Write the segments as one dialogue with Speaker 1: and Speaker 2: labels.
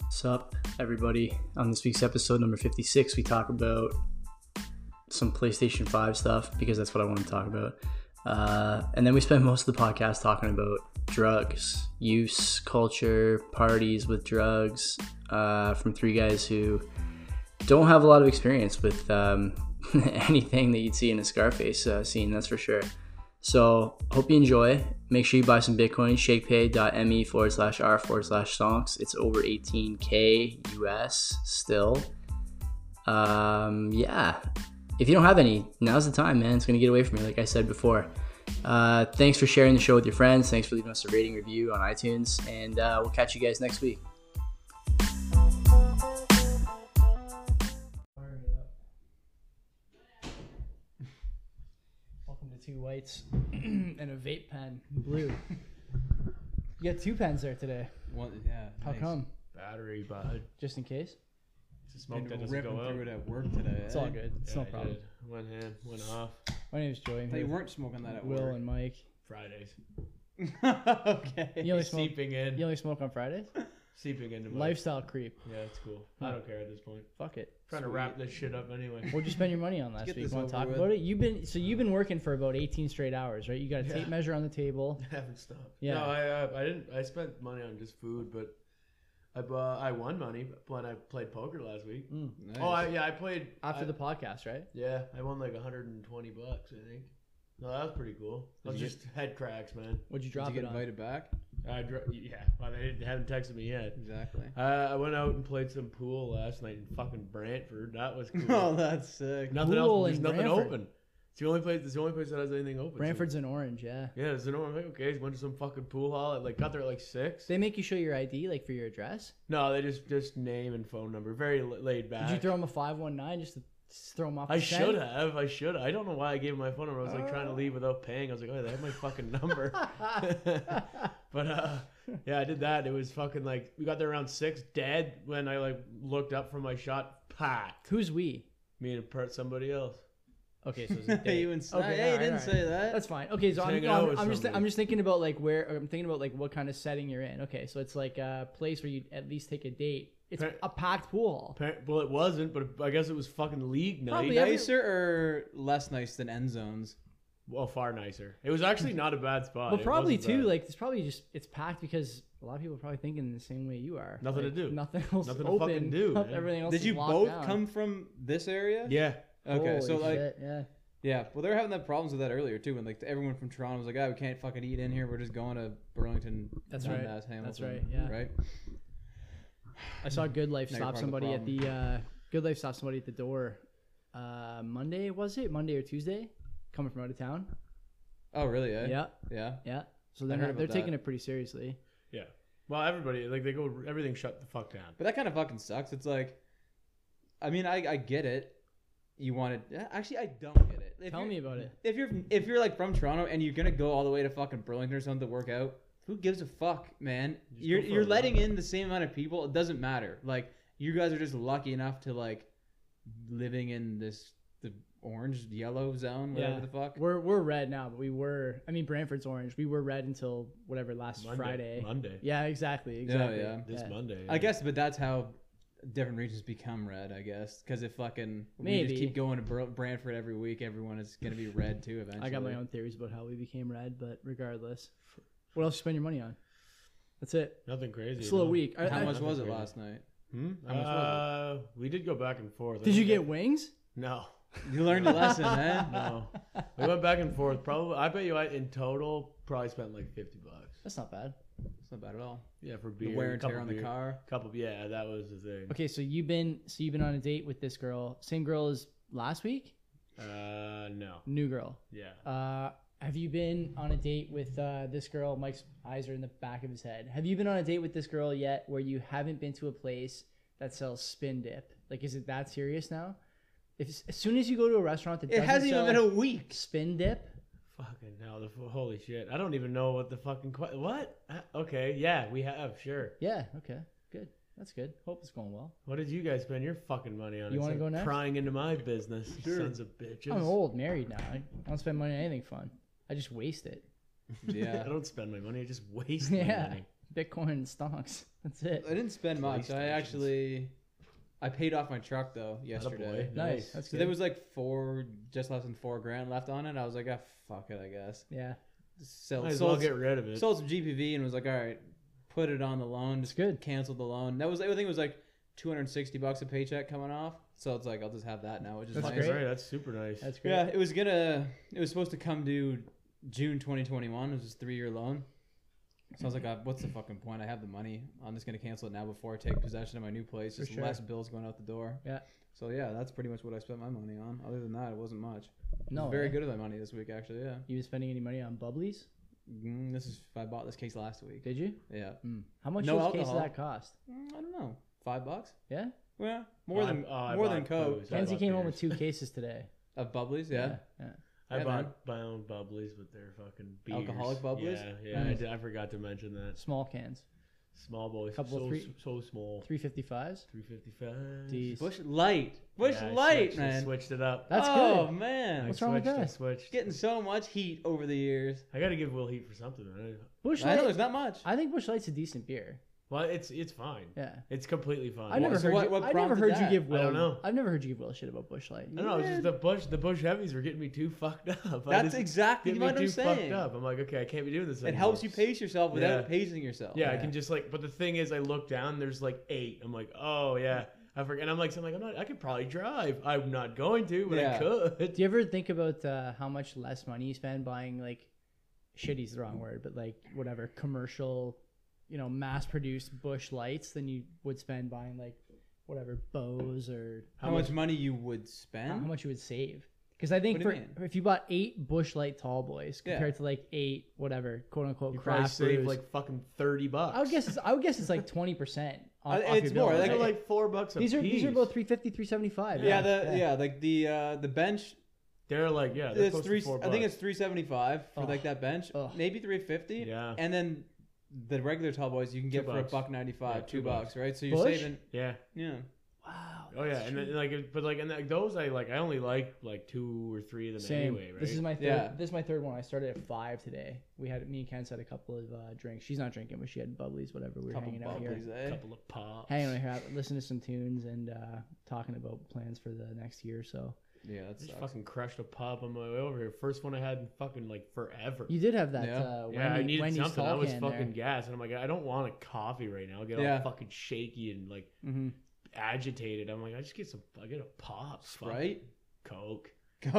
Speaker 1: What's up, everybody? On this week's episode number 56, we talk about some PlayStation 5 stuff because that's what I want to talk about. Uh, and then we spend most of the podcast talking about drugs, use, culture, parties with drugs uh, from three guys who don't have a lot of experience with um, anything that you'd see in a Scarface uh, scene, that's for sure. So, hope you enjoy. Make sure you buy some Bitcoin, shakepay.me forward slash r forward slash stonks. It's over 18K US still. Um, yeah. If you don't have any, now's the time, man. It's going to get away from you, like I said before. Uh, thanks for sharing the show with your friends. Thanks for leaving us a rating review on iTunes. And uh, we'll catch you guys next week. Welcome to two whites and a vape pen, blue. You got two pens there today.
Speaker 2: One, yeah.
Speaker 1: How
Speaker 2: nice.
Speaker 1: come?
Speaker 3: Battery, bud.
Speaker 1: Just in case.
Speaker 3: It's a
Speaker 2: Been
Speaker 3: smoke that doesn't
Speaker 2: ripping
Speaker 3: go out.
Speaker 2: through it at work today.
Speaker 1: It's
Speaker 2: eh?
Speaker 1: all good. It's no
Speaker 3: Yeah, I
Speaker 1: problem.
Speaker 3: did. One hand, one off.
Speaker 1: My name is Joey. I'm
Speaker 2: Thought
Speaker 1: here
Speaker 2: you
Speaker 1: with
Speaker 2: weren't smoking that at
Speaker 1: Will
Speaker 2: work.
Speaker 1: and Mike.
Speaker 3: Fridays.
Speaker 2: okay.
Speaker 1: You only smoke.
Speaker 3: Seeping in.
Speaker 1: You only smoke on Fridays.
Speaker 3: Seeping into my
Speaker 1: Lifestyle creep.
Speaker 3: Yeah, it's cool. I don't care at this point.
Speaker 1: Fuck it.
Speaker 3: trying to wrap this shit up anyway.
Speaker 1: What'd you spend your money on last
Speaker 2: get
Speaker 1: week?
Speaker 2: this
Speaker 1: Want to
Speaker 2: over
Speaker 1: talk
Speaker 2: with.
Speaker 1: about it? You've been so you've been working for about 18 straight hours, right? You got a tape
Speaker 3: Yeah.
Speaker 1: measure on the table.
Speaker 3: I haven't stopped.
Speaker 1: Yeah.
Speaker 3: No, I uh, I didn't. I spent money on just food, but I bought, I won money when I played poker last week.
Speaker 2: Nice.
Speaker 3: Oh, I, yeah, I played
Speaker 1: After
Speaker 3: I-
Speaker 1: the podcast, right?
Speaker 3: Yeah, I won like 120 bucks, I think. No, that was pretty cool. I
Speaker 2: Did
Speaker 3: was
Speaker 2: you
Speaker 3: just head cracks, man.
Speaker 1: What'd you
Speaker 2: Did
Speaker 1: drop
Speaker 2: you get
Speaker 1: it on?
Speaker 2: invited back?
Speaker 3: I dro- yeah, well, they didn't, haven't texted me yet.
Speaker 2: Exactly.
Speaker 3: Uh, I went out and played some pool last night in fucking Brantford. That was cool.
Speaker 2: oh, that's sick.
Speaker 3: nothing
Speaker 1: Pool
Speaker 3: else. There's
Speaker 1: in
Speaker 3: nothing
Speaker 1: Brantford.
Speaker 3: open. It's the only place. It's the only place that has anything open. So-
Speaker 1: Branford's in orange, yeah.
Speaker 3: yeah, it's an open. Okay, went to some fucking pool hall. At, like got there at like six.
Speaker 1: They make you show your ID, like for your address.
Speaker 3: No, they just just name and phone number. Very l- laid back.
Speaker 1: Did you throw him a 519 just to s- throw him off?
Speaker 3: I
Speaker 1: the scent?
Speaker 3: should have. I should. have. I don't know why I gave him my phone number. I was like trying to
Speaker 1: Oh.
Speaker 3: leave without paying. I was like, oh, they have my fucking number. but uh, yeah, I did that. It was fucking like we got there around six. Dead when I like looked up from my shot. Packed.
Speaker 1: Who's we?
Speaker 3: Me and per- somebody else.
Speaker 1: Okay, so it's a
Speaker 2: Hey,
Speaker 1: date.
Speaker 2: you and Sna-
Speaker 1: Okay,
Speaker 2: hey, you
Speaker 1: alright,
Speaker 2: didn't
Speaker 1: alright.
Speaker 2: say that.
Speaker 1: That's fine. Okay, so
Speaker 3: Just
Speaker 1: I'm,
Speaker 3: hanging
Speaker 1: no, I'm-
Speaker 3: out with
Speaker 1: I'm just
Speaker 3: somebody.
Speaker 1: I'm just thinking about like where I'm thinking about like what kind of setting you're in. Okay, so it's like a place where you at least take a date. It's
Speaker 3: Par-
Speaker 1: a packed pool.
Speaker 3: Appar- Well, it wasn't, but I guess it was fucking league night.
Speaker 1: Probably every-
Speaker 2: nicer or less nice than end zones?
Speaker 3: Well, far nicer. It was actually not a bad spot.
Speaker 1: But
Speaker 3: It
Speaker 1: probably
Speaker 3: wasn't
Speaker 1: too,
Speaker 3: bad.
Speaker 1: like it's probably just it's packed because a lot of people are probably thinking the same way you are.
Speaker 3: Nothing to
Speaker 1: Like,
Speaker 3: do.
Speaker 1: Nothing else.
Speaker 3: Nothing to
Speaker 1: open,
Speaker 3: fucking do, man.
Speaker 1: Everything else.
Speaker 2: Did
Speaker 1: is
Speaker 2: you
Speaker 1: locked
Speaker 2: both
Speaker 1: down.
Speaker 2: come from this area?
Speaker 3: yeah.
Speaker 2: Okay,
Speaker 1: Holy
Speaker 2: so like,
Speaker 1: shit, yeah.
Speaker 2: yeah. Well, they were having that problems with that earlier too, and like everyone from Toronto was like, "Ah, we can't fucking eat in here. We're just going to Burlington."
Speaker 1: That's right.
Speaker 2: dumbass Hamilton."
Speaker 1: That's right, yeah.
Speaker 2: Right.
Speaker 1: I saw Good Life
Speaker 2: Now you're part
Speaker 1: stop
Speaker 2: of the
Speaker 1: somebody at the uh, Good Life stopped somebody at the door. Uh, Monday was it? Monday or Tuesday? Coming from out of town.
Speaker 2: Oh, really? Eh?
Speaker 1: Yeah,
Speaker 2: Yeah.
Speaker 1: yeah. So they're
Speaker 2: heard
Speaker 1: not,
Speaker 2: about
Speaker 1: they're
Speaker 2: that.
Speaker 1: taking it pretty seriously.
Speaker 3: Yeah. Well, everybody, like, they go, everything shut the fuck down.
Speaker 2: But that kind of fucking sucks. It's like, I mean, I, I get it. You wanted actually, I don't get it. If
Speaker 1: Tell
Speaker 2: you're-
Speaker 1: me about it.
Speaker 2: If you're if you're like from Toronto and you're gonna go all the way to fucking Burlington or something to work out, who gives a fuck, man?
Speaker 3: Just
Speaker 2: You're
Speaker 3: go for
Speaker 2: you're
Speaker 3: a
Speaker 2: letting
Speaker 3: run.
Speaker 2: in the same amount of people. It doesn't matter. Like you guys are just lucky enough to like living in this the orange yellow zone, whatever
Speaker 1: Yeah.
Speaker 2: the fuck.
Speaker 1: We're we're red now, but we were. I mean, Brantford's orange. We were red until whatever last
Speaker 3: Monday.
Speaker 1: Friday.
Speaker 3: Monday.
Speaker 1: Yeah, exactly, exactly.
Speaker 2: yeah.
Speaker 3: This
Speaker 1: Yeah.
Speaker 3: Monday.
Speaker 2: I guess, but that's how different regions become red. I guess because if fucking we
Speaker 1: Maybe.
Speaker 2: just keep going to Br- Brantford every week, everyone is gonna be red too eventually.
Speaker 1: I got my own theories about how we became red, but regardless, what else you spend your money on? That's it.
Speaker 3: Nothing crazy.
Speaker 1: Slow
Speaker 3: no.
Speaker 1: week. I-
Speaker 2: How
Speaker 1: I-
Speaker 2: much was it
Speaker 3: Brantford.
Speaker 2: last night?
Speaker 3: Hmm?
Speaker 2: How much
Speaker 3: uh, we did go back and forth. I
Speaker 1: Did you
Speaker 3: think
Speaker 1: get wings?
Speaker 3: I- No.
Speaker 2: You learned a lesson, eh?
Speaker 3: No. we went back and forth. Probably, I bet you I, in total, probably spent like 50 bucks.
Speaker 1: That's not bad.
Speaker 2: It's not bad at all.
Speaker 3: Yeah, for beer.
Speaker 2: The wear
Speaker 3: a
Speaker 2: and
Speaker 3: couple
Speaker 2: tear on the
Speaker 3: beer-
Speaker 2: car.
Speaker 3: Couple, yeah, that was the thing.
Speaker 1: Okay, so you've been so you've been on a date with this girl, same girl as last week,
Speaker 3: Uh, no.
Speaker 1: new girl.
Speaker 3: Yeah.
Speaker 1: Uh, have you been on a date with uh, this girl? Mike's eyes are in the back of his head. Have you been on a date with this girl yet, where you haven't been to a place that sells spin dip? Like, is it that serious now? If as soon as you go to a restaurant that
Speaker 2: It
Speaker 1: doesn't
Speaker 2: hasn't
Speaker 1: sell
Speaker 2: even been a week.
Speaker 1: spin dip,
Speaker 3: Fucking hell! The, f- holy shit! I don't even know what the fucking que- what. Uh, Okay, yeah, we have sure.
Speaker 1: yeah, okay, good, that's good. Hope it's going well.
Speaker 3: What did you guys spend your fucking money on?
Speaker 1: You wanna
Speaker 3: It's
Speaker 1: go
Speaker 3: like
Speaker 1: next?
Speaker 3: Prying into my business, you
Speaker 2: Sure.
Speaker 3: sons of bitches.
Speaker 1: I'm old, married now. I don't spend money on anything fun. I just waste it.
Speaker 3: I
Speaker 2: Yeah.
Speaker 3: don't spend my money. I just waste my
Speaker 1: Yeah.
Speaker 3: money.
Speaker 1: Bitcoin and stocks. That's
Speaker 2: I
Speaker 1: it.
Speaker 2: didn't spend much. I
Speaker 3: PlayStations.
Speaker 2: actually, I paid off my truck though yesterday.
Speaker 1: Nice.
Speaker 3: Attaboy. Nice.
Speaker 1: That's
Speaker 2: So
Speaker 1: good.
Speaker 2: there was like four, just less than four grand left on it. I was like, ah, fuck it, I guess.
Speaker 1: yeah,
Speaker 2: Sell,
Speaker 3: Might as well
Speaker 2: sold,
Speaker 3: get rid of it.
Speaker 2: sold some GPV and was like, all right, put it on the loan.
Speaker 1: it's
Speaker 2: Just
Speaker 1: good.
Speaker 2: canceled the loan. That was I think it was like 260 bucks a paycheck coming off. So it's like I'll just have that now, which is
Speaker 1: That's
Speaker 2: nice.
Speaker 1: great.
Speaker 3: Right, that's super nice.
Speaker 1: That's great.
Speaker 2: Yeah, it was gonna. It was supposed to come due June 2021. It was just three year loan. So I was like, uh, what's the fucking point? I have the money. I'm just gonna cancel it now before I take possession of my new place.
Speaker 1: For
Speaker 2: Just
Speaker 1: sure.
Speaker 2: less bills going out the door.
Speaker 1: Yeah.
Speaker 2: So yeah, that's pretty much what I spent my money on. Other than that, it wasn't much.
Speaker 1: No,
Speaker 2: Very
Speaker 1: eh?
Speaker 2: good with my money this week, actually. Yeah.
Speaker 1: You been spending any money on bubblies?
Speaker 2: Mm, this is I bought this case last week.
Speaker 1: Did you?
Speaker 2: Yeah.
Speaker 1: Mm. How much
Speaker 2: Hmm. No
Speaker 1: does a case of
Speaker 2: alcohol.
Speaker 1: that cost?
Speaker 2: Mm, I don't know. Five bucks.
Speaker 1: Yeah,
Speaker 2: Yeah. More
Speaker 3: I-
Speaker 2: than
Speaker 3: oh, I
Speaker 2: more than
Speaker 3: bought
Speaker 2: coke.
Speaker 3: booze. I
Speaker 1: Kenzie
Speaker 3: bought
Speaker 1: came home with
Speaker 3: beers.
Speaker 1: two cases today.
Speaker 2: Of bubblies. Yeah.
Speaker 1: yeah.
Speaker 3: I
Speaker 2: Yeah, man.
Speaker 3: bought bound bubblies with their fucking beers.
Speaker 2: Alcoholic bubblies?
Speaker 3: Yeah, yeah. I,
Speaker 1: Nice.
Speaker 3: did, I forgot to mention that.
Speaker 1: small cans,
Speaker 3: Small boys,
Speaker 1: Couple
Speaker 3: so,
Speaker 1: of three-
Speaker 3: so small.
Speaker 1: three fifty fives.
Speaker 3: Three fifty five.
Speaker 1: Jeez.
Speaker 2: Bush light. Bush light, man.
Speaker 3: switched it up.
Speaker 1: That's
Speaker 2: oh
Speaker 1: good.
Speaker 2: man.
Speaker 3: I
Speaker 1: What's wrong with
Speaker 3: switched, I
Speaker 1: that?
Speaker 3: switched.
Speaker 2: getting so much heat over the years.
Speaker 3: I got to give Will heat for something. Man.
Speaker 1: Bush
Speaker 2: I know
Speaker 1: Light.
Speaker 2: there's not much.
Speaker 1: I think Bush Light's a decent beer.
Speaker 3: Well, it's it's fine.
Speaker 1: Yeah.
Speaker 3: It's completely fine.
Speaker 1: I never
Speaker 2: so
Speaker 1: heard.
Speaker 2: what-
Speaker 1: you,
Speaker 2: what
Speaker 1: I never
Speaker 2: prompted
Speaker 1: heard you
Speaker 2: that?
Speaker 1: give Will.
Speaker 3: I don't know.
Speaker 1: I've never heard you give Will shit about Bush Light.
Speaker 3: I don't know. It's just the bush. The bush heavies were getting me too fucked up. I
Speaker 2: That's
Speaker 3: just-
Speaker 2: exactly
Speaker 3: Get me
Speaker 2: what I'm
Speaker 3: too
Speaker 2: saying.
Speaker 3: fucked up. I'm like, okay, I can't be doing this.
Speaker 2: It
Speaker 3: anymore.
Speaker 2: helps you pace yourself without
Speaker 3: Yeah.
Speaker 2: pacing yourself.
Speaker 3: Yeah, I
Speaker 1: Yeah.
Speaker 3: can just like. But the thing is, I look down. There's like eight. I'm like, oh yeah. I forget. And I'm like, so I'm like, I'm not. I could probably drive. I'm not going to, but
Speaker 2: Yeah.
Speaker 3: I could.
Speaker 1: Do you ever think about uh, how much less money you spend buying like shitty's the wrong word, but like whatever commercial, you know, mass produced bush lights than you would spend buying like whatever Bose or
Speaker 2: How much money you would spend?
Speaker 1: how much you would save. Because I think
Speaker 2: What
Speaker 1: for,
Speaker 2: do you mean?
Speaker 1: if you bought eight bush light tall boys
Speaker 2: Yeah.
Speaker 1: compared to like eight whatever quote unquote
Speaker 3: You probably
Speaker 1: craft
Speaker 3: save
Speaker 1: brews,
Speaker 3: like fucking thirty bucks.
Speaker 1: I would guess it's, I would guess it's like twenty percent.
Speaker 2: Uh, it's more,
Speaker 3: Those
Speaker 2: like-
Speaker 3: are like four bucks a
Speaker 1: these are
Speaker 3: piece.
Speaker 1: these are both 350 375
Speaker 2: yeah, the yeah. like the uh the bench
Speaker 3: They're like yeah. They're
Speaker 2: it's
Speaker 3: close to
Speaker 2: three
Speaker 3: Four
Speaker 2: I think
Speaker 3: bucks.
Speaker 2: it's 375 for
Speaker 1: Ugh.
Speaker 2: like that bench,
Speaker 1: Ugh.
Speaker 2: maybe 350.
Speaker 3: Yeah.
Speaker 2: And then the regular tall boys you can
Speaker 3: Two
Speaker 2: get for a
Speaker 3: bucks.
Speaker 2: buck 95,
Speaker 3: Yeah,
Speaker 2: 2
Speaker 3: two
Speaker 2: bucks.
Speaker 3: bucks.
Speaker 2: right? So you're
Speaker 1: Bush?
Speaker 2: saving
Speaker 3: yeah.
Speaker 2: yeah.
Speaker 1: wow
Speaker 3: Oh yeah, and then, like, it- but like, and like, those I like. I only like like two or three of them
Speaker 1: Same.
Speaker 3: anyway. Right?
Speaker 1: This is my third.
Speaker 2: Yeah.
Speaker 1: This is my third one. I started at five today. We had me and Ken had a couple of uh, drinks. She's not drinking, but she had bubblies. Whatever. We were
Speaker 2: couple
Speaker 1: hanging out here,
Speaker 2: bubblies, eh?
Speaker 3: couple of pops.
Speaker 1: hanging out here, listening to some tunes and uh, talking about plans for the next year. or So
Speaker 2: Yeah, that
Speaker 3: I just
Speaker 2: sucks.
Speaker 3: fucking crushed a pop on my way over here. First one I had in fucking like forever.
Speaker 1: you did have that.
Speaker 2: Yeah.
Speaker 1: Uh, Wendy,
Speaker 3: yeah, I needed
Speaker 1: Wendy's
Speaker 3: something. I
Speaker 1: tall
Speaker 3: was
Speaker 1: can
Speaker 3: fucking
Speaker 1: there.
Speaker 3: gassed, and I'm like, I don't want a coffee right now. I get
Speaker 2: Yeah.
Speaker 3: all fucking shaky and like
Speaker 1: Mhm.
Speaker 3: agitated. I'm like, I just get some. I get a pop, fuck,
Speaker 2: Right?
Speaker 3: Coke.
Speaker 2: Coke,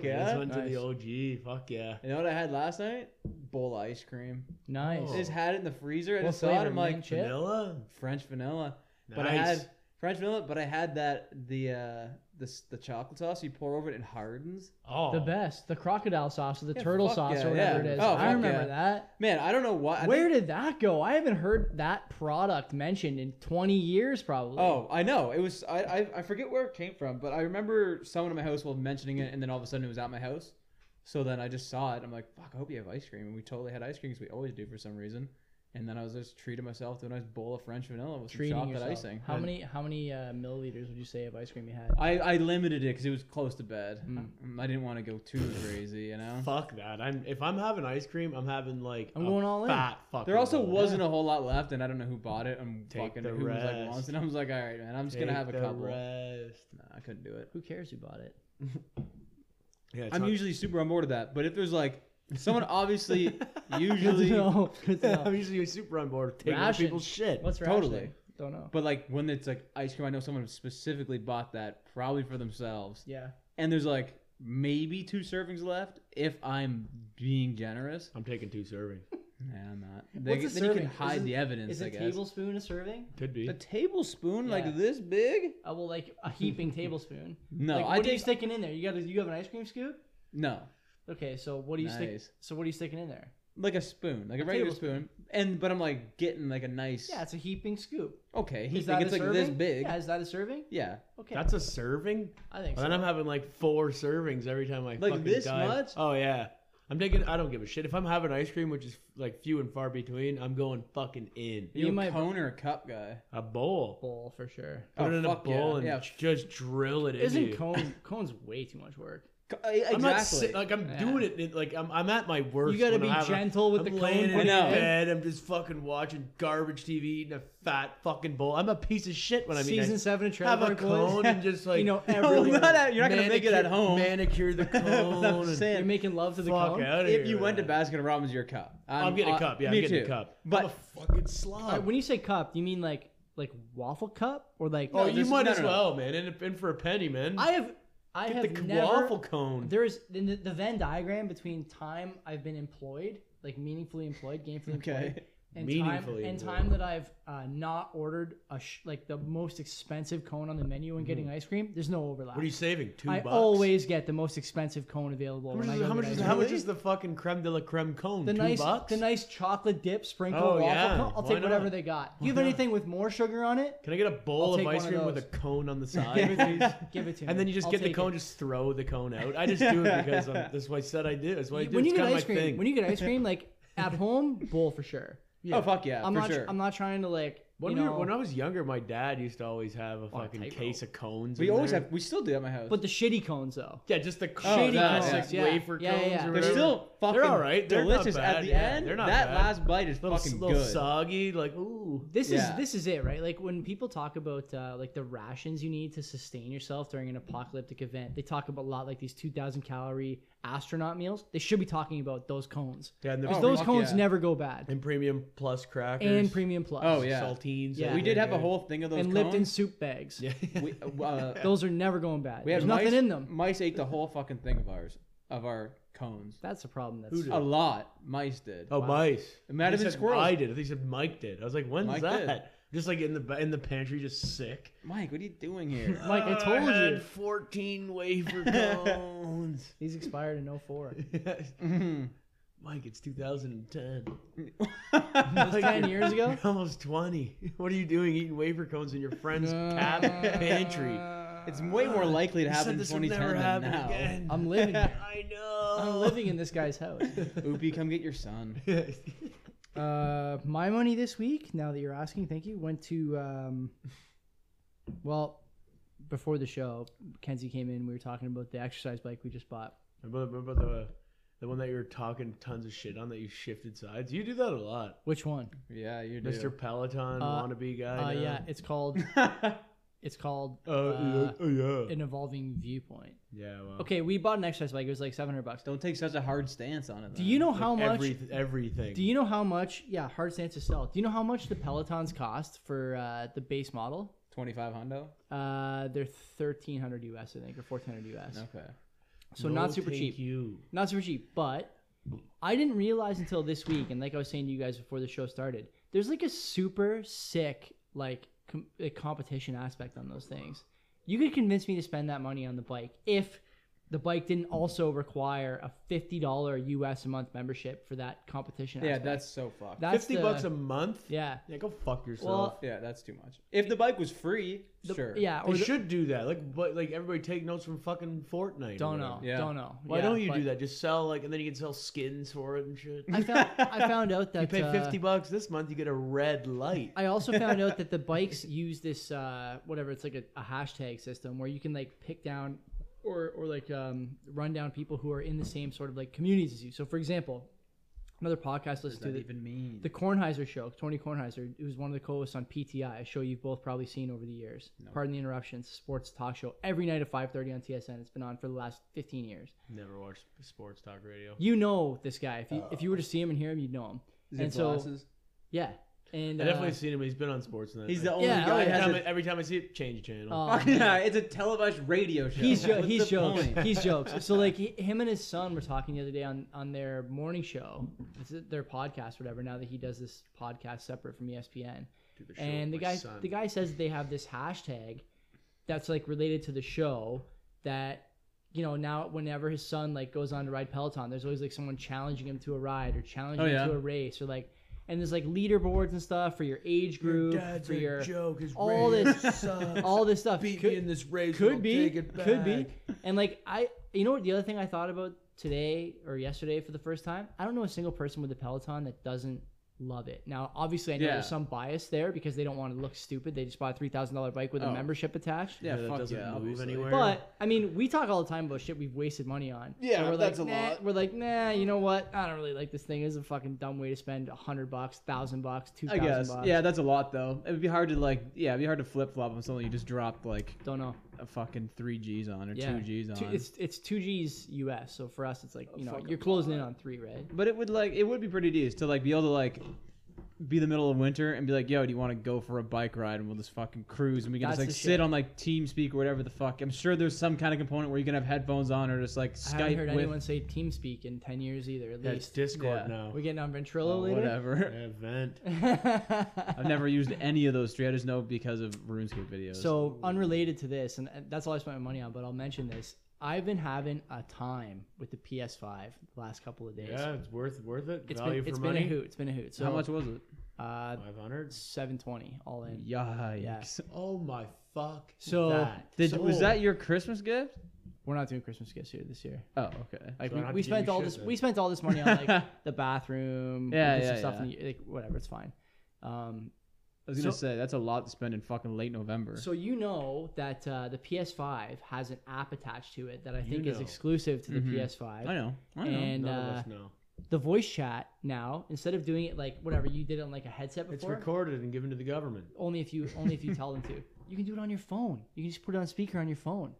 Speaker 3: I just
Speaker 2: yeah.
Speaker 3: went
Speaker 1: Nice.
Speaker 3: to the OG. Fuck yeah.
Speaker 2: You know what I had last night? Bowl of ice cream.
Speaker 1: Nice.
Speaker 2: I just
Speaker 3: Oh.
Speaker 2: had it in the freezer. I
Speaker 1: What
Speaker 2: just saw it.
Speaker 1: flavor,
Speaker 2: I'm like
Speaker 1: mint chip?
Speaker 3: Vanilla.
Speaker 2: French vanilla,
Speaker 3: Nice.
Speaker 2: but I had French vanilla, but I had that the uh this the chocolate sauce you pour over it it hardens.
Speaker 3: oh,
Speaker 1: The best, the crocodile sauce or the
Speaker 2: Yeah,
Speaker 1: turtle
Speaker 2: fuck
Speaker 1: sauce
Speaker 2: yeah,
Speaker 1: or whatever
Speaker 2: yeah.
Speaker 1: it is.
Speaker 2: Oh,
Speaker 1: I
Speaker 2: fuck
Speaker 1: remember
Speaker 2: yeah.
Speaker 1: that.
Speaker 2: Man, I don't know why. I
Speaker 1: Where
Speaker 2: think-
Speaker 1: did that go? I haven't heard that product mentioned in 20 years, probably.
Speaker 2: Oh, I know. It was I, I I forget where it came from, but I remember someone in my household mentioning it, and then all of a sudden it was at my house. So then I just saw it. I'm like, fuck, I hope you have ice cream. And we totally had ice cream because we always do for some reason. And then I was just treating myself to a nice bowl of French vanilla with some
Speaker 1: treating
Speaker 2: chocolate
Speaker 1: yourself.
Speaker 2: icing.
Speaker 1: How
Speaker 3: Yeah.
Speaker 1: many how many uh, milliliters would you say of ice cream you had?
Speaker 2: I, I limited it because it was close to bed.
Speaker 1: Mm.
Speaker 2: Um, I didn't want to go too crazy, you know.
Speaker 3: Hmm. Mm-hmm. Fuck that. I'm if I'm having ice cream, I'm having like
Speaker 1: I'm
Speaker 3: a
Speaker 1: going all in.
Speaker 3: fat fucking
Speaker 2: There also
Speaker 3: bowl.
Speaker 2: wasn't a whole lot left, and I don't know who bought it. I'm
Speaker 3: Take
Speaker 2: fucking
Speaker 3: the
Speaker 2: who was like
Speaker 3: rest.
Speaker 2: once, and I was like, all right, man, I'm just gonna
Speaker 3: Take
Speaker 2: have a
Speaker 3: the
Speaker 2: couple.
Speaker 3: rest.
Speaker 2: Nah, I couldn't do it.
Speaker 1: Who cares who bought it?
Speaker 3: Yeah, it's
Speaker 2: I'm
Speaker 3: not-
Speaker 2: usually super on board with that, but if there's like someone obviously
Speaker 1: Good to
Speaker 2: usually,
Speaker 1: know. Good to know.
Speaker 3: I'm usually super on board with taking other
Speaker 1: Ration.
Speaker 3: people's shit.
Speaker 1: What's
Speaker 2: Totally.
Speaker 1: rationing? Don't know.
Speaker 2: but like when it's like ice cream, I know someone specifically bought that probably for themselves,
Speaker 1: Yeah.
Speaker 2: and there's like maybe two servings left if I'm being generous.
Speaker 3: I'm taking two servings.
Speaker 2: Nah, I'm not. They,
Speaker 1: What's a
Speaker 2: then you can
Speaker 1: serving?
Speaker 2: hide
Speaker 1: Is it-
Speaker 2: the evidence.
Speaker 1: Is
Speaker 2: I
Speaker 1: a
Speaker 2: guess.
Speaker 1: tablespoon a serving?
Speaker 3: Could be.
Speaker 2: a tablespoon
Speaker 1: Yeah.
Speaker 2: like this big?
Speaker 1: Uh, well, like a heaping tablespoon.
Speaker 2: No,
Speaker 1: like,
Speaker 2: I
Speaker 1: what are you
Speaker 2: take
Speaker 1: sticking in there? You got you have an ice cream scoop?
Speaker 2: no.
Speaker 1: Okay, so what do you stick?
Speaker 2: Nice.
Speaker 1: So what are you sticking in there?
Speaker 2: like a spoon, like a,
Speaker 1: A
Speaker 2: regular
Speaker 1: tablespoon.
Speaker 2: spoon. And but I'm like getting like a nice.
Speaker 1: Yeah, it's a heaping scoop.
Speaker 2: Okay, he
Speaker 1: Is that
Speaker 2: thinks it's
Speaker 1: a
Speaker 2: like
Speaker 1: serving?
Speaker 2: this big.
Speaker 1: Yeah,
Speaker 2: Yeah.
Speaker 1: is that a serving? Okay,
Speaker 3: That's a serving.
Speaker 1: I think
Speaker 3: Well,
Speaker 1: so.
Speaker 3: then I'm having like four servings every time I
Speaker 2: Like
Speaker 3: fucking
Speaker 2: this
Speaker 3: dive.
Speaker 2: much?
Speaker 3: Oh yeah. I'm taking. I don't give a shit if I'm having ice cream, which is like few and far between. I'm going fucking in
Speaker 2: You,
Speaker 1: You
Speaker 2: a
Speaker 1: might-
Speaker 2: cone or a cup guy?
Speaker 3: a bowl.
Speaker 1: Bowl for sure.
Speaker 3: Put
Speaker 2: Oh,
Speaker 3: it in a
Speaker 2: fuck yeah.
Speaker 3: bowl and
Speaker 2: Yeah.
Speaker 3: j- just drill it in.
Speaker 1: Isn't cone cone's way too much work?
Speaker 3: I'm not si-
Speaker 2: Exactly.
Speaker 3: like I'm
Speaker 1: Yeah.
Speaker 3: doing it, it- Like I'm, I'm at my worst.
Speaker 1: You got to
Speaker 3: when
Speaker 1: be
Speaker 3: I'm having-
Speaker 1: gentle with
Speaker 3: I'm
Speaker 1: the
Speaker 3: laying
Speaker 1: cone.
Speaker 3: in
Speaker 2: I know.
Speaker 3: bed. I'm just fucking watching garbage TV, eating a fat fucking bowl. I'm a piece of shit when I'm eating.
Speaker 1: Season seven of
Speaker 3: I have
Speaker 1: Trailer
Speaker 3: a
Speaker 1: Park Boys.
Speaker 3: cone and just like
Speaker 1: you know,
Speaker 2: No,
Speaker 1: every
Speaker 2: not at- you're not gonna make it at
Speaker 3: manicure-
Speaker 2: home.
Speaker 3: Manicure the cone.
Speaker 2: I'm
Speaker 3: and
Speaker 2: saying,
Speaker 1: you're making love to the
Speaker 3: fuck
Speaker 1: cone.
Speaker 3: out of
Speaker 2: if
Speaker 3: here
Speaker 2: you
Speaker 3: with
Speaker 2: went to
Speaker 3: that.
Speaker 2: Baskin Robbins, you're a cup.
Speaker 3: I'm, getting a
Speaker 2: uh,
Speaker 3: cup. Yeah,
Speaker 2: me
Speaker 3: I'm getting
Speaker 2: too.
Speaker 3: a cup.
Speaker 2: But
Speaker 3: I'm a fucking
Speaker 1: Uh,
Speaker 3: slob.
Speaker 1: when you say cup, do you mean like like waffle cup or like?
Speaker 3: oh, you
Speaker 2: this-
Speaker 3: might
Speaker 2: no,
Speaker 3: as
Speaker 2: no, no.
Speaker 3: well, man. And, and for a penny, man.
Speaker 1: I have I
Speaker 3: Get
Speaker 1: have
Speaker 3: the c-
Speaker 1: never.
Speaker 3: waffle cone.
Speaker 1: There is in the, the Venn diagram between time I've been employed, like meaningfully employed, gainfully
Speaker 2: Okay.
Speaker 1: employed, and
Speaker 3: Meaningfully
Speaker 1: time and
Speaker 3: employed.
Speaker 1: time that I've uh, not ordered a sh- like the most expensive cone on the menu and getting ice cream. There's no overlap.
Speaker 3: Mm-hmm. What are you saving? Two
Speaker 1: I
Speaker 3: bucks.
Speaker 1: always get the most expensive cone available.
Speaker 3: How much,
Speaker 1: when I
Speaker 3: is,
Speaker 1: go
Speaker 3: how,
Speaker 1: get
Speaker 3: much
Speaker 1: ice
Speaker 3: is,
Speaker 1: cream.
Speaker 3: how much is the fucking creme de la creme cone?
Speaker 1: the
Speaker 3: Two
Speaker 1: nice,
Speaker 3: bucks.
Speaker 1: the nice chocolate dip sprinkle
Speaker 3: Oh,
Speaker 1: waffle
Speaker 3: yeah.
Speaker 1: cone? I'll
Speaker 3: Why
Speaker 1: take whatever
Speaker 3: not?
Speaker 1: they got. Do you have anything with more sugar on it?
Speaker 3: Can I get a
Speaker 1: I'll
Speaker 3: bowl
Speaker 1: take
Speaker 3: of ice
Speaker 1: one of
Speaker 3: cream with a
Speaker 1: those.
Speaker 3: cone on the
Speaker 1: Give it to
Speaker 3: side?
Speaker 1: me. Give it to me.
Speaker 3: And then you just
Speaker 1: I'll
Speaker 3: get the
Speaker 1: take
Speaker 3: cone,
Speaker 1: it.
Speaker 3: just throw the cone out. I just do it because I'm, that's what I said I did. That's what I
Speaker 1: You-
Speaker 3: do.
Speaker 1: when you
Speaker 3: it's
Speaker 1: get
Speaker 3: kind of
Speaker 1: ice
Speaker 3: my
Speaker 1: cream,
Speaker 3: thing.
Speaker 1: when you get ice cream, like at home, bowl for sure.
Speaker 2: Oh fuck yeah,
Speaker 1: I'm
Speaker 2: for
Speaker 1: not.
Speaker 2: sure.
Speaker 1: I'm not trying to like.
Speaker 3: when,
Speaker 1: you
Speaker 3: we were-
Speaker 1: know,
Speaker 3: when I was younger, my dad used to always have a
Speaker 1: On a
Speaker 3: fucking
Speaker 1: tightrope.
Speaker 3: case of cones.
Speaker 2: we
Speaker 3: in
Speaker 2: always
Speaker 3: there.
Speaker 2: have. We still do that at my house.
Speaker 1: but the shitty cones though.
Speaker 3: yeah, just the
Speaker 2: Oh,
Speaker 3: shady
Speaker 2: that,
Speaker 3: classic
Speaker 1: yeah.
Speaker 3: wafer
Speaker 1: Yeah, yeah,
Speaker 3: cones.
Speaker 1: yeah.
Speaker 3: Or
Speaker 2: they're
Speaker 3: whatever.
Speaker 2: still fucking
Speaker 3: They're all right. They're not
Speaker 2: delicious
Speaker 3: bad,
Speaker 2: at the
Speaker 3: yeah.
Speaker 2: end.
Speaker 3: They're not
Speaker 2: that
Speaker 3: bad.
Speaker 2: last bite is
Speaker 3: little,
Speaker 2: fucking
Speaker 3: little
Speaker 2: good.
Speaker 3: soggy. Like ooh,
Speaker 1: This
Speaker 2: Yeah.
Speaker 1: is this is it, right? Like when people talk about uh, like the rations you need to sustain yourself during an apocalyptic event, they talk about a lot like these 2,000 calorie astronaut meals. They should be talking about those cones.
Speaker 3: yeah, and, the,
Speaker 2: Oh,
Speaker 1: Those
Speaker 2: fuck
Speaker 1: cones
Speaker 2: yeah.
Speaker 1: never go bad.
Speaker 3: and premium plus crackers
Speaker 1: And premium plus.
Speaker 2: Oh, yeah.
Speaker 3: saltines.
Speaker 1: Yeah.
Speaker 2: we did
Speaker 3: they're
Speaker 2: have a
Speaker 3: good.
Speaker 2: whole thing of those
Speaker 1: And
Speaker 2: cones.
Speaker 1: Lipton soup bags.
Speaker 3: Yeah.
Speaker 2: We, uh,
Speaker 1: Those are never going bad.
Speaker 2: we had
Speaker 1: There's nothing
Speaker 2: mice-
Speaker 1: in them.
Speaker 2: Mice ate the whole fucking thing of ours, of our cones.
Speaker 1: That's a problem. That's
Speaker 3: Who did?
Speaker 2: A lot. Mice did.
Speaker 3: Oh, mice.
Speaker 2: It might have
Speaker 3: They
Speaker 2: been
Speaker 3: said
Speaker 2: squirrels.
Speaker 3: I did. They said Mike did. I was like, when's
Speaker 2: Mike
Speaker 3: that?
Speaker 2: did.
Speaker 3: Just like in the ba- in the pantry, just sick.
Speaker 2: Mike, what are you doing here?
Speaker 1: Mike, I told
Speaker 3: I had
Speaker 1: you.
Speaker 3: 14 wafer cones.
Speaker 1: These expired in 04.
Speaker 3: Mike, it's 2010.
Speaker 1: That was 10 years ago?
Speaker 3: You're almost 20. What are you doing eating wafer cones in your friend's cab
Speaker 1: Uh,
Speaker 3: pantry?
Speaker 2: it's way more likely to
Speaker 3: You
Speaker 2: happen
Speaker 3: said
Speaker 2: in
Speaker 3: this would never
Speaker 2: 2010 than
Speaker 3: happen
Speaker 2: now.
Speaker 3: again.
Speaker 1: I'm living here.
Speaker 3: I know.
Speaker 1: I'm living in this guy's house.
Speaker 2: Oopie, come get your son.
Speaker 1: Uh, my money this week, now that you're asking, thank you, went to, um, well, before the show, Kenzie came in. We were talking about the exercise bike we just bought.
Speaker 3: remember, remember the the one that you were talking tons of shit on that you shifted sides. You do that a lot,
Speaker 1: Which one?
Speaker 2: Yeah, you do.
Speaker 3: Mr. Peloton
Speaker 1: Uh,
Speaker 3: wannabe guy.
Speaker 1: Uh,
Speaker 3: now.
Speaker 1: yeah, it's called, it's called
Speaker 3: Uh, yeah,
Speaker 1: uh,
Speaker 3: oh yeah.
Speaker 1: An Evolving Viewpoint.
Speaker 3: yeah. Well,
Speaker 1: Okay, we bought an exercise bike. It was like 700 bucks.
Speaker 2: Don't take such a hard stance on it.
Speaker 1: Do you know
Speaker 3: Like
Speaker 1: how much?
Speaker 3: every- everything.
Speaker 1: Do you know how much? Yeah, hard stance to sell. Do you know how much the Pelotons cost for uh, the base model?
Speaker 2: 25 Hondo?
Speaker 1: Uh, they're thirteen hundred US, I think, or fourteen hundred US.
Speaker 2: Okay.
Speaker 1: So
Speaker 3: No,
Speaker 1: not super
Speaker 3: thank
Speaker 1: cheap.
Speaker 3: You.
Speaker 1: Not super cheap, but I didn't realize until this week, and like I was saying to you guys before the show started, there's like a super sick like com- uh, competition aspect on those things. You could convince me to spend that money on the bike if the bike didn't also require a fifty dollar US a month membership for that competition.
Speaker 2: Yeah,
Speaker 1: aspect.
Speaker 2: that's so fucked.
Speaker 1: that's
Speaker 3: Fifty
Speaker 1: the-
Speaker 3: bucks a month.
Speaker 1: yeah.
Speaker 3: Yeah, go fuck
Speaker 1: Well,
Speaker 3: yourself.
Speaker 2: yeah, that's too much. If the bike was free,
Speaker 1: the-
Speaker 2: sure.
Speaker 1: Yeah,
Speaker 3: they
Speaker 1: or the-
Speaker 3: should do that. Like, but like everybody take notes from fucking Fortnite. or
Speaker 1: don't
Speaker 3: whatever.
Speaker 1: know.
Speaker 2: Yeah.
Speaker 1: Don't know.
Speaker 3: Why
Speaker 1: Yeah,
Speaker 3: don't you
Speaker 1: but
Speaker 3: do that? Just sell like, and then you can sell skins for it and shit.
Speaker 1: I found I found out that
Speaker 3: you pay
Speaker 1: uh,
Speaker 3: fifty bucks this month, you get a red light.
Speaker 1: I also found out that the bikes use this uh, whatever it's like a, a hashtag system where you can like pick down or or like um, run down people who are in the same sort of like communities as you. So for example, another podcast
Speaker 2: Does
Speaker 1: listened to
Speaker 2: that
Speaker 1: the,
Speaker 2: even mean?
Speaker 1: the Kornheiser show, Tony Kornheiser, who's one of the co-hosts on PTI, a show you've both probably seen over the years. Pardon the interruptions, sports talk show every night at 5:30 on TSN. It's been on for the last 15 years.
Speaker 3: Never watched sports talk radio.
Speaker 1: You know this guy. If you if you were to see him and hear him, you'd know him.
Speaker 2: Uh, Is it
Speaker 1: and so-
Speaker 2: glasses?
Speaker 1: Yeah. And
Speaker 3: I definitely
Speaker 1: uh,
Speaker 3: seen him. He's been on sports. Night.
Speaker 2: He's the
Speaker 3: Like,
Speaker 2: only
Speaker 1: Yeah,
Speaker 2: guy
Speaker 1: oh,
Speaker 2: that
Speaker 1: yeah.
Speaker 3: every,
Speaker 2: has
Speaker 3: time,
Speaker 2: a
Speaker 3: I- every time I see it, change channel.
Speaker 1: oh,
Speaker 2: Fuck yeah, it's a televised radio show.
Speaker 1: He's jo-
Speaker 2: What's
Speaker 1: he's
Speaker 2: the
Speaker 1: jokes.
Speaker 2: point?
Speaker 1: He's jokes. So like he, him and his son were talking the other day on on their morning show, It's their podcast, whatever. Now that he does this podcast separate from E ESPN,
Speaker 3: Dude, show
Speaker 1: and the
Speaker 3: with my
Speaker 1: guy
Speaker 3: son.
Speaker 1: the guy says they have this hashtag that's like related to the show that you know now whenever his son like goes on to ride Peloton, there's always like someone challenging him to a ride or challenging
Speaker 2: Oh,
Speaker 1: him
Speaker 2: yeah.
Speaker 1: to a race or like and there's like leaderboards and stuff for your age group, for your
Speaker 3: joke. His
Speaker 1: all
Speaker 3: race
Speaker 1: this-
Speaker 3: sucks.
Speaker 1: all this stuff.
Speaker 3: Beat
Speaker 1: Could-
Speaker 3: me in this race. and
Speaker 1: could
Speaker 3: I'll
Speaker 1: be
Speaker 3: take it
Speaker 1: could be
Speaker 3: back.
Speaker 1: and like i you know what the other thing i thought about today or yesterday for the first time i don't know a single person with a peloton that doesn't love it. Now, obviously, I know
Speaker 2: Yeah.
Speaker 1: there's some bias there because they don't want to look stupid. They just bought a three thousand dollar bike with a
Speaker 2: Oh.
Speaker 1: membership attached.
Speaker 2: Yeah,
Speaker 3: that
Speaker 2: fuck
Speaker 3: doesn't
Speaker 2: yeah,
Speaker 3: move
Speaker 2: obviously.
Speaker 3: anywhere.
Speaker 1: But I mean, we talk all the time about shit we've wasted money on.
Speaker 2: Yeah,
Speaker 1: And we're
Speaker 2: that's
Speaker 1: like,
Speaker 2: a
Speaker 1: nah,
Speaker 2: lot.
Speaker 1: We're like, nah, you know what? I don't really like this thing. This is a fucking dumb way to spend a hundred bucks, thousand bucks, two
Speaker 2: I
Speaker 1: thousand
Speaker 2: guess.
Speaker 1: bucks.
Speaker 2: Yeah, that's a lot though. It would be hard to like. Yeah, it'd be hard to flip flop on something you just dropped like
Speaker 1: don't know.
Speaker 2: a fucking three G's on or
Speaker 1: Yeah,
Speaker 2: two G's on.
Speaker 1: Two, it's it's two G's US. So for us, it's like you know
Speaker 2: fucking
Speaker 1: you're closing in on three, right?
Speaker 2: but it would like it would be pretty decent to like be able to like be the middle of winter and be like, yo, do you want to go for a bike ride and we'll just fucking cruise and we can
Speaker 1: That's
Speaker 2: just
Speaker 1: the
Speaker 2: like sit
Speaker 1: shit.
Speaker 2: on like TeamSpeak or whatever the fuck. I'm sure there's some kind of component where you can have headphones on or just like
Speaker 1: I haven't heard
Speaker 2: Skype with
Speaker 1: anyone say TeamSpeak in ten years either. At
Speaker 3: That's
Speaker 1: least
Speaker 3: Discord
Speaker 2: Yeah.
Speaker 3: now. Oh,
Speaker 1: we're getting on Ventrilo
Speaker 2: or
Speaker 1: later.
Speaker 2: whatever.
Speaker 3: Event.
Speaker 2: Oh, I've never used any of those three. I just know because of RuneScape videos.
Speaker 1: So unrelated to this, and that's all I spent my money on, but I'll mention this. I've been having a time with the PS5 the last couple of days.
Speaker 3: Yeah, it's worth worth it.
Speaker 1: It's
Speaker 3: Value
Speaker 1: been, it's
Speaker 3: for
Speaker 1: been
Speaker 3: money.
Speaker 1: a hoot. It's been a hoot. So
Speaker 2: how much Mm. was it?
Speaker 1: Uh,
Speaker 3: Five hundred.
Speaker 1: 720 all in.
Speaker 2: Yikes.
Speaker 3: Oh my fuck.
Speaker 1: So,
Speaker 3: that.
Speaker 2: Did,
Speaker 3: So-
Speaker 2: was that your Christmas gift?
Speaker 1: We're not doing Christmas gifts here this year.
Speaker 2: Oh, okay.
Speaker 1: Like
Speaker 3: So I
Speaker 1: we,
Speaker 3: don't have
Speaker 1: we
Speaker 3: to give
Speaker 1: spent
Speaker 3: you
Speaker 1: all
Speaker 3: shit
Speaker 1: this
Speaker 3: then.
Speaker 1: we spent all this money on like the bathroom, we
Speaker 2: Yeah,
Speaker 1: did some
Speaker 2: yeah,
Speaker 1: stuff in
Speaker 2: yeah.
Speaker 1: the- like whatever, it's fine. Um,
Speaker 2: I was gonna
Speaker 1: So-
Speaker 2: say that's a lot to spend in fucking late November.
Speaker 1: so you know that uh, the PS5 has an app attached to it that I
Speaker 3: You
Speaker 1: think is
Speaker 3: know. Mm-hmm.
Speaker 1: exclusive to the
Speaker 2: Mhm.
Speaker 1: PS5.
Speaker 2: I know, I know.
Speaker 1: And
Speaker 3: None
Speaker 1: uh,
Speaker 3: of us know.
Speaker 1: the voice chat now instead of doing it like whatever you did it on like a headset
Speaker 3: It's
Speaker 1: before
Speaker 3: recorded and given to the government.
Speaker 1: only if you only if you tell them to you can do it on your phone you can just put it on speaker on your phone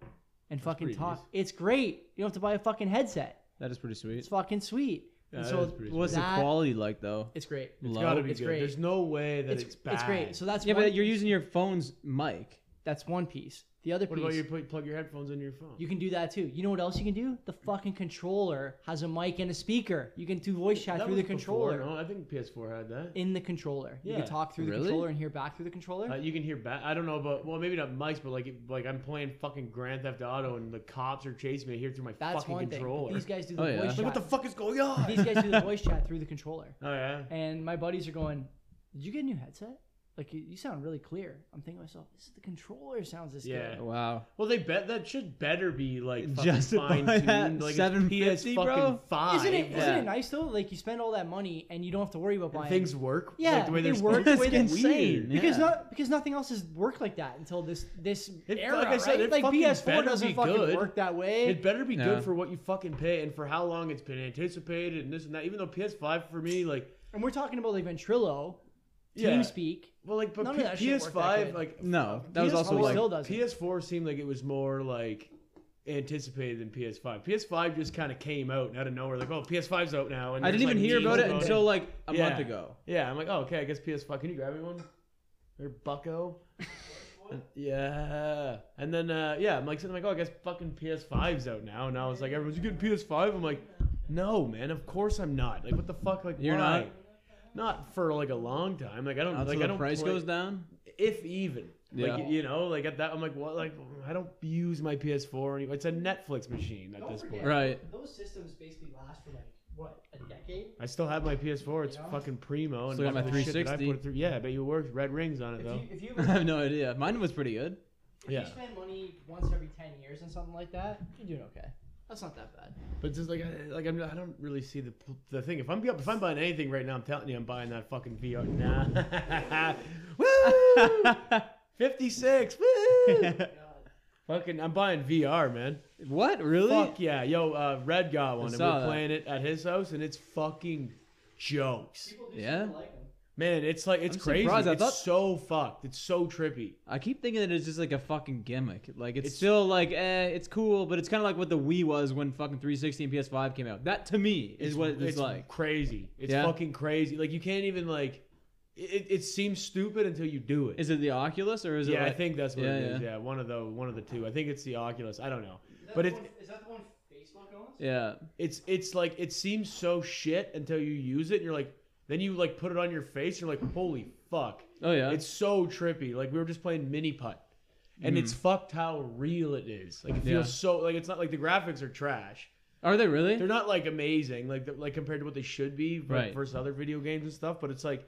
Speaker 1: and fucking
Speaker 3: pretty
Speaker 1: talk
Speaker 3: nice.
Speaker 1: it's great you don't have to buy a fucking headset
Speaker 2: that is pretty
Speaker 1: it's
Speaker 2: sweet.
Speaker 1: fucking sweet
Speaker 3: Yeah,
Speaker 1: And
Speaker 3: that
Speaker 1: so
Speaker 3: is pretty
Speaker 1: was
Speaker 2: What's
Speaker 3: sweet.
Speaker 1: that-
Speaker 2: the quality like though?
Speaker 1: it's great
Speaker 3: It's
Speaker 2: low?
Speaker 3: gotta be
Speaker 1: It's
Speaker 3: good.
Speaker 1: great.
Speaker 3: There's no way that
Speaker 1: it's,
Speaker 3: it's,
Speaker 1: it's,
Speaker 3: bad.
Speaker 1: great so that's
Speaker 2: yeah,
Speaker 1: one,
Speaker 2: but you're using your phone's mic.
Speaker 1: that's one piece the other
Speaker 3: what
Speaker 1: piece
Speaker 3: about you? Put, plug your headphones into your phone.
Speaker 1: you can do that too you know what else you can do the fucking controller has a mic and a speaker you can do voice chat
Speaker 3: That
Speaker 1: through the
Speaker 3: was
Speaker 1: controller
Speaker 3: Before, no, I think PS4 had that.
Speaker 1: in the controller you
Speaker 3: Yeah.
Speaker 1: can talk through the
Speaker 2: Really?
Speaker 1: controller and hear back through the controller
Speaker 3: Uh, you can hear back. I don't know about well, maybe not mics, but like it- like I'm playing fucking Grand Theft Auto and the cops are chasing me. I hear through my
Speaker 1: That's
Speaker 3: fucking
Speaker 1: one
Speaker 3: controller.
Speaker 1: thing. These guys do the
Speaker 2: Oh, yeah.
Speaker 1: voice
Speaker 2: Like,
Speaker 1: chat.
Speaker 3: like, what the fuck is going on?
Speaker 1: These guys do the voice chat through the controller.
Speaker 3: Oh yeah.
Speaker 1: And my buddies are going, "Did you get a new headset? Like you, you sound really clear." I'm thinking to myself, "This is the controller sounds this
Speaker 3: Yeah.
Speaker 1: good."
Speaker 2: Wow.
Speaker 3: Well, they bet that should better be like
Speaker 2: Justify
Speaker 3: fine
Speaker 2: that.
Speaker 3: tuned. Like it's PS
Speaker 2: 750,
Speaker 3: fucking
Speaker 2: bro?
Speaker 3: five.
Speaker 1: Isn't it? not
Speaker 2: Ah, Yeah.
Speaker 1: it nice though? Like you spend all that money and you don't have to worry about
Speaker 3: And
Speaker 1: buying
Speaker 3: things work.
Speaker 1: Yeah,
Speaker 3: like, the way
Speaker 1: they
Speaker 3: they're
Speaker 1: work the
Speaker 3: supposed
Speaker 1: way
Speaker 3: to.
Speaker 1: they're
Speaker 3: It's weird.
Speaker 2: insane.
Speaker 1: because
Speaker 2: Yeah.
Speaker 1: not because nothing else has worked like that until this this
Speaker 3: It-
Speaker 1: era,
Speaker 3: like I said,
Speaker 1: right?
Speaker 3: it
Speaker 1: like
Speaker 3: fucking
Speaker 1: PS4
Speaker 3: better
Speaker 1: doesn't
Speaker 3: be
Speaker 1: fucking
Speaker 3: good.
Speaker 1: work that way.
Speaker 3: It better be
Speaker 2: Yeah.
Speaker 3: good for what you fucking pay and for how long it's been anticipated and this and that. Even though PS5 for me, like,
Speaker 1: and we're talking about like Ventrilo,
Speaker 3: Yeah.
Speaker 1: TeamSpeak.
Speaker 3: well, like, but
Speaker 1: None of
Speaker 3: P-
Speaker 1: that shit worked that
Speaker 3: PS5,
Speaker 1: good.
Speaker 3: like,
Speaker 2: No, that was also
Speaker 1: PS4
Speaker 2: like
Speaker 1: still doesn't.
Speaker 3: PS4 seemed like it was more like anticipated than PS5. PS5 just kind of came out and out of nowhere, like, oh, PS5's out now. And
Speaker 2: I
Speaker 3: there's,
Speaker 2: didn't even
Speaker 3: like,
Speaker 2: hear
Speaker 3: memes
Speaker 2: about it until like a
Speaker 3: Yeah.
Speaker 2: month ago.
Speaker 3: Yeah, I'm like, oh, okay, I guess PS5. Can you grab me one? Or Bucko? yeah. And then, uh, yeah, I'm like, sitting like, oh, I guess fucking PS5's out now. And I was like, everyone's, you getting PS5? I'm like, no, man, of course I'm not. Like, what the fuck? Like,
Speaker 2: You're
Speaker 3: why?
Speaker 2: not?
Speaker 3: Not for like a long time. Like I don't
Speaker 2: Until
Speaker 3: like I
Speaker 2: the
Speaker 3: don't
Speaker 2: price
Speaker 3: play-
Speaker 2: goes down.
Speaker 3: if even.
Speaker 2: Yeah.
Speaker 3: Like you know, like at that, I'm like, what? Like I don't use my PS4 anymore. It's a Netflix machine at
Speaker 1: Don't
Speaker 3: this
Speaker 1: forget-
Speaker 3: point.
Speaker 1: Yeah.
Speaker 2: Right.
Speaker 1: Those systems basically last for like what a decade.
Speaker 3: I still have my PS4. It's
Speaker 1: You know?
Speaker 3: fucking primo.
Speaker 2: Still got my
Speaker 3: half the shit that I
Speaker 2: 360.
Speaker 3: put it through- Yeah, but you worked red rings on it
Speaker 1: If
Speaker 3: though.
Speaker 1: you, if you
Speaker 2: I have no idea. Mine was pretty good.
Speaker 1: If
Speaker 3: Yeah.
Speaker 1: you spend money once every 10 years on something like that, you're doing okay. That's not that bad.
Speaker 3: But just like, I- like I'm, I don't really see the the thing. If I'm if I'm buying anything right now, I'm telling you, I'm buying that fucking VR. Nah. Woo! Fifty six. Woo!
Speaker 1: Uh,
Speaker 3: fucking, I'm buying VR, man.
Speaker 2: what really?
Speaker 3: Fuck yeah, yo, uh, Red got one, and
Speaker 2: saw
Speaker 3: we're
Speaker 2: that.
Speaker 3: playing it at his house, and it's fucking jokes.
Speaker 2: Yeah.
Speaker 3: Man, it's like it's
Speaker 2: I'm
Speaker 3: crazy.
Speaker 2: surprised. I
Speaker 3: it's
Speaker 2: thought-
Speaker 3: so fucked. It's so trippy.
Speaker 2: I keep thinking that it's just like a fucking gimmick. Like it's,
Speaker 3: It's-
Speaker 2: still like eh, it's cool, but it's kind of like what the Wii was when fucking 360 and PS5 came out. That to me is what it's, like.
Speaker 3: Crazy. It's
Speaker 2: Yeah?
Speaker 3: fucking crazy. Like you can't even like. It, it seems stupid until you do it.
Speaker 2: Is it the Oculus or is it?
Speaker 3: yeah,
Speaker 2: like,
Speaker 3: I think that's what
Speaker 2: Yeah,
Speaker 3: it is.
Speaker 2: yeah.
Speaker 3: Yeah. one of the one of the two. I think it's the Oculus. I don't know, but it's
Speaker 1: is that the one Facebook owns?
Speaker 2: Yeah.
Speaker 3: it's it's like it seems so shit until you use it, and you're like, then you like put it on your face, and you're like, holy fuck,
Speaker 2: Oh yeah.
Speaker 3: it's so trippy. Like we were just playing mini putt, and it's fucked how real it is. Like it
Speaker 2: Mm. Yeah.
Speaker 3: feels so like it's not like the graphics are trash.
Speaker 2: Are they really?
Speaker 3: they're not like amazing like like compared to what they should be like,
Speaker 2: Right.
Speaker 3: versus other video games and stuff but it's like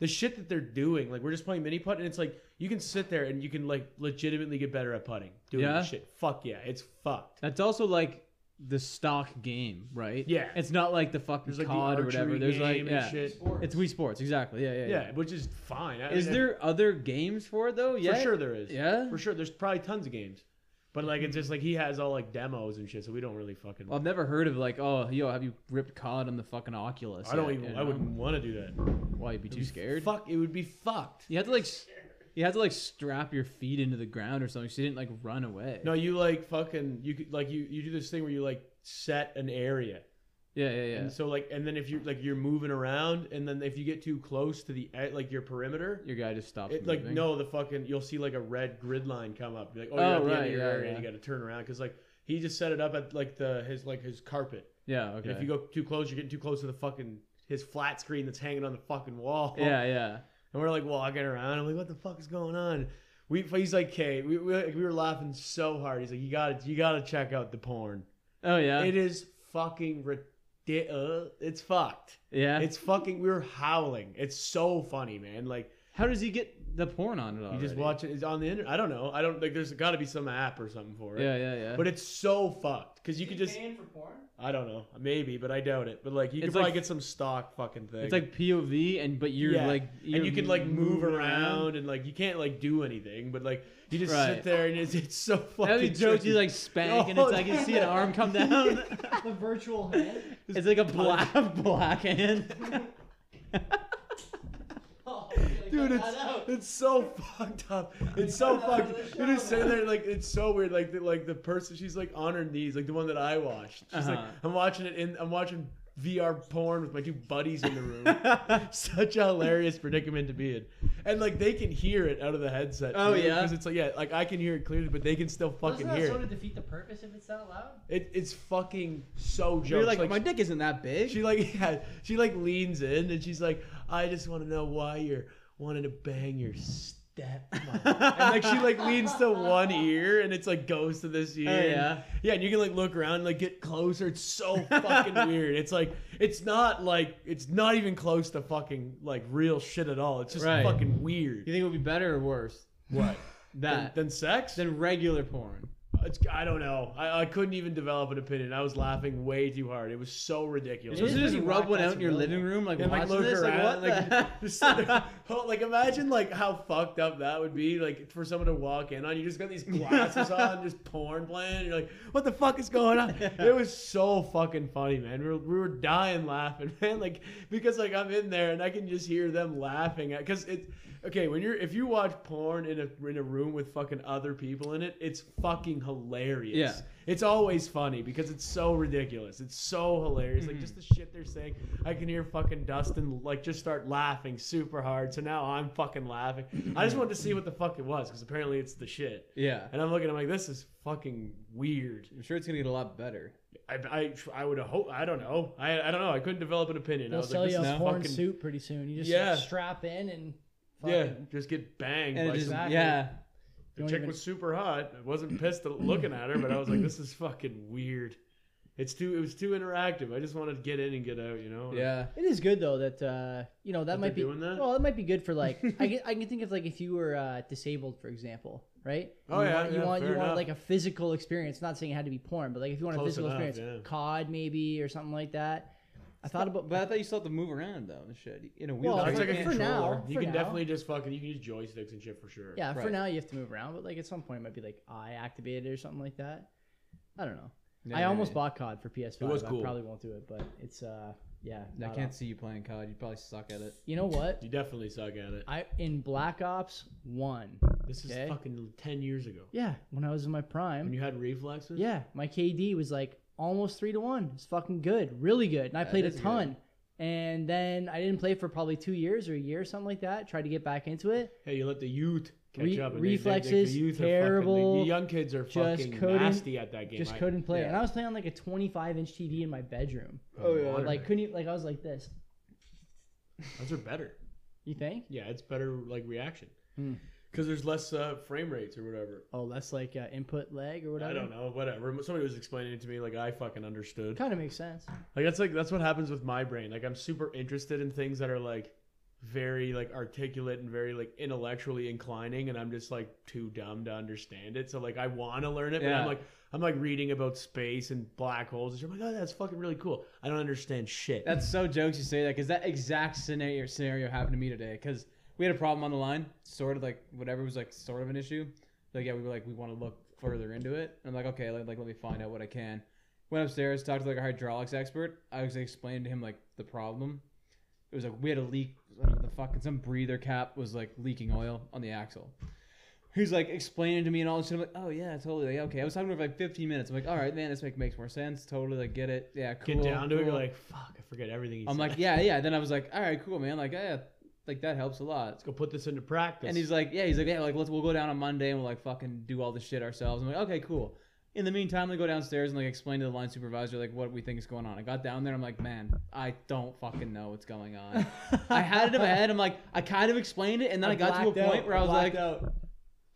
Speaker 3: the shit that they're doing like we're just playing mini putt and it's like you can sit there and you can like legitimately get better at putting doing
Speaker 2: Yeah?
Speaker 3: this shit fuck yeah it's fucked
Speaker 2: That's also like the stock game, right?
Speaker 3: Yeah.
Speaker 2: It's not like the fucking
Speaker 3: There's like
Speaker 2: COD
Speaker 3: the
Speaker 2: or whatever.
Speaker 3: archery
Speaker 2: There's like
Speaker 3: game and
Speaker 2: yeah.
Speaker 3: shit.
Speaker 2: It's Wii Sports, exactly. Yeah, yeah. yeah.
Speaker 3: Yeah, which is fine. I-
Speaker 2: Is
Speaker 3: I-
Speaker 2: there other games for it though?
Speaker 3: For
Speaker 2: Yeah.
Speaker 3: sure there is.
Speaker 2: Yeah.
Speaker 3: For sure, there's probably tons of games, but like it's just like he has all like demos and shit, so we don't really fucking.
Speaker 2: Well, I've never heard of like, oh, yo, have you ripped COD on the fucking Oculus?
Speaker 3: I don't
Speaker 2: yet,
Speaker 3: even.
Speaker 2: you
Speaker 3: I
Speaker 2: know?
Speaker 3: wouldn't want to do that.
Speaker 2: Why you'd be too scared?
Speaker 3: Fuck, it would be fucked.
Speaker 2: You had to like, s- you had to like strap your feet into the ground or something, so you didn't like run away.
Speaker 3: No, you like fucking. You could like you you do this thing where you like set an area,
Speaker 2: Yeah, yeah, yeah.
Speaker 3: and so like and then if you like you're moving around, and then if you get too close to the e- like your perimeter.
Speaker 2: Your guy just stops.
Speaker 3: It, like
Speaker 2: moving.
Speaker 3: no, the fucking you'll see like a red grid line come up. You're like, oh,
Speaker 2: Oh,
Speaker 3: you're at the end
Speaker 2: right,
Speaker 3: of your
Speaker 2: yeah,
Speaker 3: area, and
Speaker 2: yeah.
Speaker 3: you got to turn around because like he just set it up at like the his like his carpet.
Speaker 2: Yeah.
Speaker 3: And
Speaker 2: Okay.
Speaker 3: if you go too close, you're getting too close to the fucking his flat screen that's hanging on the fucking wall.
Speaker 2: yeah, yeah.
Speaker 3: And we're like walking around. I'm like, what the fuck is going on? We he's like, okay, we, we, we were laughing so hard. He's like, you got to you got to check out the porn.
Speaker 2: Oh yeah.
Speaker 3: It is fucking ridiculous. It's fucked.
Speaker 2: yeah.
Speaker 3: It's fucking. We were howling. It's so funny, man. Like
Speaker 2: How does he get the porn on it?
Speaker 3: you
Speaker 2: Already?
Speaker 3: just watch it. It's on the internet. I don't know. I don't like. There's got to be some app or something for it.
Speaker 2: Yeah, yeah, yeah.
Speaker 3: But it's so fucked because you
Speaker 1: Is
Speaker 3: could
Speaker 1: he
Speaker 3: just.
Speaker 1: paying for porn?
Speaker 3: I don't know. Maybe, but I doubt it. But like, you could
Speaker 2: It's
Speaker 3: probably
Speaker 2: like-
Speaker 3: get some stock fucking thing.
Speaker 2: It's like POV, and but you're
Speaker 3: Yeah.
Speaker 2: like,
Speaker 3: and you
Speaker 2: you're
Speaker 3: can like move
Speaker 2: moving
Speaker 3: around, and like you can't like do anything, but like you just
Speaker 2: Right.
Speaker 3: sit there and it's, it's so fucking. Oh,
Speaker 2: That'd be jokes
Speaker 3: tricky.
Speaker 2: you like spank, and it's like you see an arm come down.
Speaker 1: The virtual hand.
Speaker 2: it's like a black black hand.
Speaker 1: Oh,
Speaker 3: dude, it's it's so fucked up. It's so
Speaker 1: cut that out
Speaker 3: fucked.
Speaker 1: of the
Speaker 3: You're
Speaker 1: show,
Speaker 3: just sitting
Speaker 1: man.
Speaker 3: there like it's so weird. Like the, like the person, she's like on her knees, like the one that I watched. She's like,
Speaker 2: Uh-huh.
Speaker 3: I'm watching it in, I'm watching VR porn with my two buddies in the room. Such a hilarious predicament to be in, and like they can hear it out of the headset.
Speaker 2: Oh, yeah?
Speaker 3: because it's like yeah, like I can hear it clearly, but they can still fucking
Speaker 1: Doesn't that
Speaker 3: hear it.
Speaker 1: sort of defeat the purpose if it's that loud?
Speaker 3: It, it's fucking so jokes.
Speaker 2: you're like,
Speaker 3: Like,
Speaker 2: my dick isn't that big.
Speaker 3: she like yeah, she like leans in and she's like, I just want to know why you're wanting to bang your stepmom. and like she like leans to one ear and it's like goes to this ear. and-
Speaker 2: Oh, yeah.
Speaker 3: yeah, and you can like look around and like get closer. It's so fucking weird. It's like it's not like it's not even close to fucking like real shit at all. It's just
Speaker 2: Right.
Speaker 3: fucking weird.
Speaker 2: you think it would be better or worse?
Speaker 3: What? Than,
Speaker 2: That than,
Speaker 3: than sex?
Speaker 2: regular porn.
Speaker 3: It's, I don't know. I, I couldn't even develop an opinion. I was laughing way too hard. It was so
Speaker 2: You're
Speaker 3: ridiculous.
Speaker 2: supposed to
Speaker 1: is
Speaker 2: just
Speaker 1: pretty
Speaker 2: rub
Speaker 1: whack,
Speaker 2: one out
Speaker 1: that's
Speaker 2: in your
Speaker 1: really-
Speaker 2: living room, like
Speaker 3: and like
Speaker 2: watching
Speaker 3: look
Speaker 2: this.
Speaker 3: around,
Speaker 2: like, what
Speaker 3: like,
Speaker 2: the-
Speaker 3: just sit there- oh, like imagine like how fucked up that would be, like for someone to walk in on you, just got these glasses on, just porn playing, and you're like, what the fuck is going on? It was so fucking funny, man. We were, we were dying laughing, man. Like because like I'm in there and I can just hear them laughing at because it. Okay, when you're if you watch porn in a in a room with fucking other people in it, it's fucking hilarious.
Speaker 2: Yeah.
Speaker 3: It's always funny because it's so ridiculous. It's so hilarious. Like just the
Speaker 2: Mm-hmm.
Speaker 3: shit they're saying. I can hear fucking Dustin like just start laughing super hard. So now I'm fucking laughing. I just wanted to see what the fuck it was because apparently it's the shit.
Speaker 2: yeah.
Speaker 3: And I'm looking. I'm like, this is fucking weird.
Speaker 2: I'm sure it's gonna get a lot better.
Speaker 3: I I, I would hope. I don't know. I I don't know. I couldn't develop an opinion. I
Speaker 1: They'll
Speaker 3: was
Speaker 1: sell
Speaker 3: like, this
Speaker 1: you
Speaker 3: is
Speaker 1: a porn
Speaker 3: fucking
Speaker 1: suit pretty soon. You just
Speaker 3: Yeah.
Speaker 1: strap in and fucking,
Speaker 3: yeah. Just get banged.
Speaker 2: And
Speaker 3: by
Speaker 2: it just,
Speaker 3: some-
Speaker 1: Exactly.
Speaker 2: yeah.
Speaker 3: The
Speaker 1: Don't
Speaker 3: chick
Speaker 1: even-
Speaker 3: was super hot. I wasn't pissed at looking at her, but I was like, this is fucking weird. It's too. It was too interactive. I just wanted to get in and get out. You know.
Speaker 2: Yeah.
Speaker 1: It is good though that uh, you know that,
Speaker 3: they're
Speaker 1: might be
Speaker 3: doing that?
Speaker 1: well. It might be good for like I can, I can think of like if you were uh, disabled, for example, right?
Speaker 3: Oh,
Speaker 1: you
Speaker 3: yeah,
Speaker 1: want, you
Speaker 3: yeah,
Speaker 1: want you
Speaker 3: fair
Speaker 1: want
Speaker 3: enough.
Speaker 1: like a physical experience. Not saying it had to be porn, but like if you want a
Speaker 3: Close
Speaker 1: physical
Speaker 3: enough,
Speaker 1: experience,
Speaker 3: yeah.
Speaker 1: COD maybe or something like that. I thought about
Speaker 2: But I thought you still have to move around though and shit in a
Speaker 1: Well,
Speaker 2: wheelchair.
Speaker 3: No, it's
Speaker 1: for-
Speaker 3: like a
Speaker 1: for
Speaker 3: controller.
Speaker 1: now-
Speaker 3: you
Speaker 1: for
Speaker 3: can
Speaker 1: now.
Speaker 3: definitely just fucking you can use joysticks and shit for sure.
Speaker 1: yeah. For
Speaker 2: Right.
Speaker 1: now, you have to move around, but like at some point, it might be like eye activated or something like that. I don't know.
Speaker 2: Yeah,
Speaker 1: I
Speaker 2: yeah,
Speaker 1: almost
Speaker 2: yeah.
Speaker 1: bought COD for PS5.
Speaker 3: was
Speaker 1: I
Speaker 3: cool.
Speaker 1: probably won't do it, but it's uh yeah.
Speaker 2: I
Speaker 1: not
Speaker 2: can't
Speaker 1: off.
Speaker 2: see you playing COD. You'd probably suck at it.
Speaker 1: You know what?
Speaker 3: You definitely suck at it.
Speaker 1: I in Black Ops One.
Speaker 3: This is
Speaker 1: Okay.
Speaker 3: fucking ten years ago.
Speaker 1: Yeah, when I was in my prime.
Speaker 3: When you had reflexes.
Speaker 1: Yeah, my KD was like almost three to one. It's fucking good, really good. And I played a
Speaker 2: is good.
Speaker 1: ton. And then I didn't play for probably two years or a year or something like that. Tried to get back into it.
Speaker 3: Hey, you let the youth catch
Speaker 1: Re-
Speaker 3: up. And
Speaker 1: reflexes,
Speaker 3: they, they, the youth are Fucking, the-
Speaker 1: terrible.
Speaker 3: the young kids are
Speaker 1: Just
Speaker 3: fucking
Speaker 1: couldn't-
Speaker 3: nasty at that game.
Speaker 1: Just
Speaker 3: I-
Speaker 1: couldn't play.
Speaker 2: yeah.
Speaker 1: And I was playing on like a 25 inch TV in my bedroom.
Speaker 2: Oh, yeah.
Speaker 3: Water.
Speaker 1: Like couldn't even, like I was like this.
Speaker 3: those are better.
Speaker 1: You think?
Speaker 3: Yeah, it's better like reaction.
Speaker 1: Hmm.
Speaker 3: Because there's less uh, frame rates or whatever.
Speaker 1: Oh, that's like uh, input lag or whatever.
Speaker 3: I don't know, whatever. Somebody was explaining it to me, like I fucking understood.
Speaker 1: Kind of makes sense.
Speaker 3: Like that's like that's what happens with my brain. Like I'm super interested in things that are like very like articulate and very like intellectually inclining, and I'm just like too dumb to understand it. So like I want to learn it, but
Speaker 2: Yeah.
Speaker 3: I'm like I'm like reading about space and black holes. And shit. I'm like, oh, that's fucking really cool. I don't understand shit.
Speaker 2: That's so jokes you say that because that exact scenario scenario happened to me today because we had a problem on the line, sort of like whatever was like sort of an issue. Like yeah, we were like we want to look further into it. And I'm like okay, like, like let me find out what I can. Went upstairs, talked to like a hydraulics expert. I was like, explaining to him like the problem. It was like we had a leak. I don't know the fucking some breather cap was like leaking oil on the axle. He's like explaining to me and all this shit. I'm like, oh yeah, totally. Like, okay, I was talking to him for like 15 minutes. I'm like, all right, man, this make, makes more sense. Totally, like, get it. Yeah, cool.
Speaker 3: Get down to it,
Speaker 2: cool."
Speaker 3: you're like, fuck, I forget everything. He
Speaker 2: I'm
Speaker 3: said.
Speaker 2: like, yeah, yeah. Then I was like, all right, cool, man. Like, yeah, like that helps a lot.
Speaker 3: let's go put this into practice.
Speaker 2: And he's like, yeah, he's like, yeah, like let's we'll go down on Monday and we'll like fucking do all this shit ourselves. I'm like, okay, cool. In the meantime, we go downstairs and like explain to the line supervisor like what we think is going on. I got down there, I'm like, man, I don't fucking know what's going on. I had it in my head. I'm like, I kind of explained it, and then I, got to a
Speaker 1: blacked out.
Speaker 2: point where I was
Speaker 1: blacked
Speaker 2: like,
Speaker 1: out.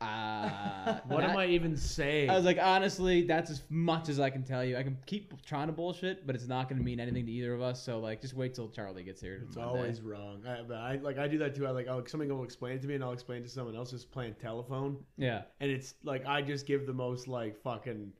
Speaker 2: ah,
Speaker 3: what
Speaker 2: that-
Speaker 3: am I even saying?
Speaker 2: I was like, honestly, that's as much as I can tell you. I can keep trying to bullshit, but it's not going to mean anything to either of us. So like, just wait till Charlie gets here.
Speaker 3: It's
Speaker 2: Monday.
Speaker 3: always wrong. I, but I like I do that too. I like I'll, somebody will explain it to me, and I'll explain it to someone else who's playing telephone,
Speaker 2: yeah.
Speaker 3: and it's like I just give the most like fucking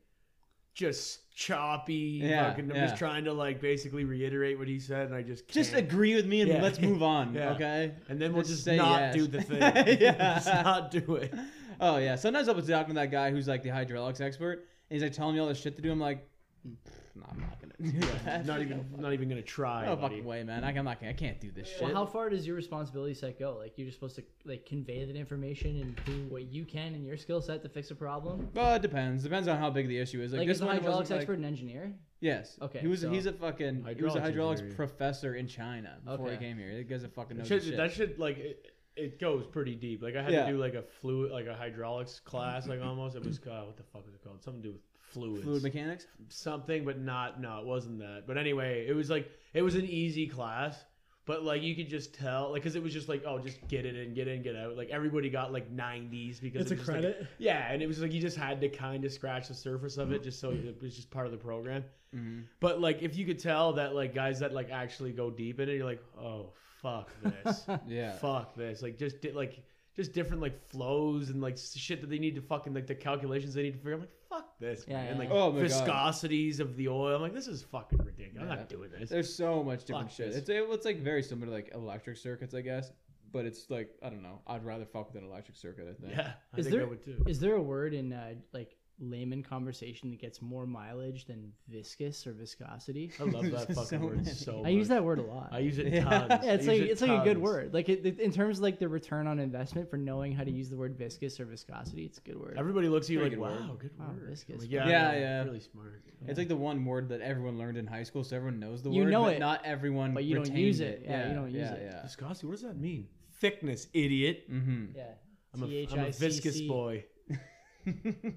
Speaker 3: just choppy.
Speaker 2: Yeah,
Speaker 3: fucking, I'm
Speaker 2: yeah.
Speaker 3: just trying to like basically reiterate what he said, and I just can't.
Speaker 2: Just agree with me and
Speaker 3: Yeah.
Speaker 2: let's move on.
Speaker 3: Yeah.
Speaker 2: Okay.
Speaker 3: and then we'll
Speaker 2: just
Speaker 3: just,
Speaker 2: say
Speaker 3: not
Speaker 2: yes.
Speaker 3: do the thing.
Speaker 2: Yeah.
Speaker 3: just not do it.
Speaker 2: Oh yeah. Sometimes I'll be talking to that guy who's like the hydraulics expert, and he's like telling me all this shit to do. I'm like, "Pfft, no, I'm not gonna do that.
Speaker 3: Not even not even gonna try.
Speaker 2: No
Speaker 3: buddy.
Speaker 2: fucking way, man. I- I'm not. I can't do this shit.
Speaker 1: Well, how far does your responsibility set go? Like you're just supposed to like convey that information and do what you can in your skill set to fix a problem.
Speaker 2: Well, it depends. Depends on how big the issue is. Like,
Speaker 1: Like,
Speaker 2: this
Speaker 1: is a
Speaker 2: one
Speaker 1: hydraulics
Speaker 2: was like,
Speaker 1: expert an engineer?
Speaker 2: Yes.
Speaker 1: Okay,
Speaker 2: He was.
Speaker 1: so-
Speaker 2: he's a fucking. He was
Speaker 3: Hydraulics
Speaker 2: a hydraulics
Speaker 3: engineer.
Speaker 2: professor in China before he
Speaker 1: Okay.
Speaker 2: came here. That guy's a fucking.
Speaker 3: That
Speaker 2: Knows
Speaker 3: shit,
Speaker 2: his shit.
Speaker 3: that shit like it, it goes pretty deep. Like I had
Speaker 2: Yeah.
Speaker 3: to do like a fluid, like a hydraulics class, like almost. It was uh, what the fuck was it called? Something to do with fluids.
Speaker 2: Fluid mechanics.
Speaker 3: something, but not no, it wasn't that. But anyway, it was like it was an easy class, but like you could just tell, like because it was just like oh, just get it in, get in, get out. Like everybody got like nineties because it was just, like- yeah, and it was like you just had to kind of scratch the surface of it, just so it was just part of the program.
Speaker 2: Mm-hmm.
Speaker 3: But like if you could tell that like guys that like actually go deep in it, you're like oh fuck this,
Speaker 2: Yeah.
Speaker 3: fuck this, like just di- like. Just different like flows and like shit that they need to fucking like the calculations they need to figure. I'm like, fuck this,
Speaker 1: Yeah,
Speaker 3: man.
Speaker 1: yeah,
Speaker 3: like
Speaker 1: yeah.
Speaker 2: Oh my god.
Speaker 3: viscosities of the oil. I'm like, this is fucking ridiculous. I'm
Speaker 2: Yeah.
Speaker 3: not doing this.
Speaker 2: There's so much different
Speaker 3: Fuck
Speaker 2: shit.
Speaker 3: this.
Speaker 2: It's it, it's like very similar to like electric circuits, I guess. But it's like I don't know. I'd rather fuck with an electric circuit. I think.
Speaker 3: Yeah, I
Speaker 1: Is
Speaker 3: think
Speaker 1: there-
Speaker 3: I would too.
Speaker 1: Is there a word in uh, like layman conversation that gets more mileage than viscous or viscosity?
Speaker 3: I love that
Speaker 2: So
Speaker 3: fucking word
Speaker 2: many.
Speaker 3: so much.
Speaker 1: I use that word a lot.
Speaker 3: Oh I use it
Speaker 2: Yeah.
Speaker 3: tons.
Speaker 1: yeah, it's
Speaker 3: I
Speaker 1: like
Speaker 3: use it
Speaker 1: it's like a good
Speaker 3: tons.
Speaker 1: word. Like it, it- in terms of like the return on investment for knowing how to use the word viscous or viscosity, it's a good word.
Speaker 3: Everybody looks at you
Speaker 2: Pretty
Speaker 3: like,
Speaker 2: good word.
Speaker 3: wow, good
Speaker 1: Wow,
Speaker 3: word.
Speaker 1: this
Speaker 3: I'm
Speaker 1: guy's
Speaker 3: like,
Speaker 1: smart.
Speaker 2: Yeah,
Speaker 3: yeah,
Speaker 2: yeah.
Speaker 3: really smart.
Speaker 2: It's like the one word that everyone learned in high school, so everyone knows the
Speaker 1: You
Speaker 2: word.
Speaker 1: know
Speaker 2: but
Speaker 1: it,
Speaker 2: Not everyone.
Speaker 1: but you don't
Speaker 2: retained
Speaker 1: use it. Yeah, you don't use
Speaker 2: yeah,
Speaker 1: it.
Speaker 2: Yeah.
Speaker 3: Viscosity. What does that mean? Thickness, idiot.
Speaker 2: Mm-hmm.
Speaker 1: yeah.
Speaker 3: I'm a, I'm a viscous
Speaker 1: THICC.
Speaker 3: boy.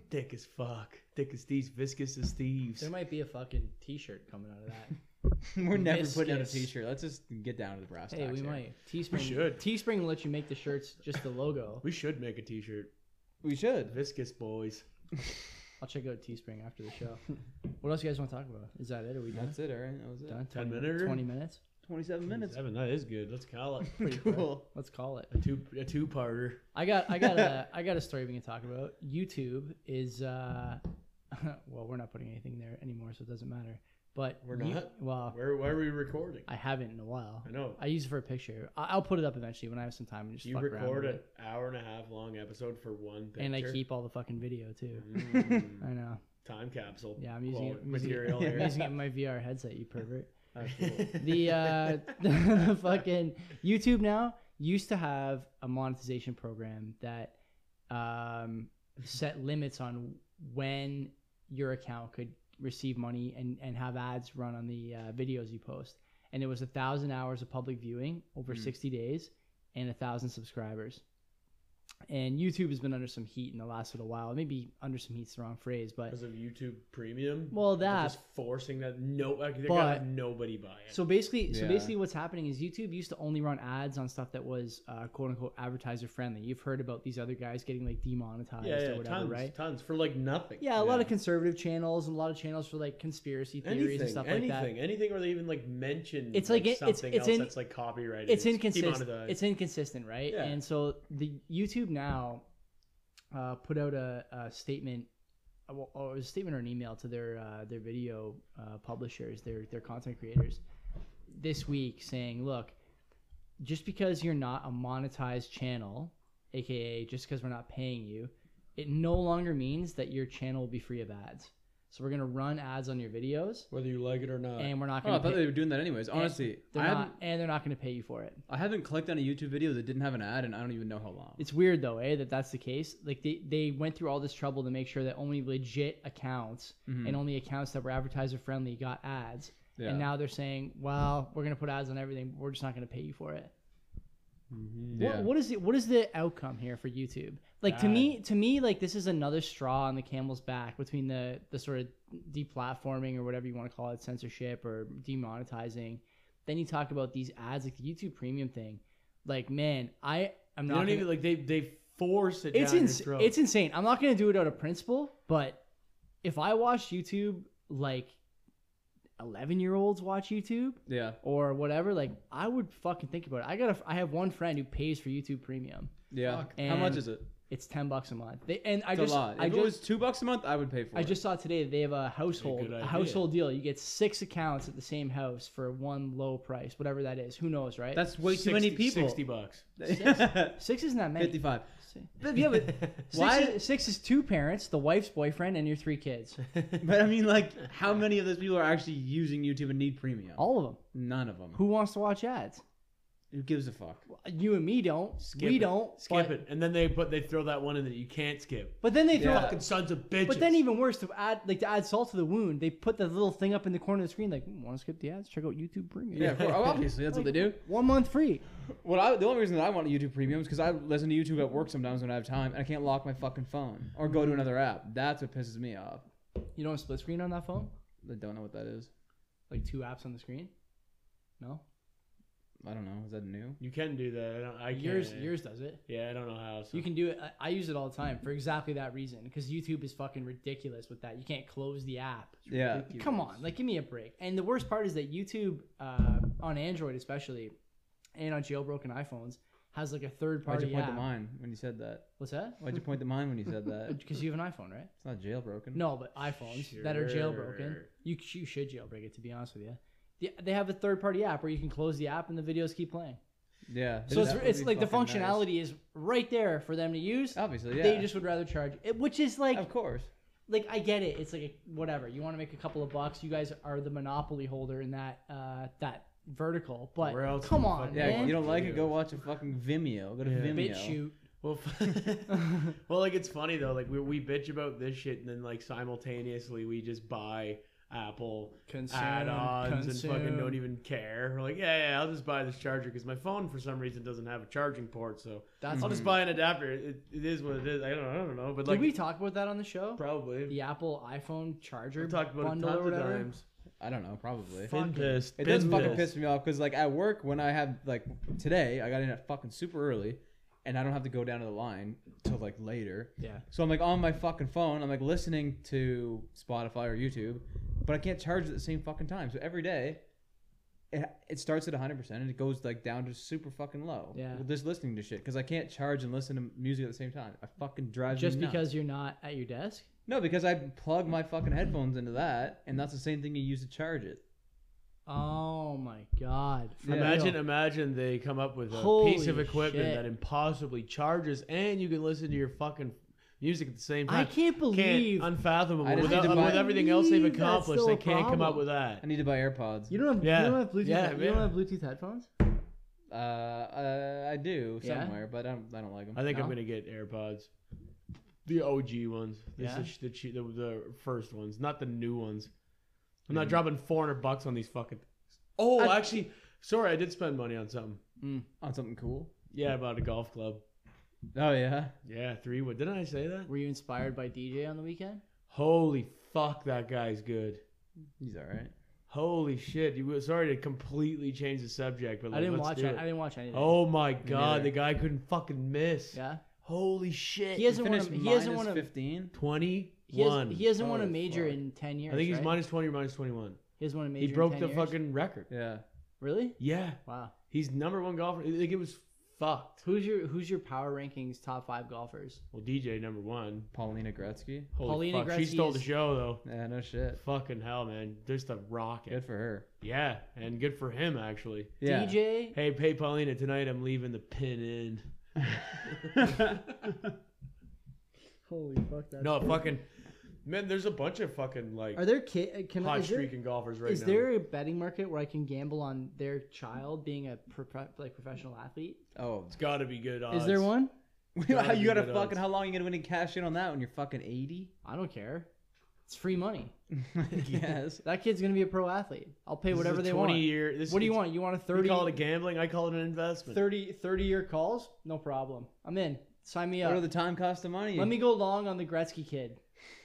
Speaker 3: Thick as fuck. Thick as thieves. Viscous as thieves.
Speaker 1: There might be a fucking T-shirt coming out of that.
Speaker 2: We're never putting out a
Speaker 1: Viscous.
Speaker 2: T-shirt. Let's just get down to the brass
Speaker 1: hey,
Speaker 2: tacks
Speaker 1: we
Speaker 2: here.
Speaker 1: might. Teespring
Speaker 3: should.
Speaker 1: Teespring will let you make the shirts just the logo.
Speaker 3: We should make a T-shirt.
Speaker 2: We should.
Speaker 3: Viscous boys.
Speaker 1: I'll check out Teespring after the show. what else you guys want to talk about? Is that it? Are we done?
Speaker 2: That's it. All right, that was it.
Speaker 1: Done?
Speaker 3: Ten
Speaker 1: 20
Speaker 3: minutes?
Speaker 1: Twenty minutes.
Speaker 2: Twenty-seven minutes.
Speaker 3: Seven. That is good. Let's call it. Pretty cool.
Speaker 2: cool.
Speaker 1: Let's call it.
Speaker 3: A two a two parter.
Speaker 1: I got I got a I got a story we can talk about. YouTube is uh well we're not putting anything there anymore, so it doesn't matter. But
Speaker 3: We're
Speaker 1: you-
Speaker 3: not?
Speaker 1: well,
Speaker 3: Where, where are we recording?
Speaker 1: I haven't in a while.
Speaker 3: I know.
Speaker 1: I use it for a picture. I- I'll put it up eventually when I have some time and just
Speaker 3: You
Speaker 1: fuck around
Speaker 3: record
Speaker 1: with
Speaker 3: an
Speaker 1: it.
Speaker 3: hour and a half long episode for one picture.
Speaker 1: And I keep all the fucking video too.
Speaker 3: Mm,
Speaker 1: I know.
Speaker 3: time capsule.
Speaker 1: Yeah, I'm using it.
Speaker 3: Quality
Speaker 1: I'm using it-
Speaker 3: material
Speaker 1: I'm
Speaker 3: here.
Speaker 1: using it in my VR headset. You pervert.
Speaker 3: That's cool.
Speaker 1: The uh, the fucking YouTube now used to have a monetization program that um, set limits on when your account could receive money and, and have ads run on the uh, videos you post. And it was a thousand hours of public viewing over
Speaker 2: Mm.
Speaker 1: 60 days and a thousand subscribers. and YouTube has been under some heat in the last little while. Maybe under some heat's the wrong phrase, but
Speaker 3: Because of YouTube Premium.
Speaker 1: well
Speaker 3: They're
Speaker 1: that
Speaker 3: just forcing that no, like, they're
Speaker 1: But-
Speaker 3: gonna have nobody buy it.
Speaker 1: So basically, so
Speaker 2: Yeah.
Speaker 1: basically, what's happening is YouTube used to only run ads on stuff that was uh, quote unquote advertiser friendly. You've heard about these other guys getting like demonetized
Speaker 3: yeah, yeah,
Speaker 1: uh, or whatever,
Speaker 3: tons,
Speaker 1: right?
Speaker 3: tons for like nothing.
Speaker 1: Yeah, a lot
Speaker 2: Yeah.
Speaker 1: of conservative channels and a lot of channels for like conspiracy theories
Speaker 3: anything,
Speaker 1: and stuff
Speaker 3: anything,
Speaker 1: like that.
Speaker 3: anything where they even like mention
Speaker 1: It's like it- it's-
Speaker 3: something
Speaker 1: it's
Speaker 3: else
Speaker 1: in-
Speaker 3: that's like copyrighted.
Speaker 1: It's inconsistent.
Speaker 3: demonetized.
Speaker 1: It's inconsistent, right?
Speaker 3: Yeah.
Speaker 1: And so the YouTube now uh, put out a, a statement. uh, Well, or it was a statement or an email to their uh, their video uh, publishers, their their content creators, this week saying, look, just because you're not a monetized channel, aka just because we're not paying you, it no longer means that your channel will be free of ads. So we're gonna run ads on your videos,
Speaker 3: whether you like it or not.
Speaker 1: and we're not
Speaker 2: Oh, I
Speaker 1: gonna.
Speaker 2: thought
Speaker 1: pay-
Speaker 2: they were doing that anyways. Honestly, I
Speaker 1: they're
Speaker 2: haven't,
Speaker 1: not, and they're not gonna pay you for it.
Speaker 2: I haven't clicked on a YouTube video that didn't have an ad, and I don't even know how long.
Speaker 1: It's weird though, eh, that that's the case. Like they, they went through all this trouble to make sure that only legit accounts
Speaker 2: Mhm.
Speaker 1: and only accounts that were advertiser friendly got ads.
Speaker 2: yeah.
Speaker 1: And now they're saying, well, we're gonna put ads on everything. But we're just not gonna pay you for it.
Speaker 3: Mhm.
Speaker 2: Yeah.
Speaker 1: What, what is the what is the outcome here for YouTube? Like to me, to me, like this is another straw on the camel's back between the the sort of deplatforming or whatever you want to call it, censorship or demonetizing. Then you talk about these ads, like the YouTube Premium thing. Like, man, I I'm
Speaker 3: They
Speaker 1: not
Speaker 3: don't
Speaker 1: gonna-
Speaker 3: even like they they force it
Speaker 1: it's
Speaker 3: down
Speaker 1: ins-
Speaker 3: your throat.
Speaker 1: it's insane. I'm not gonna do it out of principle, but if I watch YouTube like eleven year olds watch YouTube
Speaker 2: yeah,
Speaker 1: or whatever, like I would fucking think about it. I got a, I have one friend who pays for YouTube Premium.
Speaker 2: yeah.
Speaker 3: Fuck.
Speaker 2: how much
Speaker 1: And
Speaker 2: is it?
Speaker 1: It's ten bucks a month. They, and I
Speaker 2: It's
Speaker 1: just
Speaker 2: a lot. If
Speaker 1: I
Speaker 2: it
Speaker 1: just
Speaker 2: was two bucks a month, I would pay for
Speaker 1: I
Speaker 2: it.
Speaker 1: just saw today that they have a household
Speaker 3: good
Speaker 1: a
Speaker 3: idea.
Speaker 1: household deal. You get six accounts at the same house for one low price, whatever that is. Who knows, right?
Speaker 2: that's way too many
Speaker 3: 60
Speaker 2: people.
Speaker 3: Sixty bucks.
Speaker 1: six isn't that many.
Speaker 2: Fifty-five.
Speaker 1: But yeah, but six,
Speaker 2: Why-
Speaker 1: Is, six is two parents, the wife's boyfriend, and your three kids.
Speaker 2: But I mean, like, how many of those people are actually using YouTube and need premium?
Speaker 1: All of them.
Speaker 2: None of them. Who,
Speaker 1: Who wants to watch ads?
Speaker 2: gives a fuck?
Speaker 1: You and me don't.
Speaker 3: Skip
Speaker 1: we
Speaker 3: it.
Speaker 1: don't.
Speaker 3: Skip
Speaker 1: but,
Speaker 3: it, and then they put they throw that one in that you can't skip.
Speaker 1: But then they throw.
Speaker 2: Yeah.
Speaker 3: Fucking sons of bitches.
Speaker 1: But then even worse to add, like to add salt to the wound, they put the little thing up in the corner of the screen, like, want to skip the ads? Check out YouTube Premium.
Speaker 2: Yeah, of course. Oh, obviously that's what they do.
Speaker 1: One month free.
Speaker 2: Well, I, the only reason that I want YouTube Premium is because I listen to YouTube at work sometimes when I have time, and I can't lock my fucking phone or go to
Speaker 1: Mm.
Speaker 2: another app. That's what pisses me off.
Speaker 1: You don't have split screen on that phone?
Speaker 2: I don't know what that is.
Speaker 1: Like two apps on the screen? No.
Speaker 2: I don't know. Is that new?
Speaker 3: you can do that. I don't. I can't.
Speaker 1: Yours, yours does it.
Speaker 3: Yeah, I don't know how. So.
Speaker 1: You can do it. I, I use it all the time for exactly that reason because YouTube is fucking ridiculous with that. You can't close the app.
Speaker 2: Yeah.
Speaker 1: Come on, like give me a break. And the worst part is that YouTube uh, on Android especially, and on jailbroken iPhones has like a third
Speaker 2: Why'd you
Speaker 1: party
Speaker 2: point
Speaker 1: app.
Speaker 2: to mine when you said that?
Speaker 1: What's that? Oh,
Speaker 2: Why'd you point Hmm. to mine when you said that?
Speaker 1: Because you have an iPhone, right?
Speaker 2: It's not jailbroken.
Speaker 1: No, but iPhones that are jailbroken,
Speaker 3: Sure.
Speaker 1: you you should jailbreak it. To be honest with you, The- they have a third party app where you can close the app and the videos keep playing.
Speaker 2: Yeah.
Speaker 1: So it's,
Speaker 2: that would
Speaker 1: it's
Speaker 2: be
Speaker 1: like the
Speaker 2: fucking nice.
Speaker 1: functionality is right there for them to use.
Speaker 2: Obviously, yeah.
Speaker 1: They just would rather charge it, which is like
Speaker 2: of course.
Speaker 1: like I get it. It's like a, whatever you want to make a couple of bucks. You guys are the monopoly holder in that uh, that vertical. But
Speaker 3: Where else
Speaker 1: come
Speaker 3: do you
Speaker 1: on,
Speaker 3: fucking-
Speaker 2: Yeah,
Speaker 1: man.
Speaker 2: you don't like it? Go
Speaker 3: Videos.
Speaker 2: watch a fucking Vimeo. Go to
Speaker 3: Yeah.
Speaker 2: Vimeo.
Speaker 1: Bit shoot.
Speaker 3: Well, f- well, like it's funny though. Like we we bitch about this shit, and then like simultaneously we just buy Apple
Speaker 1: Consume,
Speaker 3: add-ons and fucking
Speaker 1: consume.
Speaker 3: don't even care. We're like, yeah, yeah, I'll just buy this charger because my phone for some reason doesn't have a charging port, so
Speaker 1: That's
Speaker 3: I'll just buy an adapter. It, it is what it is. I don't, I don't know, but
Speaker 1: Did
Speaker 3: like
Speaker 1: we talk about that on the show?
Speaker 3: probably
Speaker 1: The Apple iPhone charger
Speaker 3: we talked about it
Speaker 1: bundle or
Speaker 3: tons of
Speaker 1: whatever.
Speaker 3: times.
Speaker 2: I don't know. Probably.
Speaker 1: Fucking-
Speaker 3: pissed.
Speaker 2: It does
Speaker 3: Been
Speaker 2: fucking
Speaker 3: pissed.
Speaker 2: piss me off because like at work when I have like today I got in at fucking super early, and I don't have to go down to the line till like later.
Speaker 1: Yeah.
Speaker 2: So I'm like on my fucking phone. I'm like listening to Spotify or YouTube, but I can't charge at the same fucking time. So every day, it it starts at 100 percent and it goes like down to super fucking low.
Speaker 1: Yeah.
Speaker 2: With just listening to shit because I can't charge and listen to music at the same time. I fucking drives
Speaker 1: Just
Speaker 2: me nuts.
Speaker 1: because you're not at your desk.
Speaker 2: no because I plug my fucking headphones into that and that's the same thing you use to charge it.
Speaker 1: Oh my god! For
Speaker 2: Yeah.
Speaker 1: real.
Speaker 3: Imagine, imagine they come up with a piece of
Speaker 1: Holy
Speaker 3: equipment
Speaker 1: shit.
Speaker 3: that impossibly charges, and you can listen to your fucking music at the same
Speaker 1: I
Speaker 3: time.
Speaker 1: can't believe
Speaker 3: unfathomable.
Speaker 2: I just
Speaker 3: With,
Speaker 2: need to
Speaker 3: with
Speaker 2: buy-
Speaker 3: everything else they've
Speaker 1: Believe that's
Speaker 3: accomplished,
Speaker 1: still
Speaker 3: they
Speaker 1: a
Speaker 3: can't come up
Speaker 1: problem.
Speaker 3: with that.
Speaker 2: I need to buy AirPods.
Speaker 1: you don't have
Speaker 3: Yeah.
Speaker 1: you don't have Bluetooth
Speaker 3: Yeah,
Speaker 1: you don't
Speaker 3: yeah.
Speaker 1: have Bluetooth headphones.
Speaker 2: Uh, uh, I do
Speaker 1: Yeah?
Speaker 2: somewhere, but I don't. I don't like them.
Speaker 3: I think
Speaker 1: No?
Speaker 3: I'm gonna get AirPods, the OG ones. This
Speaker 1: Yeah?
Speaker 3: is the, che- the the first ones, not the new ones. I'm not dropping 400 bucks on these fucking. Oh,
Speaker 1: Mm. I-
Speaker 3: actually, sorry, I did spend money on something.
Speaker 2: on something cool.
Speaker 3: Yeah, I bought a golf club.
Speaker 2: Oh yeah.
Speaker 3: Yeah, three wood. Didn't I say that?
Speaker 1: Were you inspired by DJ on the weekend?
Speaker 3: Holy fuck, that guy's good.
Speaker 2: He's all right.
Speaker 3: Holy shit! You sorry to completely change the subject, but like,
Speaker 1: I didn't
Speaker 3: let's
Speaker 1: watch.
Speaker 3: do
Speaker 1: I,
Speaker 3: it.
Speaker 1: I didn't watch anything.
Speaker 3: Oh my god,
Speaker 2: neither.
Speaker 3: the guy couldn't fucking miss.
Speaker 1: yeah.
Speaker 3: Holy shit.
Speaker 1: He hasn't won. A,
Speaker 2: Finished
Speaker 1: he hasn't won
Speaker 2: minus
Speaker 1: a.
Speaker 2: fifteen.
Speaker 1: He, has,
Speaker 3: 21.
Speaker 1: he hasn't won a
Speaker 2: Holy
Speaker 1: major
Speaker 2: fuck.
Speaker 1: in ten years.
Speaker 3: I think he's
Speaker 1: right?
Speaker 3: minus 20 or minus 21.
Speaker 1: He hasn't won a major.
Speaker 3: he
Speaker 1: in
Speaker 3: broke
Speaker 1: 10
Speaker 3: the
Speaker 1: years?
Speaker 3: fucking record.
Speaker 2: Yeah.
Speaker 1: Really?
Speaker 3: Yeah.
Speaker 1: Wow.
Speaker 3: He's number one golfer. It- Like, it was fucked.
Speaker 1: Who's your Who's your power rankings top five golfers?
Speaker 3: Well, DJ, number one.
Speaker 2: Paulina Gretzky.
Speaker 3: Holy
Speaker 1: Paulina
Speaker 3: fuck. She
Speaker 1: Gretzky
Speaker 3: stole the
Speaker 1: is-
Speaker 3: show, though.
Speaker 2: Yeah, no shit.
Speaker 3: Fucking hell, man. Just a rocket.
Speaker 2: Good for her.
Speaker 3: Yeah, and good for him, actually.
Speaker 2: Yeah.
Speaker 1: DJ.
Speaker 3: Hey, hey, Paulina, tonight I'm leaving the pin in.
Speaker 1: Holy fuck! That.
Speaker 3: No, fucking. Man, there's a bunch of fucking, like,
Speaker 1: Are there kid? Can I?
Speaker 3: hot
Speaker 1: Is there,
Speaker 3: streaking golfers right
Speaker 1: is
Speaker 3: now.
Speaker 1: there a betting market where I can gamble on their child being a pro- like professional athlete?
Speaker 2: Oh.
Speaker 3: Uh, It's gotta be good odds.
Speaker 1: Is there one?
Speaker 2: How
Speaker 3: Gotta be
Speaker 2: you gotta
Speaker 3: good
Speaker 2: fucking
Speaker 3: odds.
Speaker 2: how long you gonna win in cash in on that when you're fucking eighty?
Speaker 1: I don't care. It's free money.
Speaker 2: yes.
Speaker 1: That kid's gonna be a pro athlete. I'll pay
Speaker 3: This is
Speaker 1: whatever
Speaker 3: a
Speaker 1: they
Speaker 3: 20
Speaker 1: want.
Speaker 3: Year, this
Speaker 1: what do
Speaker 3: is-
Speaker 1: you want? You want a
Speaker 3: We
Speaker 1: 30,
Speaker 3: call it gambling. I call it an investment.
Speaker 1: 30, 30 year calls? No problem. I'm in. Sign me
Speaker 2: What are
Speaker 1: up.
Speaker 2: the time cost of money?
Speaker 1: Let me go long on the Gretzky kid.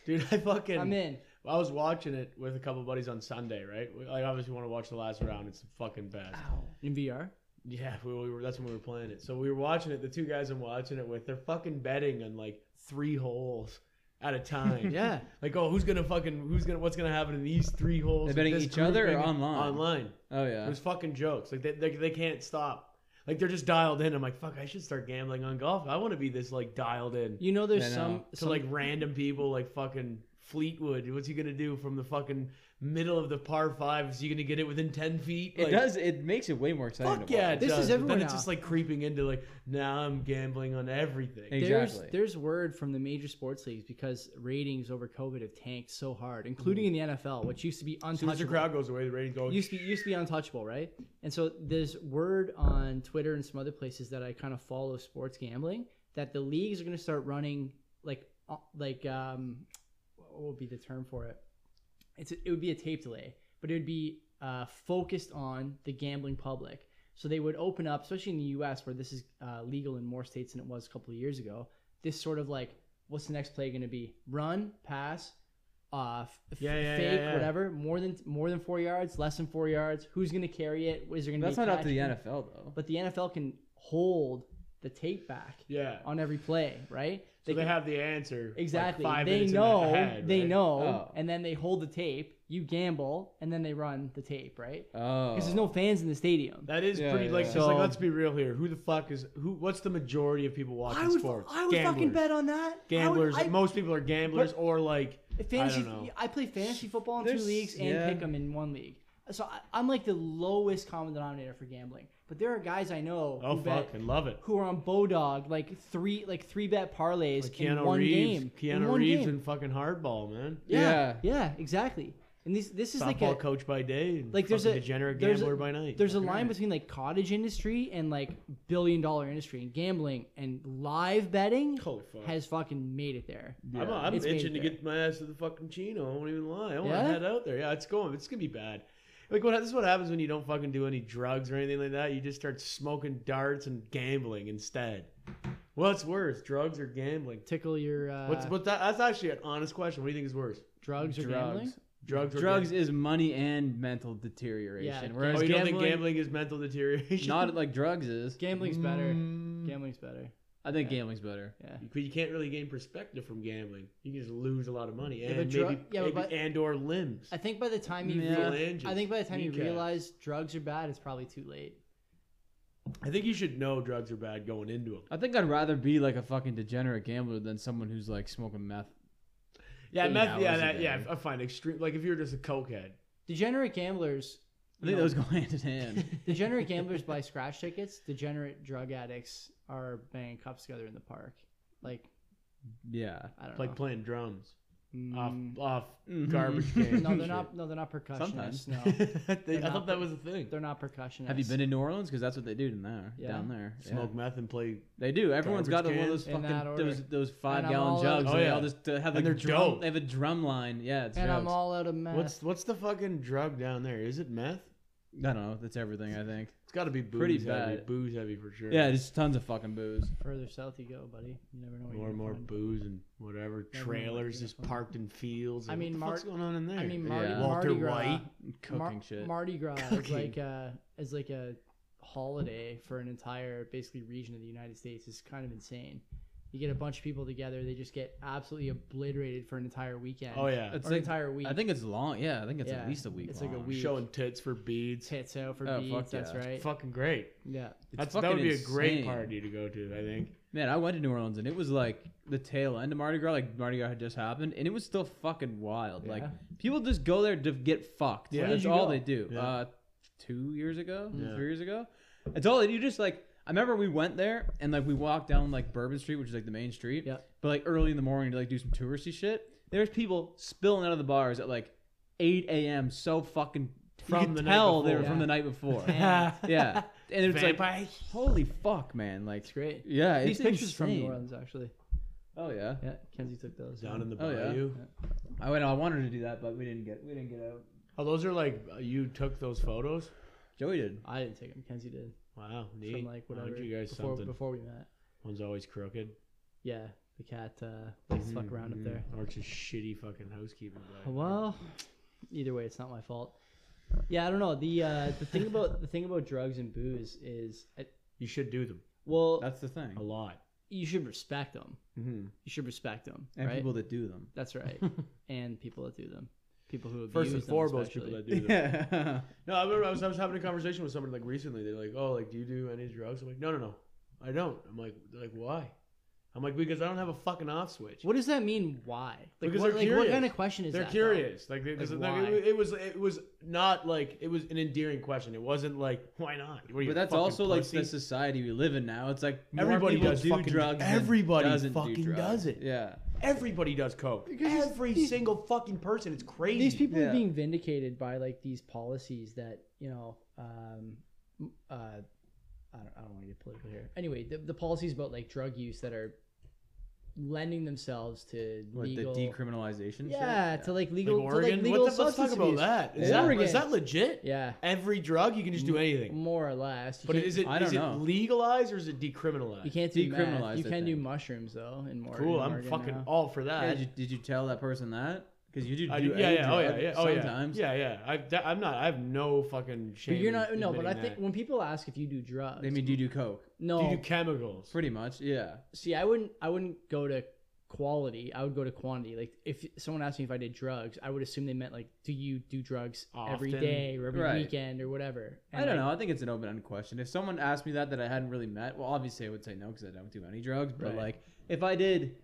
Speaker 3: Dude, I fucking.
Speaker 1: I'm in.
Speaker 3: I was watching it with a couple buddies on Sunday, right? We- I obviously want to watch the last round. It's the fucking best.
Speaker 1: In VR?
Speaker 3: Yeah, we, we were. That's when we were playing it. So we were watching it. The two guys I'm watching it with, they're fucking betting on like three holes at a time.
Speaker 1: Yeah.
Speaker 3: Like, oh, who's gonna fucking, who's gonna, what's gonna happen in these three holes?
Speaker 2: They're
Speaker 3: with
Speaker 2: betting
Speaker 3: this
Speaker 2: each
Speaker 3: group
Speaker 2: other or
Speaker 3: thing?
Speaker 2: online?
Speaker 3: Online.
Speaker 2: Oh
Speaker 3: It
Speaker 2: yeah.
Speaker 3: was fucking jokes. Like they, they, they can't stop. Like they're just dialed in. I'm like, fuck, I should start gambling on golf. I want to be this like dialed in.
Speaker 1: You know there's
Speaker 2: I know.
Speaker 1: some,
Speaker 3: to
Speaker 1: some
Speaker 3: like random people like fucking Fleetwood. What's he gonna do from the fucking middle of the par five? Is he gonna get it within ten feet?
Speaker 2: It
Speaker 3: Like,
Speaker 2: does. It makes it way more exciting.
Speaker 3: Fuck
Speaker 2: to watch.
Speaker 3: yeah, it
Speaker 1: This is
Speaker 3: does. But
Speaker 1: everywhere
Speaker 3: Then it's
Speaker 1: now.
Speaker 3: just like creeping into like now I'm gambling on everything.
Speaker 2: Hey,
Speaker 1: there's
Speaker 2: Exactly.
Speaker 1: there's word from the major sports leagues because ratings over COVID have tanked so hard, including in the NFL, which used to be
Speaker 3: as soon as the
Speaker 1: untouchable.
Speaker 3: crowd goes away, the rating goes.
Speaker 1: used to be used to be untouchable, right? And so there's word on Twitter and some other places that I kind of follow sports gambling that the leagues are going to start running like uh, like um what would be the term for it? It's it would be a tape delay, but it would be uh, focused on the gambling public. So they would open up, especially in the U.S., where this is uh, legal in more states than it was a couple of years ago. This sort of like, what's the next play going to be? Run, pass, uh, f-
Speaker 3: Yeah, yeah, yeah,
Speaker 1: fake,
Speaker 3: yeah.
Speaker 1: whatever. More than more than four yards, less than four yards. Who's going to carry it? Is there going to
Speaker 2: That's
Speaker 1: be a
Speaker 2: not up to
Speaker 1: catch?
Speaker 2: the NFL though.
Speaker 1: But the NFL can hold the tape back
Speaker 3: yeah.
Speaker 1: on every play, right?
Speaker 3: So they
Speaker 1: can-
Speaker 3: have the answer. like,
Speaker 1: Exactly.
Speaker 3: five
Speaker 1: they
Speaker 3: minutes in
Speaker 1: know.
Speaker 3: ahead,
Speaker 1: They
Speaker 3: right?
Speaker 1: know.
Speaker 2: Oh.
Speaker 1: And then they hold the tape. You gamble, and then they run the tape, right?
Speaker 2: Oh.
Speaker 1: Because there's no fans in the stadium.
Speaker 3: That is
Speaker 2: Yeah,
Speaker 3: pretty like.
Speaker 2: yeah.
Speaker 3: Just like
Speaker 1: So-
Speaker 3: let's be real here. Who the fuck is who? What's the majority of people watching
Speaker 1: I would.
Speaker 3: sports?
Speaker 1: I would fucking
Speaker 3: Gamblers.
Speaker 1: bet on that. I would-
Speaker 3: Gamblers.
Speaker 1: I-
Speaker 3: Most people are gamblers or like.
Speaker 1: fantasy.
Speaker 3: I don't know.
Speaker 1: I play fantasy football in
Speaker 2: There's-
Speaker 1: two leagues and
Speaker 2: yeah.
Speaker 1: pick 'em in one league. So I, I'm like the lowest common denominator for gambling. But there are guys I know
Speaker 3: Oh
Speaker 1: who,
Speaker 3: fuck!
Speaker 1: bet,
Speaker 3: I love it.
Speaker 1: who are on Bodog like three like three bet parlays
Speaker 3: Like
Speaker 1: in one
Speaker 3: Reeves,
Speaker 1: game. in
Speaker 3: Keanu
Speaker 1: one
Speaker 3: Reeves
Speaker 1: game.
Speaker 3: and fucking Hardball, man.
Speaker 1: yeah, yeah, exactly. And this this is
Speaker 3: Softball
Speaker 1: like a
Speaker 3: coach by day, and
Speaker 1: like there's
Speaker 3: fucking
Speaker 1: a
Speaker 3: degenerate
Speaker 1: there's a-
Speaker 3: gambler by night.
Speaker 1: There's a line between like cottage industry and like billion dollar industry and gambling and live betting
Speaker 3: Holy fuck.
Speaker 1: has fucking made it there.
Speaker 3: I'm, I'm
Speaker 1: It's
Speaker 3: itching to
Speaker 1: made
Speaker 3: get my ass to the fucking chino. I won't even lie. I want
Speaker 1: Yeah?
Speaker 3: to head out there. Yeah, it's going. It's gonna be bad. Like what? This is what happens when you don't fucking do any drugs or anything like that. You just start smoking darts and gambling instead. What's worse, drugs or gambling?
Speaker 1: Tickle your uh,
Speaker 3: What's but that, that's actually an honest question. What do you think is worse,
Speaker 1: drugs or gambling?
Speaker 2: drugs.
Speaker 3: drugs or
Speaker 2: Drugs
Speaker 3: gambling?
Speaker 2: is money and mental deterioration.
Speaker 1: Yeah,
Speaker 2: whereas
Speaker 3: Oh, you
Speaker 2: gambling,
Speaker 3: don't think gambling is mental deterioration?
Speaker 2: not like drugs is.
Speaker 1: Gambling's better.
Speaker 3: Mm.
Speaker 1: Gambling's better.
Speaker 2: I think gambling's better.
Speaker 1: Yeah.
Speaker 3: But you can't really gain perspective from gambling. You can just lose a lot of money and
Speaker 1: but
Speaker 3: maybe,
Speaker 1: dru- yeah,
Speaker 3: maybe
Speaker 1: but by-
Speaker 3: and or limbs.
Speaker 1: I think by the time you
Speaker 2: Yeah.
Speaker 1: real-
Speaker 3: Phalanges,
Speaker 1: I think by the time you
Speaker 3: kneecaps.
Speaker 1: realize drugs are bad, it's probably too late.
Speaker 3: I think you should know drugs are bad going into them.
Speaker 2: I think I'd rather be like a fucking degenerate gambler than someone who's like smoking meth.
Speaker 3: Yeah,
Speaker 2: Eight
Speaker 3: meth, yeah,
Speaker 2: hours a
Speaker 3: that, yeah.
Speaker 2: day.
Speaker 3: I find extreme. Like if you're just a cokehead,
Speaker 1: Degenerate gamblers
Speaker 2: I think
Speaker 1: No.
Speaker 2: those go hand in hand.
Speaker 1: degenerate gamblers buy scratch tickets. Degenerate drug addicts are banging cups together in the park. Like
Speaker 2: yeah.
Speaker 1: I don't
Speaker 3: like
Speaker 1: know.
Speaker 3: playing drums
Speaker 1: Mm.
Speaker 3: off off
Speaker 2: Mhm.
Speaker 3: garbage cans.
Speaker 1: No,
Speaker 3: and
Speaker 1: they're not.
Speaker 3: shit.
Speaker 1: No, they're not percussionists.
Speaker 2: Sometimes.
Speaker 1: No,
Speaker 3: They- I
Speaker 1: not
Speaker 3: thought that was a thing.
Speaker 1: they're not percussionists.
Speaker 2: Have you been to New Orleans? Because that's what they do in there,
Speaker 1: Yeah.
Speaker 2: down there. Yeah.
Speaker 3: Smoke meth and play,
Speaker 2: They do. Everyone's got
Speaker 3: Garbage
Speaker 2: one of those
Speaker 1: cans. In that
Speaker 2: fucking
Speaker 1: order.
Speaker 2: those those five
Speaker 1: I'm
Speaker 2: gallon
Speaker 1: all
Speaker 2: jugs.
Speaker 3: out.
Speaker 2: and
Speaker 3: Oh,
Speaker 2: they
Speaker 3: yeah.
Speaker 2: all just uh, have
Speaker 3: And
Speaker 2: like
Speaker 3: they're
Speaker 2: drum.
Speaker 3: dope.
Speaker 2: They have a drum line. Yeah, it's
Speaker 1: And
Speaker 2: drugs.
Speaker 1: I'm all out of meth.
Speaker 3: What's what's the fucking drug down there? Is it meth?
Speaker 2: I don't know. That's everything. I think.
Speaker 3: It's got to be booze
Speaker 2: Pretty
Speaker 3: heavy.
Speaker 2: bad.
Speaker 3: Booze heavy for sure.
Speaker 2: Yeah, just tons of fucking booze.
Speaker 1: Further south you go, buddy. You never know what
Speaker 3: More
Speaker 1: you're
Speaker 3: and more
Speaker 1: gonna find.
Speaker 3: booze and whatever
Speaker 1: Yeah, I mean, like,
Speaker 3: trailers
Speaker 1: you know,
Speaker 3: just
Speaker 1: fun.
Speaker 3: parked in fields.
Speaker 1: I
Speaker 3: Like,
Speaker 1: mean,
Speaker 3: what the
Speaker 1: Mar-
Speaker 3: fuck's going on in there?
Speaker 1: I mean, Mardi,
Speaker 2: Yeah.
Speaker 3: Walter
Speaker 1: Mardi Gras.
Speaker 3: White.
Speaker 2: Cooking
Speaker 1: Mar-
Speaker 2: shit.
Speaker 1: Mardi Gras is
Speaker 3: Cooking.
Speaker 1: like a is like a holiday for an entire basically region of the United States is kind of insane. You get a bunch of people together, they just get absolutely obliterated for an entire weekend.
Speaker 3: oh yeah,
Speaker 2: It's
Speaker 1: or an
Speaker 2: like-
Speaker 1: entire week.
Speaker 2: I think it's long. Yeah, I think it's
Speaker 1: Yeah,
Speaker 2: at least a week.
Speaker 1: it's like a
Speaker 2: long.
Speaker 1: week.
Speaker 3: showing tits for beads.
Speaker 1: tits out for
Speaker 2: Oh,
Speaker 1: beads.
Speaker 2: fuck
Speaker 1: that's
Speaker 2: yeah.
Speaker 1: right.
Speaker 3: Fucking great.
Speaker 1: Yeah,
Speaker 3: That's,
Speaker 2: fucking
Speaker 3: that would be a great
Speaker 2: insane.
Speaker 3: party to go to. I think.
Speaker 2: Man, I went to New Orleans and it was like the tail end of Mardi Gras, like Mardi Gras had just happened, and it was still fucking wild. Like
Speaker 1: Yeah.
Speaker 2: people just go there to get fucked.
Speaker 3: Yeah.
Speaker 2: Yeah,
Speaker 3: When
Speaker 2: that's
Speaker 1: did you
Speaker 2: all
Speaker 1: go?
Speaker 2: they do.
Speaker 3: Yeah.
Speaker 2: Uh, two years ago,
Speaker 3: Yeah.
Speaker 2: three years ago, it's all they do. Just like I remember we went there and like we walked down like Bourbon Street, which is like the main street.
Speaker 1: Yeah.
Speaker 2: But like early in the morning to like do some touristy shit. There's people spilling out of the bars at like 8 a.m. So fucking
Speaker 3: From
Speaker 2: you could
Speaker 3: the night
Speaker 2: tell they were
Speaker 1: before.
Speaker 2: from
Speaker 1: Yeah.
Speaker 2: the night before.
Speaker 1: Yeah.
Speaker 2: yeah, and it's like
Speaker 3: Vampires.
Speaker 2: holy fuck, man! Like
Speaker 1: it's great.
Speaker 2: yeah,
Speaker 1: These
Speaker 2: it's
Speaker 1: pictures from New
Speaker 2: insane.
Speaker 1: Orleans actually.
Speaker 2: Oh yeah.
Speaker 1: Yeah, Kenzie took those.
Speaker 3: down in the
Speaker 2: Oh, yeah.
Speaker 3: bayou.
Speaker 2: I went. I wanted to do that, but we didn't get. We didn't get out.
Speaker 3: Oh, those are like uh, you took those photos.
Speaker 2: Joey did.
Speaker 1: I didn't take them. Kenzie did
Speaker 3: Wow, neat.
Speaker 1: from like
Speaker 3: Why
Speaker 1: whatever
Speaker 3: don't you guys
Speaker 1: before,
Speaker 3: something?
Speaker 1: before we met.
Speaker 3: One's always crooked.
Speaker 1: Yeah, the cat uh, likes to fuck around up there.
Speaker 3: Or it's just shitty fucking housekeeping. by-
Speaker 1: Well, either way, it's not my fault. Yeah, I don't know. The uh, the thing about the thing about drugs and booze is, uh,
Speaker 3: you should do them
Speaker 1: well,
Speaker 2: That's the
Speaker 3: a
Speaker 2: thing.
Speaker 3: lot.
Speaker 1: you should respect them.
Speaker 3: Mm-hmm.
Speaker 1: You should respect them,
Speaker 2: And
Speaker 1: right?
Speaker 2: people that do them.
Speaker 1: That's right. and people that do them, people who abuse
Speaker 3: First and
Speaker 1: them
Speaker 3: foremost,
Speaker 1: especially.
Speaker 3: people that do them.
Speaker 2: Yeah.
Speaker 3: No, I remember I was, I was having a conversation with someone like recently. They're like, "Oh, like, do you do any drugs?" I'm like, "No, no, no, I don't." I'm like, "They're like, why?" I'm like, "Because I don't have a fucking off switch."
Speaker 1: What does that mean? Why? Like,
Speaker 3: Because
Speaker 1: what,
Speaker 3: they're
Speaker 1: like what
Speaker 3: curious.
Speaker 1: kind of question is
Speaker 3: They're
Speaker 1: that? though?
Speaker 3: curious, like, they, 'cause,
Speaker 1: Like,
Speaker 3: like,
Speaker 1: why?
Speaker 3: it, wa- it was, it was not like it was an endearing question. It wasn't like, "Why not?" What are you,
Speaker 2: But that's
Speaker 3: fucking
Speaker 2: also like
Speaker 3: pussy?
Speaker 2: the society we live in now. It's like more
Speaker 3: Everybody
Speaker 2: people
Speaker 3: does
Speaker 2: do
Speaker 3: fucking-
Speaker 2: drugs. than
Speaker 3: everybody
Speaker 2: doesn't do
Speaker 3: fucking
Speaker 2: drugs.
Speaker 3: does it.
Speaker 2: Yeah.
Speaker 3: everybody does coke. Every single fucking person. It's crazy.
Speaker 1: These people
Speaker 2: Yeah.
Speaker 1: are being vindicated by like these policies that you know. Um, m- uh, I don't, I don't want to get political here. Anyway, the, the policies about like drug use that are lending themselves to
Speaker 2: What
Speaker 1: legal,
Speaker 2: the decriminalization. shit?
Speaker 1: yeah, to like legal,
Speaker 3: like
Speaker 1: to, like,
Speaker 3: Oregon.
Speaker 1: legal
Speaker 3: what the, let's talk
Speaker 1: substance
Speaker 3: about
Speaker 1: abuse.
Speaker 3: that. Is,
Speaker 1: Yeah.
Speaker 3: that. is that legit?
Speaker 1: Yeah,
Speaker 3: Every drug you can just do anything.
Speaker 1: more or less. You
Speaker 3: But
Speaker 1: can't-
Speaker 3: is it
Speaker 2: I don't
Speaker 3: is it
Speaker 2: know.
Speaker 3: legalized or is it decriminalized?
Speaker 1: you can't do
Speaker 2: decriminalized,
Speaker 1: meth. You
Speaker 2: I
Speaker 1: can do
Speaker 2: think.
Speaker 1: mushrooms though. In more
Speaker 3: Cool.
Speaker 1: in
Speaker 3: I'm
Speaker 1: Oregon
Speaker 3: fucking
Speaker 1: now.
Speaker 3: all for
Speaker 2: Yeah,
Speaker 3: that.
Speaker 2: did, you, did you tell that person that? Because you do do
Speaker 3: I do-
Speaker 2: a
Speaker 3: yeah, yeah, oh yeah,
Speaker 2: drug
Speaker 3: yeah, oh yeah,
Speaker 2: sometimes.
Speaker 3: yeah, yeah. I, that, I'm not. I have no fucking shame.
Speaker 1: But you're
Speaker 3: in
Speaker 1: not. No, but I
Speaker 3: admitting
Speaker 1: think
Speaker 3: that.
Speaker 1: when people ask if you do drugs,
Speaker 2: They mean, do you do coke?
Speaker 1: no.
Speaker 3: do you do chemicals?
Speaker 2: Pretty much. Yeah.
Speaker 1: see i wouldn't i wouldn't go to quality i would go to quantity like if someone asked me if i did drugs i would assume they meant like do you do drugs every
Speaker 3: Often.
Speaker 1: day or every
Speaker 2: Right.
Speaker 1: weekend or whatever
Speaker 2: I don't know. I think it's an open-ended question. If someone asked me that that I hadn't really met, well, obviously I would say no because I don't do any drugs. But
Speaker 1: Right.
Speaker 2: like, if I did,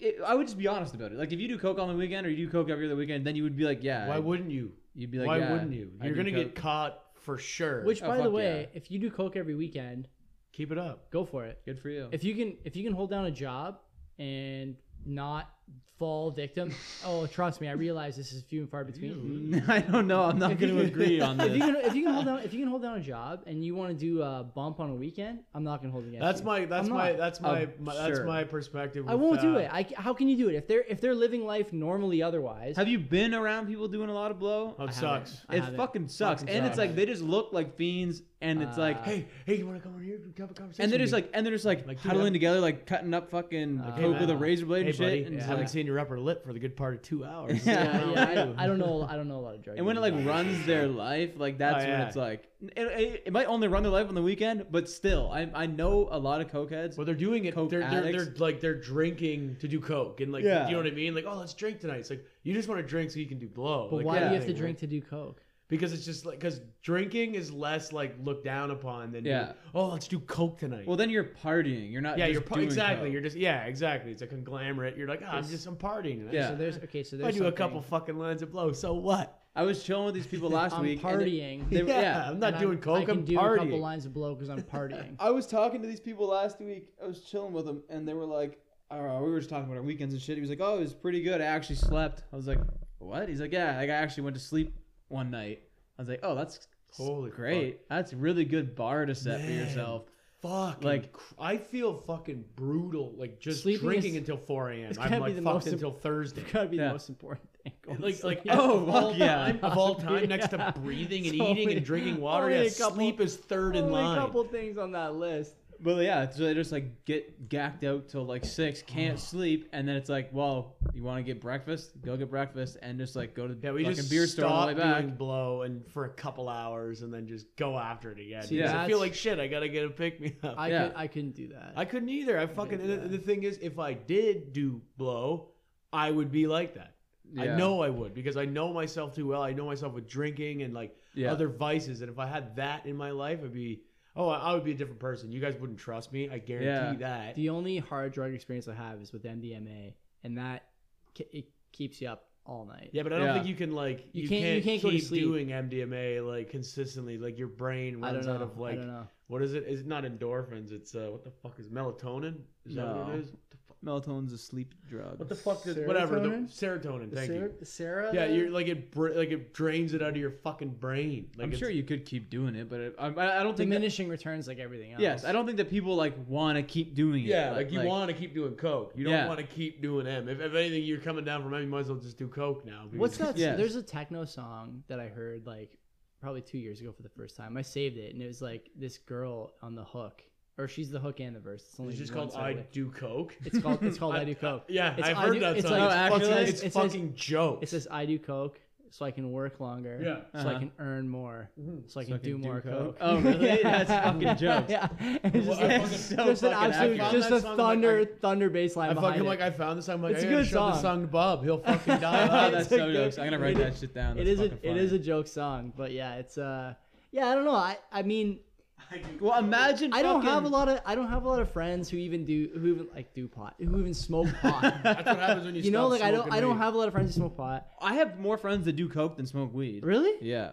Speaker 2: it, I would just be honest about it. Like, if you do coke on the weekend or you do coke every other weekend, then you would be like, yeah.
Speaker 3: Why wouldn't you?
Speaker 2: you'd be like,
Speaker 3: Why
Speaker 2: yeah,
Speaker 3: wouldn't you?
Speaker 2: I
Speaker 3: You're
Speaker 2: do
Speaker 3: gonna get
Speaker 2: coke.
Speaker 3: caught for sure.
Speaker 1: which
Speaker 2: Oh,
Speaker 1: by the
Speaker 2: fuck
Speaker 1: way
Speaker 2: yeah.
Speaker 1: if you do coke every weekend
Speaker 3: keep it up.
Speaker 1: go for it
Speaker 2: good for you.
Speaker 1: if you can if you can hold down a job and not fall victim oh trust me i realize this is few and far between
Speaker 2: I don't know. I'm not going to agree on
Speaker 1: if you
Speaker 2: this.
Speaker 1: can if you can hold down if you can hold down a job and you want to do a bump on a weekend i'm not gonna hold it against
Speaker 3: That's
Speaker 1: you.
Speaker 3: my. That's
Speaker 1: I'm
Speaker 3: my.
Speaker 1: not.
Speaker 3: That's my.
Speaker 2: Oh,
Speaker 3: my That's
Speaker 2: sure.
Speaker 3: my perspective.
Speaker 1: I
Speaker 3: with,
Speaker 1: won't do
Speaker 3: uh,
Speaker 1: it. I, c- how can you do it if they're if they're living life normally otherwise?
Speaker 2: Have you been around people doing a lot of blow?
Speaker 3: Oh, it
Speaker 1: I haven't.
Speaker 3: sucks.
Speaker 1: I
Speaker 2: it
Speaker 1: haven't.
Speaker 2: fucking sucks,
Speaker 1: Fucking
Speaker 2: and
Speaker 1: sucks.
Speaker 2: it's like they just look like fiends, and it's like,
Speaker 1: Uh,
Speaker 3: Hey, hey, you want to come over here and have a conversation?
Speaker 2: and they're just
Speaker 3: with me?
Speaker 2: like, and they're just like,
Speaker 3: Like, dude,
Speaker 2: huddling
Speaker 3: I'm-
Speaker 2: together, like cutting up fucking
Speaker 1: Uh,
Speaker 2: coke with a
Speaker 3: man.
Speaker 2: razor blade
Speaker 3: hey,
Speaker 2: and shit.
Speaker 3: buddy,
Speaker 2: and
Speaker 1: yeah.
Speaker 2: it's
Speaker 3: haven't
Speaker 2: like-
Speaker 3: seen your upper lip for the good part of two hours.
Speaker 2: Yeah,
Speaker 1: yeah, I, don't, I don't know. I don't know a lot of drugs.
Speaker 2: And when it like runs their life, like that's
Speaker 3: Oh,
Speaker 2: when
Speaker 3: yeah.
Speaker 2: it's like it, it, it might only run their life on the weekend, but still, I I know a lot of cokeheads.
Speaker 3: Well, they're doing it.
Speaker 2: Coke
Speaker 3: They're, they're,
Speaker 2: addicts.
Speaker 3: they're like they're drinking to do coke and like
Speaker 2: Yeah.
Speaker 3: you know what I mean. Like oh, let's drink tonight. It's like you just want to drink so you can do blow.
Speaker 1: but
Speaker 3: Like,
Speaker 1: why do
Speaker 2: yeah.
Speaker 1: you
Speaker 3: that
Speaker 1: have to
Speaker 3: thing,
Speaker 1: drink
Speaker 3: right?
Speaker 1: to do coke?
Speaker 3: Because it's just like because drinking is less like looked down upon than
Speaker 2: Yeah.
Speaker 3: yeah. oh, let's do coke tonight.
Speaker 2: Well, then you're partying. You're not.
Speaker 3: yeah,
Speaker 2: just
Speaker 3: you're par-
Speaker 2: doing
Speaker 3: exactly.
Speaker 2: coke.
Speaker 3: You're just yeah, exactly. It's a conglomerate. You're like oh, I'm just I'm partying. tonight.
Speaker 2: Yeah.
Speaker 1: So there's okay. So
Speaker 3: If
Speaker 1: there's
Speaker 3: I do a
Speaker 1: something.
Speaker 3: couple fucking lines of blow. So what?
Speaker 2: I was chilling with these people last
Speaker 1: I'm
Speaker 2: week. and they-
Speaker 1: partying.
Speaker 2: they were-
Speaker 3: yeah,
Speaker 2: yeah.
Speaker 3: I'm not
Speaker 1: and
Speaker 3: doing
Speaker 1: I'm- I
Speaker 3: coke.
Speaker 1: can
Speaker 3: I'm
Speaker 1: do a couple
Speaker 3: partying.
Speaker 1: lines of blow because I'm partying.
Speaker 2: I was talking to these people last week. I was chilling with them, and they were like, I don't know, we were just talking about our weekends and shit. He was like, "Oh, it was pretty good. I actually slept." I was like, "What?" He's like, "Yeah, like I actually went to sleep one night." I was like, "Oh, that's
Speaker 3: Holy
Speaker 2: great. That's a really good bar to set for
Speaker 3: Man.
Speaker 2: yourself."
Speaker 3: Fuck.
Speaker 2: Like-
Speaker 3: Like cr- I feel fucking brutal. Like just
Speaker 1: Sleeping
Speaker 3: drinking
Speaker 1: is-
Speaker 3: until 4 a.m.
Speaker 1: it's gotta
Speaker 3: I'm
Speaker 1: be
Speaker 3: like
Speaker 1: the
Speaker 3: fucked
Speaker 1: most
Speaker 3: until Thursday.
Speaker 1: gotta be
Speaker 2: Yeah.
Speaker 1: the most important thing.
Speaker 3: Like, like
Speaker 1: Yeah.
Speaker 2: Oh,
Speaker 3: of all
Speaker 2: fuck yeah.
Speaker 3: time, of all time, next
Speaker 1: Yeah.
Speaker 3: to breathing and
Speaker 1: It's
Speaker 3: eating
Speaker 1: only-
Speaker 3: and drinking water,
Speaker 1: only
Speaker 3: yeah,
Speaker 1: a couple-
Speaker 3: sleep is third in
Speaker 1: only a
Speaker 3: line.
Speaker 1: couple things on that list.
Speaker 2: But yeah, so they just like get gacked out till like six, can't sleep, and then it's like, well, you want to get breakfast? Go get breakfast, and just like go to the
Speaker 3: Yeah, we
Speaker 2: fucking
Speaker 3: just
Speaker 2: beer store
Speaker 3: stop
Speaker 2: on the way back.
Speaker 3: doing blow and for a couple hours and then just go after it again.
Speaker 1: See,
Speaker 3: Because I feel
Speaker 1: that's-
Speaker 3: like shit. I gotta get a pick me up.
Speaker 1: I
Speaker 2: Yeah.
Speaker 1: could, I couldn't do that.
Speaker 3: I couldn't either. I fucking. and The, the thing is, if I did do blow, I would be like that.
Speaker 2: Yeah.
Speaker 3: I know I would because I know myself too well. I know myself with drinking and like
Speaker 2: Yeah.
Speaker 3: other vices. And if I had that in my life, I'd be oh, I, I would be a different person. You guys wouldn't trust me. I guarantee
Speaker 2: Yeah.
Speaker 3: that.
Speaker 1: the only hard drug experience I have is with MDMA, and that ke- it keeps you up all night.
Speaker 3: yeah, but I don't
Speaker 2: Yeah.
Speaker 3: think you can like
Speaker 1: You
Speaker 3: you,
Speaker 1: can't-
Speaker 3: can't,
Speaker 1: you can't go
Speaker 3: keep
Speaker 1: to sleep.
Speaker 3: doing MDMA like consistently. Like your brain
Speaker 1: I don't
Speaker 3: runs
Speaker 1: know.
Speaker 3: out of like
Speaker 1: I don't know.
Speaker 3: what is it? Is it not endorphins? It's uh, what the fuck is melatonin? Is that what
Speaker 2: No.
Speaker 3: it is? What the fuck?
Speaker 2: Melatonin's a sleep drug.
Speaker 3: What the fuck? Is, whatever. The,
Speaker 1: Serotonin?
Speaker 3: serotonin. Thank you.
Speaker 1: Sarah.
Speaker 3: Yeah, you're like it, br- like it drains it out of your fucking brain. Like
Speaker 2: I'm
Speaker 3: it's-
Speaker 2: sure you could keep doing it, but I, I, I don't think. that-
Speaker 1: diminishing returns like everything else.
Speaker 2: yes, I don't think that people like want to keep doing it.
Speaker 3: Yeah, like, you want to keep doing coke. You don't
Speaker 2: Yeah.
Speaker 3: want to keep doing M. If, if anything, you're coming down from M. You might as well just do coke now. because-
Speaker 1: What's that?
Speaker 2: Yes.
Speaker 1: There's a techno song that I heard like probably two years ago for the first time. I saved it, and it was like this girl on the hook, or she's the hook and the verse. It's only
Speaker 3: It's just
Speaker 1: one
Speaker 3: called
Speaker 1: side
Speaker 3: I
Speaker 1: of it.
Speaker 3: do coke.
Speaker 1: It's called it's called I, do coke.
Speaker 3: Yeah,
Speaker 1: It's
Speaker 3: I've
Speaker 1: I
Speaker 3: heard
Speaker 1: do-
Speaker 3: that
Speaker 1: it's
Speaker 3: song.
Speaker 1: like-
Speaker 3: it's
Speaker 2: Oh,
Speaker 3: fucking,
Speaker 2: actually,
Speaker 3: it's
Speaker 1: it says-
Speaker 3: fucking joke.
Speaker 1: It says I do coke so I can work longer.
Speaker 3: Yeah. Mm-hmm.
Speaker 1: So I
Speaker 2: Uh-huh.
Speaker 1: can earn more. So I can do more coke.
Speaker 2: Oh, really? That's fucking jokes.
Speaker 1: Yeah. And it's
Speaker 3: Well,
Speaker 1: just
Speaker 3: I
Speaker 1: like-
Speaker 3: fucking-
Speaker 1: just
Speaker 2: so
Speaker 1: an
Speaker 2: fucking
Speaker 1: absolute,
Speaker 2: accurate.
Speaker 1: just
Speaker 3: I
Speaker 1: a
Speaker 3: found that song, like,
Speaker 1: thunder, thunder bass line
Speaker 3: I
Speaker 1: behind
Speaker 3: fucking
Speaker 1: it.
Speaker 3: like I found this. I'm like,
Speaker 1: It's
Speaker 3: I
Speaker 1: a
Speaker 3: gotta
Speaker 1: good
Speaker 3: show
Speaker 1: song.
Speaker 3: this song to Bob. He'll fucking die.
Speaker 2: Oh,
Speaker 3: laughing.
Speaker 2: that's
Speaker 1: It's a
Speaker 2: so
Speaker 1: good-
Speaker 2: jokes. I'm gonna write
Speaker 1: it
Speaker 2: that
Speaker 1: is-
Speaker 2: shit down.
Speaker 1: it
Speaker 2: That's
Speaker 1: is a,
Speaker 2: fucking
Speaker 1: it is a
Speaker 2: funny.
Speaker 1: joke song, but yeah, it's uh, yeah, I don't know. I, I mean,
Speaker 2: Well, imagine.
Speaker 1: I don't
Speaker 2: fucking-
Speaker 1: have a lot of I don't have a lot of friends who even do who even like do pot who even smoke pot.
Speaker 3: That's what happens when you.
Speaker 1: you know,
Speaker 3: stop
Speaker 1: like I don't
Speaker 3: smoking
Speaker 1: I don't
Speaker 3: weed.
Speaker 1: have a lot of friends who smoke pot.
Speaker 2: I have more friends that do coke than smoke weed.
Speaker 1: Really?
Speaker 2: Yeah.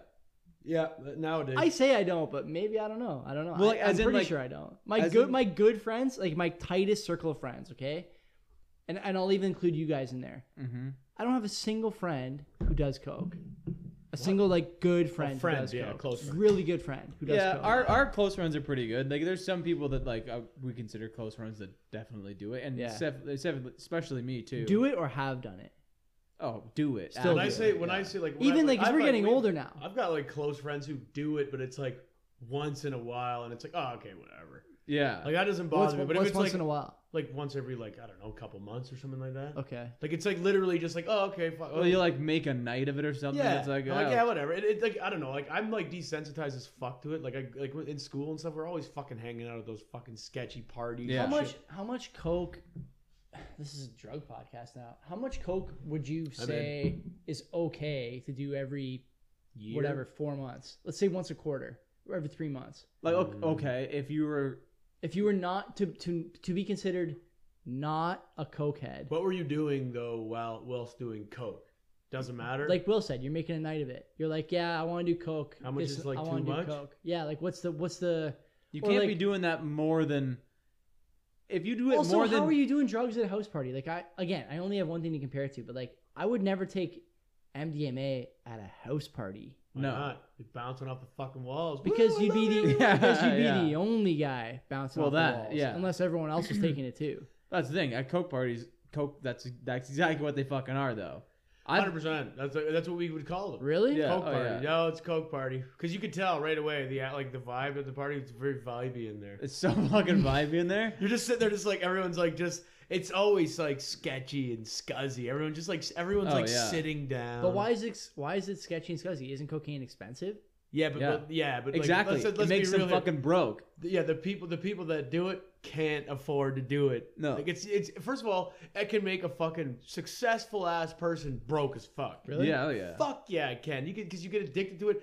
Speaker 3: Yeah, but nowadays.
Speaker 1: I say I don't, but maybe I don't know. I don't know.
Speaker 2: Well, like,
Speaker 1: I, am
Speaker 2: as in,
Speaker 1: pretty
Speaker 2: like-
Speaker 1: sure I don't. My
Speaker 2: as
Speaker 1: good
Speaker 2: in-
Speaker 1: my good friends, like my tightest circle of friends, okay, and and I'll even include you guys in there.
Speaker 2: Mm-hmm.
Speaker 1: I don't have a single friend who does coke. A single like good friend, who
Speaker 3: friend,
Speaker 1: does
Speaker 3: yeah,
Speaker 1: coke.
Speaker 3: close friend.
Speaker 1: really good friend who does
Speaker 2: Yeah,
Speaker 1: coke.
Speaker 2: our, our close friends are pretty good. Like, there's some people that like uh, we consider close friends that definitely do it, and
Speaker 1: Yeah.
Speaker 2: sef- sef- especially me too.
Speaker 1: do it or have done it.
Speaker 2: Oh, do it.
Speaker 1: Still
Speaker 3: when I
Speaker 1: do
Speaker 3: say
Speaker 2: Absolutely,
Speaker 3: when
Speaker 2: yeah.
Speaker 3: I say like when
Speaker 1: Even
Speaker 3: I,
Speaker 1: like, 'cause
Speaker 3: I've,
Speaker 1: we're getting
Speaker 3: we've-
Speaker 1: older now.
Speaker 3: I've got like close friends who do it, but it's like once in a while, and it's like oh okay whatever.
Speaker 2: yeah,
Speaker 3: Like that doesn't bother
Speaker 1: Uh, What's,
Speaker 3: me. But if
Speaker 1: what's
Speaker 3: it's
Speaker 1: once
Speaker 3: like
Speaker 1: in a while?
Speaker 3: like once every like I don't know a couple months or something like that.
Speaker 1: Okay.
Speaker 3: Like it's like literally just like oh okay fuck.
Speaker 2: well, you like make a night of it or something.
Speaker 3: yeah,
Speaker 2: it's like,
Speaker 3: I'm like,
Speaker 2: oh.
Speaker 3: yeah whatever. It, it's like I don't know. Like I'm like desensitized as fuck to it. Like I like in school and stuff, we're always fucking hanging out at those fucking sketchy parties.
Speaker 2: Yeah.
Speaker 1: How
Speaker 3: and
Speaker 1: much?
Speaker 3: shit.
Speaker 1: How much coke? This is a drug podcast now. How much coke would you
Speaker 3: I'm
Speaker 1: say is okay to do every
Speaker 3: Year?
Speaker 1: whatever four months? Let's say once a quarter or every three months.
Speaker 2: Like
Speaker 1: Mm.
Speaker 2: okay, okay, if you were
Speaker 1: If you were not to to to be considered not a cokehead,
Speaker 3: What were you doing though while whilst doing coke? Doesn't matter.
Speaker 1: like Will said, you're making a night of it. You're like, yeah, I want to do coke.
Speaker 3: How much
Speaker 1: This-
Speaker 3: is, like,
Speaker 1: I
Speaker 3: too
Speaker 1: wanna do
Speaker 3: much?
Speaker 1: Coke. Yeah, like what's the what's the
Speaker 2: you
Speaker 1: Or,
Speaker 2: can't
Speaker 1: like-
Speaker 2: be doing that more than if you do it
Speaker 1: also,
Speaker 2: more
Speaker 1: how
Speaker 2: than
Speaker 1: are you doing drugs at a house party? Like I again, I only have one thing to compare it to, but like I would never take MDMA at a house party
Speaker 3: Why
Speaker 2: No.
Speaker 3: not? You're bouncing off the fucking walls.
Speaker 1: because
Speaker 3: Woo,
Speaker 1: you'd be
Speaker 3: love
Speaker 1: the
Speaker 3: it.
Speaker 2: Yeah,
Speaker 1: because you'd be the
Speaker 2: yeah.
Speaker 1: only guy bouncing
Speaker 2: Well,
Speaker 1: off
Speaker 2: that,
Speaker 1: the walls,
Speaker 2: yeah.
Speaker 1: unless everyone else was taking it too.
Speaker 2: that's the thing at coke parties coke that's that's exactly what they fucking are though I
Speaker 3: Hundred percent. That's that's what we would call them.
Speaker 1: Really?
Speaker 2: Yeah.
Speaker 3: Coke
Speaker 2: oh,
Speaker 3: party.
Speaker 2: yeah.
Speaker 3: No, it's Coke party. Because you could tell right away the like the vibe of the party. It's very vibey in there.
Speaker 2: it's so fucking vibey in there
Speaker 3: You're just sitting there, just like everyone's like just. It's always like sketchy and scuzzy. Everyone just like everyone's
Speaker 2: Oh,
Speaker 3: like
Speaker 2: yeah.
Speaker 3: sitting down.
Speaker 1: But why is it why is it sketchy and scuzzy? Isn't cocaine expensive?
Speaker 3: Yeah, but
Speaker 2: Yeah.
Speaker 3: yeah, but, yeah, but like,
Speaker 2: exactly
Speaker 3: let's, let's
Speaker 2: it makes
Speaker 3: be
Speaker 2: them
Speaker 3: real here.
Speaker 2: fucking broke
Speaker 3: yeah the people the people that do it can't afford to do it
Speaker 2: No.
Speaker 3: like it's it's first of all it can make a fucking successful ass person broke as fuck
Speaker 1: Really?
Speaker 2: yeah oh yeah
Speaker 3: fuck yeah it can you can because you get addicted to it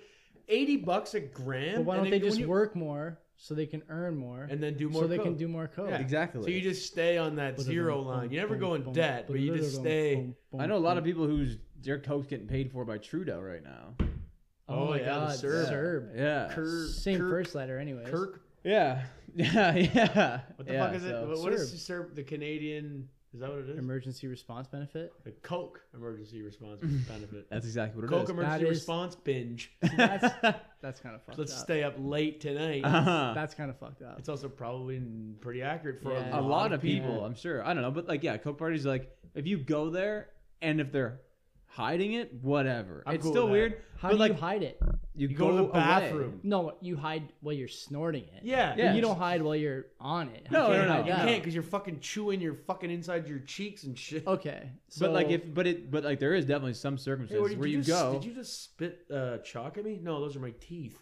Speaker 3: 80 bucks a gram
Speaker 1: But why
Speaker 3: and
Speaker 1: don't they
Speaker 3: then
Speaker 1: just
Speaker 3: when you-
Speaker 1: work more so they can earn more
Speaker 3: and then do more
Speaker 1: so they can
Speaker 3: coke.
Speaker 1: do more coke?
Speaker 3: Yeah.
Speaker 2: exactly
Speaker 3: so you just stay on that zero line you never go in debt but you just stay
Speaker 2: I know a lot of people whose their coke's getting paid for by Trudeau right now
Speaker 1: Oh,
Speaker 3: Oh,
Speaker 1: my
Speaker 3: yeah, the
Speaker 1: god,
Speaker 3: Serb.
Speaker 1: Serb.
Speaker 2: yeah
Speaker 3: Kirk-
Speaker 1: Same
Speaker 3: Kirk-
Speaker 1: first letter, anyways.
Speaker 3: kirk
Speaker 2: yeah yeah yeah
Speaker 3: what the
Speaker 2: Yeah,
Speaker 3: fuck is
Speaker 2: so-
Speaker 3: it what, what is
Speaker 1: Serb.
Speaker 3: Serb, the canadian Is that what it is?
Speaker 1: Emergency response benefit.
Speaker 3: the Coke emergency response benefit.
Speaker 2: That's exactly what it is.
Speaker 3: Coke emergency
Speaker 1: is-
Speaker 3: response binge.
Speaker 1: That's that's kind of fucked
Speaker 3: Let's
Speaker 1: up.
Speaker 3: stay up late tonight.
Speaker 2: Uh-huh.
Speaker 1: That's kind of fucked up.
Speaker 3: It's also probably pretty accurate for
Speaker 1: Yeah.
Speaker 2: A lot of people, I'm sure. I don't know, but like, yeah, Coke parties. Like, if you go there and if they're hiding it, whatever.
Speaker 3: I'm
Speaker 2: it's
Speaker 3: cool
Speaker 2: still
Speaker 3: with that.
Speaker 2: weird.
Speaker 1: How
Speaker 2: but
Speaker 1: do
Speaker 2: like,
Speaker 1: you hide it?
Speaker 2: you,
Speaker 3: You go, to the
Speaker 2: away.
Speaker 3: bathroom.
Speaker 1: No, you hide while you're snorting it.
Speaker 3: Yeah.
Speaker 1: But
Speaker 2: Yeah.
Speaker 1: You don't hide while you're on it.
Speaker 2: No,
Speaker 1: How can
Speaker 2: no,
Speaker 1: you
Speaker 2: no,
Speaker 1: hide
Speaker 3: You
Speaker 1: that?
Speaker 3: can't because you're fucking chewing your fucking inside your cheeks and shit.
Speaker 1: Okay. So,
Speaker 2: But like, if but it but like, there is definitely some
Speaker 3: Hey, what
Speaker 2: circumstances
Speaker 3: did
Speaker 2: where you,
Speaker 3: just-
Speaker 2: go.
Speaker 3: Did you just spit uh, chalk at me? No, those are my teeth.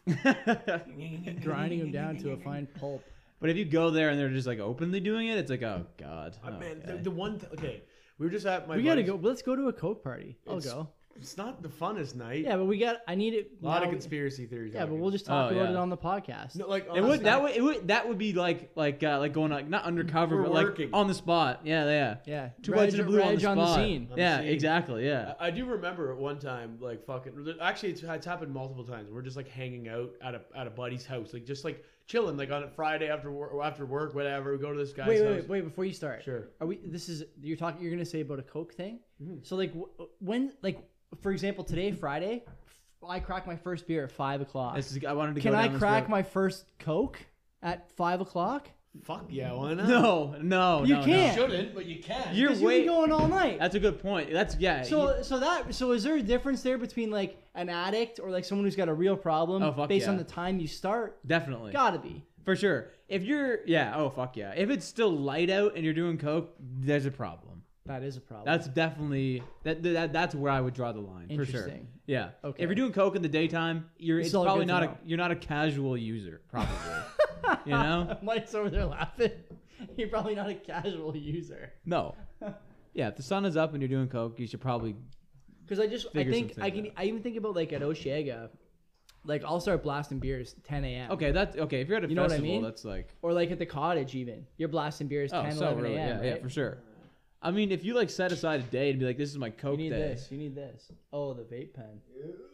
Speaker 1: grinding them down to a fine pulp.
Speaker 2: but if you go there and they're just like openly doing it, it's like, oh god.
Speaker 3: I Uh, Man, the,
Speaker 2: okay.
Speaker 3: the one. Th- okay, we were just at my.
Speaker 1: We gotta go.
Speaker 3: buddy's-
Speaker 1: Let's go to a coke party. I'll
Speaker 3: It's-
Speaker 1: go.
Speaker 3: It's not the funnest night.
Speaker 1: Yeah, but we got. I need it.
Speaker 3: a lot
Speaker 1: now
Speaker 3: of
Speaker 1: we-
Speaker 3: conspiracy theories.
Speaker 1: Yeah, but
Speaker 3: happening.
Speaker 1: we'll just talk
Speaker 2: Oh,
Speaker 1: about
Speaker 2: yeah.
Speaker 1: it on the podcast.
Speaker 3: No, like
Speaker 2: It would
Speaker 3: honestly,
Speaker 2: that would, it would that would be like like uh, like going like not undercover
Speaker 3: We're
Speaker 2: but like
Speaker 3: working.
Speaker 2: on the spot. Yeah, yeah.
Speaker 1: yeah.
Speaker 2: Two whites and a blue on the,
Speaker 1: Reg
Speaker 2: spot.
Speaker 1: scene.
Speaker 3: On the
Speaker 2: Yeah,
Speaker 3: scene.
Speaker 2: exactly. Yeah.
Speaker 3: I- I do remember at one time, like fucking. Actually, it's, it's happened multiple times. We're just like hanging out at a at a buddy's house, like just like chilling, like on a Friday after work, after work, whatever. We go to this guy's
Speaker 1: Wait, wait,
Speaker 3: house.
Speaker 1: wait, wait. Before you start,
Speaker 3: Sure.
Speaker 1: Are we? This is you're talking. You're gonna say about a coke thing.
Speaker 2: Mm-hmm.
Speaker 1: So like wh- when like for example today Friday, f- I crack my first beer at five o'clock.
Speaker 2: This is, I wanted to
Speaker 1: Can
Speaker 2: go
Speaker 1: I
Speaker 2: down this
Speaker 1: crack
Speaker 2: road.
Speaker 1: my first coke at five o'clock?
Speaker 3: Fuck yeah, why not?
Speaker 2: No, no,
Speaker 1: You
Speaker 2: no, no.
Speaker 1: can't.
Speaker 3: shouldn't, but you can.
Speaker 2: You're
Speaker 1: 'Cause you
Speaker 2: way.
Speaker 1: be going all night.
Speaker 2: That's a good point. That's yeah.
Speaker 1: So so that so is there a difference there between like an addict or like someone who's got a real problem
Speaker 2: Oh, fuck
Speaker 1: based on
Speaker 2: yeah.
Speaker 1: the time you start?
Speaker 2: you- definitely
Speaker 1: Gotta be.
Speaker 2: for sure. If you're yeah, oh fuck yeah. If it's still light out and you're doing coke, there's a problem.
Speaker 1: That is a problem.
Speaker 2: That's definitely that, that that's where I would draw the line for sure.
Speaker 1: Interesting.
Speaker 2: Yeah.
Speaker 1: Okay.
Speaker 2: If you're doing coke in the daytime, you're
Speaker 1: It's
Speaker 2: it's,
Speaker 1: all
Speaker 2: probably
Speaker 1: good to
Speaker 2: not a
Speaker 1: know.
Speaker 2: you're not a casual user probably. you know?
Speaker 1: Mike's over there laughing. You're probably not a casual user.
Speaker 2: No. Yeah, if the sun is up and you're doing coke, you should probably
Speaker 1: Because I just, I
Speaker 2: Figure
Speaker 1: think,
Speaker 2: some
Speaker 1: I
Speaker 2: things
Speaker 1: can, I even think about like at Oshiega, like I'll start blasting beers 10 a.m.
Speaker 2: Okay, that's okay. If you're at a
Speaker 1: You know what I
Speaker 2: festival,
Speaker 1: mean?
Speaker 2: that's like
Speaker 1: Or like at the cottage, even you're blasting beers
Speaker 2: oh,
Speaker 1: 10,
Speaker 2: so
Speaker 1: 11
Speaker 2: early.
Speaker 1: a.m.
Speaker 2: yeah, yeah,
Speaker 1: right?
Speaker 2: for sure. I mean, if you like set aside a day and be like, "This is my
Speaker 1: You
Speaker 2: coke day,"
Speaker 1: need this. You need this. Oh, the vape pen.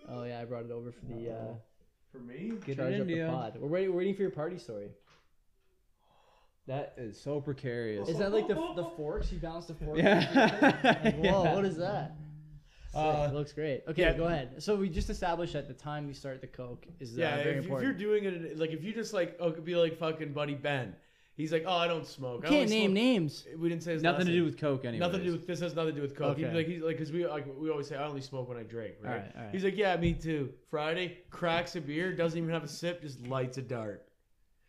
Speaker 1: Oh yeah, I brought it over for the uh,
Speaker 3: For me,
Speaker 1: charge up the pod. We're waiting, we're waiting for your party story.
Speaker 2: That is so precarious.
Speaker 1: Is that like the the forks? You balanced the fork.
Speaker 2: yeah.
Speaker 1: Like, whoa,
Speaker 2: Yeah.
Speaker 1: what is that? Sick,
Speaker 3: Uh,
Speaker 1: it looks great. Okay,
Speaker 3: yeah.
Speaker 1: go ahead. So we just established that the time you start the coke is uh,
Speaker 3: yeah,
Speaker 1: very
Speaker 3: if, if
Speaker 1: important.
Speaker 3: you're doing it, like if you just like, oh, it could be like fucking buddy Ben. He's like, oh, I don't smoke. I
Speaker 1: Can't
Speaker 3: only
Speaker 1: name
Speaker 3: smoke.
Speaker 1: names.
Speaker 3: We didn't say his
Speaker 2: nothing
Speaker 3: last
Speaker 2: to
Speaker 3: name.
Speaker 2: do with coke anyway.
Speaker 3: Nothing to do with this has nothing to do with coke. He'd
Speaker 1: Okay.
Speaker 3: be like he's like because we like we always say I only smoke when I drink. Right?
Speaker 1: Alright, alright.
Speaker 3: He's like yeah, me too. Friday cracks a beer, doesn't even have a sip, just lights a dart.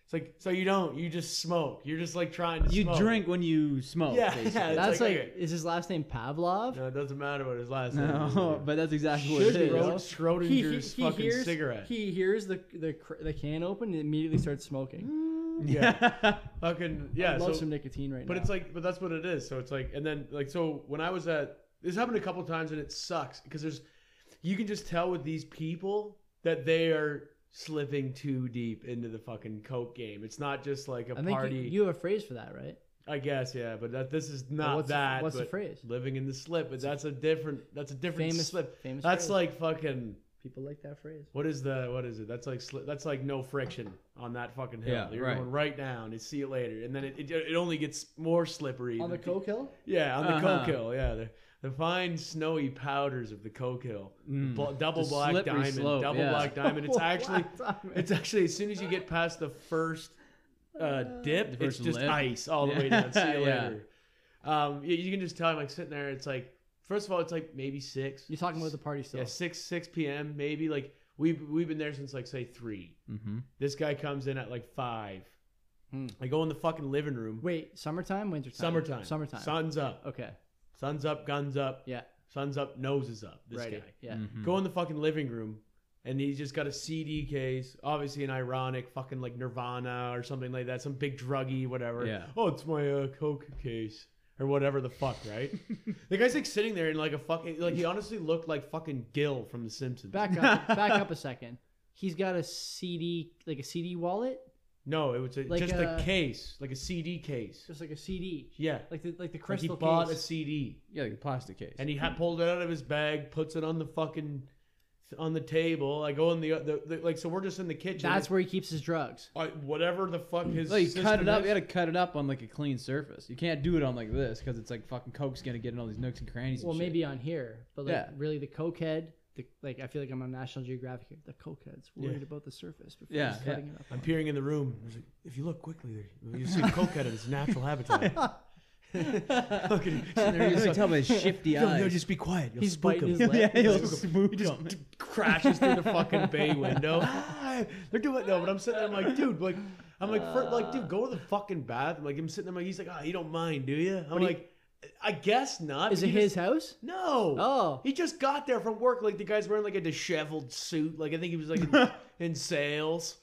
Speaker 3: It's like so you don't, you just smoke. You're just like trying to.
Speaker 2: You
Speaker 3: smoke.
Speaker 2: drink when you smoke.
Speaker 3: Yeah,
Speaker 2: basically.
Speaker 3: yeah,
Speaker 1: That's
Speaker 3: like,
Speaker 1: like,
Speaker 3: okay.
Speaker 1: is his last name Pavlov?
Speaker 3: No, it doesn't matter what his last name. is.
Speaker 2: no, but that's exactly what
Speaker 1: Should
Speaker 2: it
Speaker 1: be,
Speaker 2: is.
Speaker 1: bro.
Speaker 3: Schro- Schrodinger's fucking
Speaker 1: hears,
Speaker 3: cigarette.
Speaker 1: He hears the, the cr- the can open and immediately starts smoking.
Speaker 3: yeah, fucking Mm. yeah.
Speaker 1: I love
Speaker 3: so-
Speaker 1: some nicotine right
Speaker 3: But
Speaker 1: now.
Speaker 3: it's like, but that's what it is. So it's like, and then like, so when I was at this happened a couple times, and it sucks because there's, you can just tell with these people that they are slipping too deep into the fucking coke game. It's not just like a
Speaker 1: I think
Speaker 3: party.
Speaker 1: you, you have a phrase for that, right?
Speaker 3: I guess yeah, but that this is not
Speaker 1: what's the-
Speaker 3: that.
Speaker 1: what's the
Speaker 3: but
Speaker 1: phrase?
Speaker 3: Living in the slip, but that's a different. That's a different
Speaker 1: Famous-
Speaker 3: slip.
Speaker 1: famous
Speaker 3: that's
Speaker 1: phrase.
Speaker 3: like fucking.
Speaker 1: People like that phrase.
Speaker 3: What is the what is it? That's like sli- that's like no friction on that fucking hill.
Speaker 2: Yeah,
Speaker 3: You're
Speaker 2: right.
Speaker 3: going right down. And see you later, and then it, it, it only gets more slippery.
Speaker 1: On the
Speaker 3: than-
Speaker 1: coke hill?
Speaker 3: yeah, on the
Speaker 2: Uh-huh.
Speaker 3: coke hill. Yeah, the, the fine snowy powders of the coke hill.
Speaker 2: Mm.
Speaker 3: Bl- double
Speaker 2: The
Speaker 3: black
Speaker 2: Hmm. slippery
Speaker 3: diamond,
Speaker 2: slope,
Speaker 3: double
Speaker 2: yeah.
Speaker 3: black diamond. It's
Speaker 1: Double
Speaker 3: actually,
Speaker 1: black diamond.
Speaker 3: it's actually as soon as you get past the first uh, dip,
Speaker 2: The
Speaker 3: it's
Speaker 2: first
Speaker 3: just
Speaker 2: lip.
Speaker 3: ice all the
Speaker 2: Yeah.
Speaker 3: way down. See you
Speaker 2: Yeah.
Speaker 3: later. Um, you, you can just tell. I'm like sitting there. It's like first of all, it's like maybe six.
Speaker 1: You're talking about the party still.
Speaker 3: Yeah, six six p.m. Maybe like we have we've been there since like say three.
Speaker 2: Mm-hmm.
Speaker 3: This guy comes in at like five.
Speaker 1: Hmm.
Speaker 3: I go in the fucking living room.
Speaker 1: Wait, summertime, wintertime?
Speaker 3: Summertime.
Speaker 1: Summertime.
Speaker 3: Sun's up.
Speaker 1: okay.
Speaker 3: Sun's up. Guns up.
Speaker 1: Yeah.
Speaker 3: Sun's up. Nose is up. This
Speaker 1: Ready.
Speaker 3: guy. Mm.
Speaker 1: Yeah.
Speaker 2: Mm-hmm.
Speaker 3: Go in the fucking living room, and he's just got a CD case. Obviously, an ironic fucking like Nirvana or something like that. Some big druggy, whatever.
Speaker 2: Yeah.
Speaker 3: Oh, it's my uh, Coke case. Or whatever the fuck, right? the guy's like sitting there in like a fucking like he honestly looked like fucking Gil from The Simpsons.
Speaker 1: Back up. back up a second. He's got a CD, like a CD wallet,
Speaker 3: No, it was a,
Speaker 1: Like
Speaker 3: just a,
Speaker 1: a-
Speaker 3: case, like a CD case.
Speaker 1: just like a CD,
Speaker 3: Yeah,
Speaker 1: like the like the
Speaker 3: like he
Speaker 1: crystal
Speaker 3: bought a
Speaker 1: case.
Speaker 3: CD
Speaker 2: Yeah, like a plastic case.
Speaker 3: and he ha- pulled it out of his bag, puts it on the fucking on the table. I go in the, the, the like. So we're just in the kitchen.
Speaker 1: That's where he keeps his drugs.
Speaker 3: I, whatever the fuck his.
Speaker 2: Like you cut
Speaker 3: system
Speaker 2: it up.
Speaker 3: is.
Speaker 2: You gotta cut it up on like a clean surface. You can't do it on like this because it's like fucking coke's gonna get in all these nooks and crannies. and
Speaker 1: Well,
Speaker 2: shit.
Speaker 1: maybe on here, but like
Speaker 2: Yeah.
Speaker 1: really the cokehead. The, like I feel like I'm on National Geographic here. The cokehead's worried about the surface before
Speaker 2: Yeah,
Speaker 1: he's
Speaker 2: yeah.
Speaker 1: cutting it up.
Speaker 3: I'm peering in the room. There's a- If you look quickly, there you see a coke out of its natural habitat. okay.
Speaker 2: And they're just like, tell me shifty
Speaker 3: No,
Speaker 2: eyes.
Speaker 3: no, just be quiet. You'll
Speaker 1: He's
Speaker 3: spook
Speaker 1: biting his
Speaker 3: him.
Speaker 1: leg.
Speaker 2: yeah,
Speaker 3: Just-
Speaker 2: spook
Speaker 3: just
Speaker 2: 'em.
Speaker 3: crashes through the fucking bay window. Ah, they're doing no, but I'm sitting there. I'm like, dude, like, I'm like, fir- like, dude, go to the fucking bath. I'm like, I'm sitting there. I'm like, he's like, ah, you don't mind, do you? I'm
Speaker 1: he-
Speaker 3: like, I guess not.
Speaker 1: Is
Speaker 3: but
Speaker 1: it
Speaker 3: you just-
Speaker 1: his house?
Speaker 3: No.
Speaker 1: Oh.
Speaker 3: He just got there from work. Like the guy's wearing like a disheveled suit. Like I think he was like in, in sales.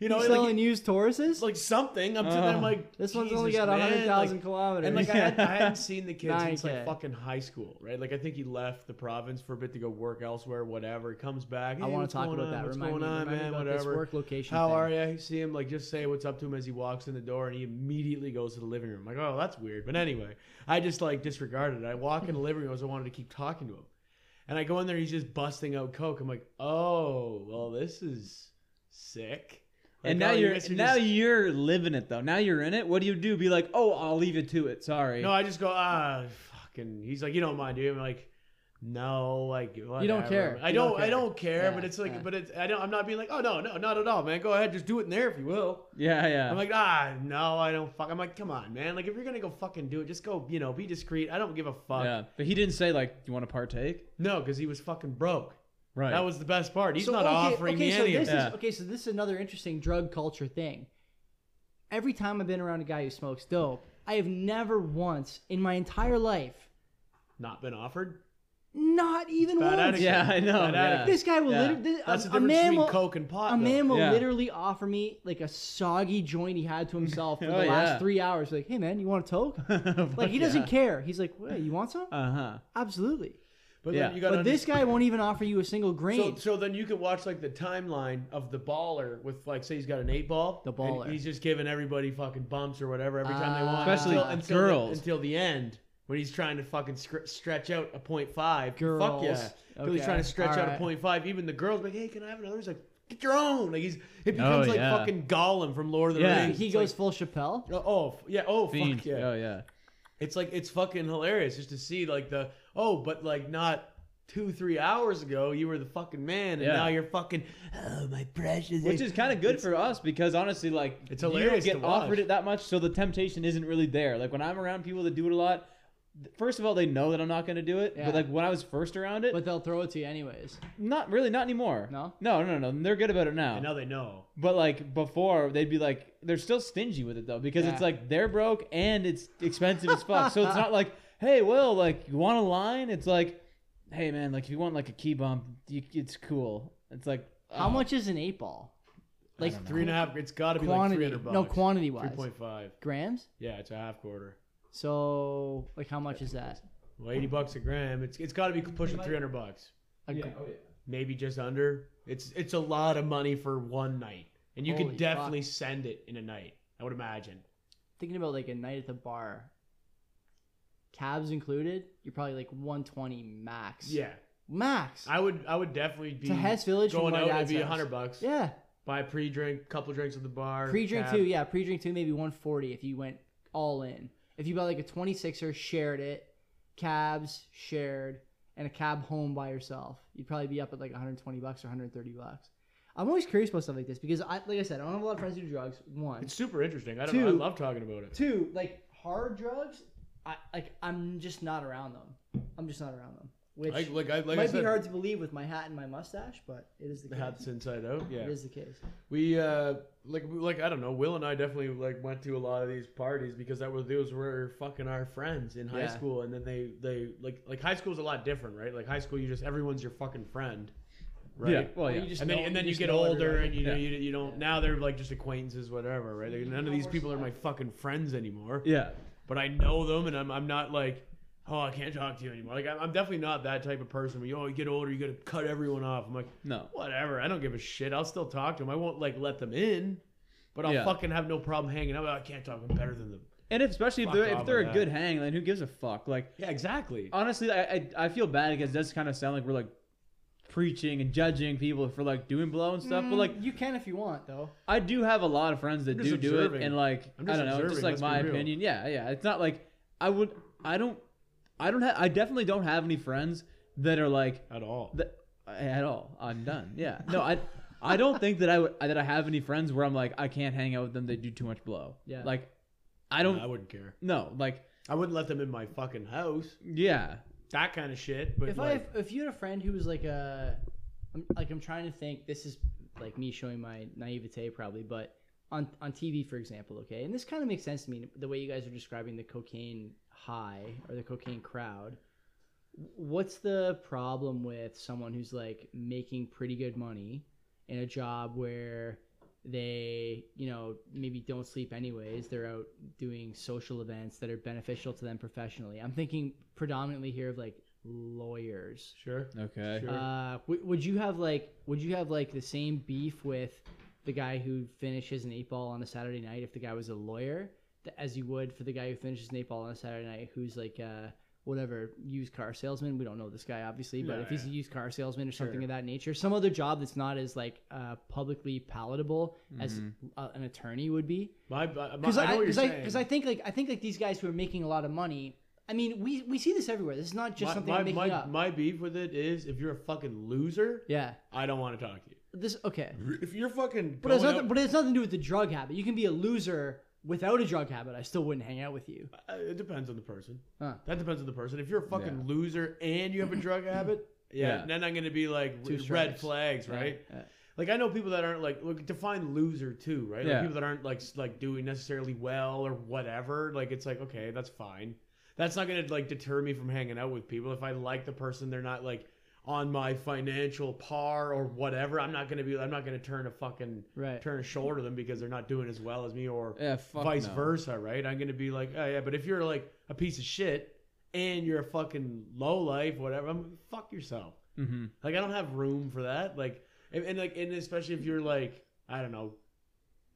Speaker 3: You know,
Speaker 1: He's
Speaker 3: like,
Speaker 1: selling used Tauruses?
Speaker 3: it's like something. I'm sitting there. I'm
Speaker 2: Oh.
Speaker 3: like,
Speaker 1: this one's only
Speaker 3: Jesus,
Speaker 1: got
Speaker 3: man,
Speaker 1: 100,000
Speaker 3: like-
Speaker 1: kilometers.
Speaker 3: and like I, had, I hadn't seen the kid
Speaker 1: Nine
Speaker 3: since like
Speaker 1: K.
Speaker 3: fucking high school, right? Like I think he left the province for a bit to go work elsewhere, whatever. He comes
Speaker 1: I
Speaker 3: back. "Hey,
Speaker 1: want
Speaker 3: what's
Speaker 1: to talk
Speaker 3: going
Speaker 1: about
Speaker 3: on?
Speaker 1: that.
Speaker 3: What's
Speaker 1: Remind
Speaker 3: going
Speaker 1: me,
Speaker 3: on,
Speaker 1: remind
Speaker 3: man?
Speaker 1: me about
Speaker 3: whatever.
Speaker 1: this work location.
Speaker 3: How
Speaker 1: thing.
Speaker 3: are you? You see him like just say what's up to him as he walks in the door, and he immediately goes to the living room. like, oh, that's weird. But anyway, I just like disregarded it. I walk in the living room because I wanted to keep talking to him, and I go in there. He's just busting out coke. I'm like, oh, well, this is sick.
Speaker 2: And
Speaker 3: Like,
Speaker 2: now
Speaker 3: oh, you
Speaker 2: you're
Speaker 3: guys are
Speaker 2: now
Speaker 3: just-
Speaker 2: you're living it though. Now you're in it. What do you do? Be like, oh, I'll leave it to it. Sorry.
Speaker 3: No, I just go, ah, fucking. He's like, you don't mind, do you? I'm like, no, like whatever."
Speaker 1: care.
Speaker 3: I
Speaker 1: You
Speaker 3: don't.
Speaker 1: don't
Speaker 3: I
Speaker 1: care.
Speaker 3: don't care.
Speaker 1: Yeah,
Speaker 3: but it's like,
Speaker 1: yeah.
Speaker 3: but it's. I don't. I'm not being like, oh no, no, not at all, man. Go ahead, just do it in there if you will.
Speaker 2: yeah, yeah.
Speaker 3: I'm like, ah, no, I don't. Fuck. I'm like, come on, man. Like, if you're gonna go fucking do it, just go. You know, be discreet. I don't give a fuck.
Speaker 2: yeah. But he didn't say like, you want to partake?
Speaker 3: No, because he was fucking broke.
Speaker 2: Right.
Speaker 3: That was the best part. He's
Speaker 1: So,
Speaker 3: not
Speaker 1: okay,
Speaker 3: offering
Speaker 1: okay,
Speaker 3: me
Speaker 1: so
Speaker 3: any of
Speaker 1: this
Speaker 3: that.
Speaker 2: that.
Speaker 1: Is, okay, so this is another interesting drug culture thing. Every time I've been around a guy who smokes dope, I have never once in my entire life,
Speaker 3: Not been offered.
Speaker 1: not even
Speaker 3: Bad
Speaker 1: once.
Speaker 3: attitude.
Speaker 2: yeah, I know.
Speaker 3: Bad
Speaker 2: Yeah.
Speaker 3: attitude.
Speaker 1: This guy will
Speaker 2: Yeah.
Speaker 1: literally. This,
Speaker 3: That's
Speaker 1: a,
Speaker 3: the
Speaker 1: a
Speaker 3: difference
Speaker 1: man
Speaker 3: between
Speaker 1: will,
Speaker 3: coke and pot.
Speaker 1: a
Speaker 3: though.
Speaker 1: man will
Speaker 2: Yeah.
Speaker 1: literally offer me like a soggy joint he had to himself for the
Speaker 2: Oh, yeah.
Speaker 1: last three hours. Like, hey man, you want a toke? Like he doesn't care. He's like, wait, you want some?
Speaker 2: Uh huh.
Speaker 1: Absolutely.
Speaker 3: But
Speaker 2: Yeah.
Speaker 3: then you got
Speaker 1: But this guy won't even offer you a single
Speaker 3: So,
Speaker 1: grain.
Speaker 3: so then you could watch like the timeline of the baller with like say he's got an eight ball.
Speaker 1: The
Speaker 3: and
Speaker 1: baller.
Speaker 3: he's just giving everybody fucking bumps or whatever every time they
Speaker 1: Ah.
Speaker 3: want.
Speaker 1: Especially
Speaker 2: girls.
Speaker 3: The, until the end when he's trying to fucking scr- stretch out a point five. Fuck
Speaker 1: Girls.
Speaker 3: yeah. Until he's
Speaker 1: Okay.
Speaker 3: trying to stretch out a
Speaker 1: Alright.
Speaker 3: point five. Even the girls like, hey, can I have another? He's like, get your own. Like he's it
Speaker 2: Oh,
Speaker 3: becomes like
Speaker 2: yeah.
Speaker 3: fucking Gollum from Lord of the
Speaker 2: Yeah.
Speaker 3: Rings.
Speaker 1: he
Speaker 3: It's
Speaker 1: goes full Chappelle.
Speaker 3: Like, oh f- yeah. Oh
Speaker 2: Fiend.
Speaker 3: fuck yeah.
Speaker 2: Oh yeah.
Speaker 3: It's like it's fucking hilarious just to see like the oh, but like not two three hours ago you were the fucking man and
Speaker 2: Yeah.
Speaker 3: now you're fucking oh my precious.
Speaker 2: Which is kind of good for us because honestly, like,
Speaker 3: It's
Speaker 2: you don't
Speaker 3: hilarious
Speaker 2: get
Speaker 3: to watch.
Speaker 2: offered it that much, so the temptation isn't really there. Like when I'm around people that do it a lot, th- first of all, they know that I'm not going to do it.
Speaker 1: Yeah.
Speaker 2: But like when I was first around it,
Speaker 1: But they'll throw it to you anyways.
Speaker 2: not really, not anymore.
Speaker 1: No?
Speaker 2: No, no, no. no. They're good about it now.
Speaker 3: and now they know.
Speaker 2: But like before, they'd be like, they're still stingy with it though, because it's
Speaker 1: Yeah.
Speaker 2: like they're broke and it's expensive as fuck. So it's not like, hey, Will, like you want a line? It's like, hey man, like if you want like a key bump, you, it's cool. It's like
Speaker 1: How
Speaker 3: Uh,
Speaker 2: oh,
Speaker 1: much is an eight ball? Like
Speaker 3: Three and a half it's gotta be like three
Speaker 1: quantity.
Speaker 3: hundred bucks.
Speaker 1: no, quantity
Speaker 3: Three
Speaker 1: wise.
Speaker 3: point five.
Speaker 1: Grams?
Speaker 3: Yeah, it's a half quarter.
Speaker 1: So, like, how much is that?
Speaker 3: Well eighty bucks a gram. It's it's gotta be pushing three hundred bucks.
Speaker 1: A gr-
Speaker 3: Maybe just under. It's it's a lot of money for one night. And you
Speaker 1: Holy
Speaker 3: could definitely send it in a night, I would imagine.
Speaker 1: Thinking about like a night at the bar, cabs included, you're probably like 120 max.
Speaker 3: Yeah.
Speaker 1: Max.
Speaker 3: I would I would definitely be
Speaker 1: to Hess Village from
Speaker 3: going
Speaker 1: my
Speaker 3: out it'd
Speaker 1: dad's
Speaker 3: be
Speaker 1: house.
Speaker 3: hundred bucks.
Speaker 1: Yeah.
Speaker 3: Buy pre drink, couple drinks at the bar.
Speaker 1: Pre drink
Speaker 3: tab.
Speaker 1: too. Yeah. Pre drink too. Maybe 140 if you went all in. If you bought like a 26er, shared it, cabs, shared, and a cab home by yourself, you'd probably be up at like 120 bucks or 130 bucks. I'm always curious about stuff like this because, I, like I said, I don't have a lot of friends who do drugs. One.
Speaker 3: It's super interesting. I don't
Speaker 1: Two.
Speaker 3: know. I love talking about it.
Speaker 1: Two, like hard drugs, I like I'm just not around them. I'm just not around them, which
Speaker 3: I, like I like
Speaker 1: might
Speaker 3: I said,
Speaker 1: be hard to believe with my hat and my mustache, but it is the case.
Speaker 3: hats inside out.
Speaker 1: It
Speaker 3: Yeah,
Speaker 1: is the case.
Speaker 3: we uh like we- like I don't know. Will and I definitely like went to a lot of these parties because that was those were fucking our friends in high
Speaker 1: Yeah.
Speaker 3: school, and then they they like like high school's a lot different, right? Like high school, you just everyone's your fucking friend, right?
Speaker 2: Yeah. Well, yeah.
Speaker 1: you just
Speaker 3: and then,
Speaker 1: know-
Speaker 3: and then you,
Speaker 1: just
Speaker 3: get
Speaker 1: know
Speaker 3: older
Speaker 1: everybody.
Speaker 3: and you know
Speaker 2: Yeah.
Speaker 3: you, you don't now they're like just acquaintances whatever right Like, none of these people are my fucking friends anymore
Speaker 2: Yeah.
Speaker 3: but I know them, and I'm I'm not like, oh, I can't talk to you anymore. Like I'm, I'm definitely not that type of person. Where you, oh, you get older, you gotta cut everyone off. I'm like,
Speaker 2: No.
Speaker 3: whatever. I don't give a shit. I'll still talk to them. I won't like let them in, but I'll
Speaker 2: Yeah.
Speaker 3: fucking have no problem hanging out. I can't talk. I'm better than them.
Speaker 2: And if, especially if
Speaker 3: Fuck
Speaker 2: they're
Speaker 3: off
Speaker 2: if they're
Speaker 3: with
Speaker 2: a
Speaker 3: that.
Speaker 2: good hang, then who gives a fuck? Like
Speaker 3: Yeah, exactly.
Speaker 2: honestly, I I, I feel bad because it does kind of sound like we're like preaching and judging people for like doing blow and stuff, but like
Speaker 1: you can if you want though.
Speaker 2: I do have a lot of friends that
Speaker 3: I'm just
Speaker 2: do do it,
Speaker 3: observing.
Speaker 2: and like I
Speaker 3: I'm just
Speaker 2: don't know, just
Speaker 3: observing,
Speaker 2: like
Speaker 3: let's
Speaker 2: my
Speaker 3: be real.
Speaker 2: opinion. Yeah, yeah. It's not like I would. I don't. I don't have. I definitely don't have any friends that are like
Speaker 3: at all.
Speaker 2: that eh, at all. I'm done. Yeah. No, I. I don't think that I would that I have any friends where I'm like I can't hang out with them. They do too much blow.
Speaker 1: Yeah.
Speaker 2: Like, I don't.
Speaker 3: No, I wouldn't care.
Speaker 2: no. Like,
Speaker 3: I wouldn't let them in my fucking house.
Speaker 2: yeah.
Speaker 3: That kind of shit. But
Speaker 1: if
Speaker 3: like,
Speaker 1: I if you had a friend who was like a, I'm, like I'm trying to think. This is like me showing my naivete probably, but on on TV for example, okay, and this kind of makes sense to me the way you guys are describing the cocaine high or the cocaine crowd. What's the problem with someone who's like making pretty good money in a job where they, you know, maybe don't sleep anyways. They're out doing social events that are beneficial to them professionally. I'm thinking predominantly here of like lawyers.
Speaker 3: sure.
Speaker 2: Okay.
Speaker 3: Sure.
Speaker 1: Uh, w- would you have like would you have like the same beef with the guy who finishes an eight ball on a Saturday night if the guy was a lawyer th- as you would for the guy who finishes an eight ball on a Saturday night who's like uh whatever used car salesman we don't know this guy obviously but
Speaker 3: No,
Speaker 1: if he's a
Speaker 3: yeah.
Speaker 1: used car salesman or something
Speaker 3: Sure.
Speaker 1: of that nature some other job that's not as like uh publicly palatable as
Speaker 2: Mhm.
Speaker 1: uh, an attorney would be
Speaker 3: My, my,
Speaker 1: because
Speaker 3: Mm-hmm. I know
Speaker 1: I
Speaker 3: what you're
Speaker 1: because I,
Speaker 3: saying.
Speaker 1: 'cause I think like I think like these guys who are making a lot of money. I mean, we we see this everywhere. This is not just
Speaker 3: my,
Speaker 1: something
Speaker 3: my,
Speaker 1: I'm making
Speaker 3: my,
Speaker 1: up.
Speaker 3: my beef with it is if you're a fucking loser,
Speaker 1: yeah,
Speaker 3: I don't want to talk to you.
Speaker 1: this okay,
Speaker 3: If you're fucking,
Speaker 1: but it's
Speaker 3: going
Speaker 1: nothing.
Speaker 3: out-
Speaker 1: But it's nothing to do with the drug habit. You can be a loser without a drug habit. I still wouldn't hang out with you.
Speaker 3: Uh, it depends on the person.
Speaker 1: Huh.
Speaker 3: That depends on the person. If you're a fucking
Speaker 2: Yeah.
Speaker 3: loser and you have a drug habit, yeah,
Speaker 2: Yeah.
Speaker 3: then I'm gonna be like
Speaker 1: Two
Speaker 3: r-
Speaker 1: strikes.
Speaker 3: red flags, right?
Speaker 2: uh,
Speaker 1: Yeah.
Speaker 3: Like I know people that aren't like look define loser too, right?
Speaker 2: Yeah.
Speaker 3: Like people that aren't like s- like doing necessarily well or whatever. Like it's like okay, that's fine. That's not gonna like deter me from hanging out with people. If I like the person, they're not like on my financial par or whatever. I'm not gonna be. I'm not gonna turn a fucking
Speaker 1: Right.
Speaker 3: turn a shoulder to them because they're not doing as well as me or
Speaker 2: Yeah. Fuck
Speaker 3: vice
Speaker 2: no.
Speaker 3: versa, right? I'm gonna be like, oh yeah, but if you're like a piece of shit and you're a fucking low life, whatever, I'm fuck yourself.
Speaker 2: Mhm.
Speaker 3: Like I don't have room for that. Like and, and like and especially if you're like I don't know,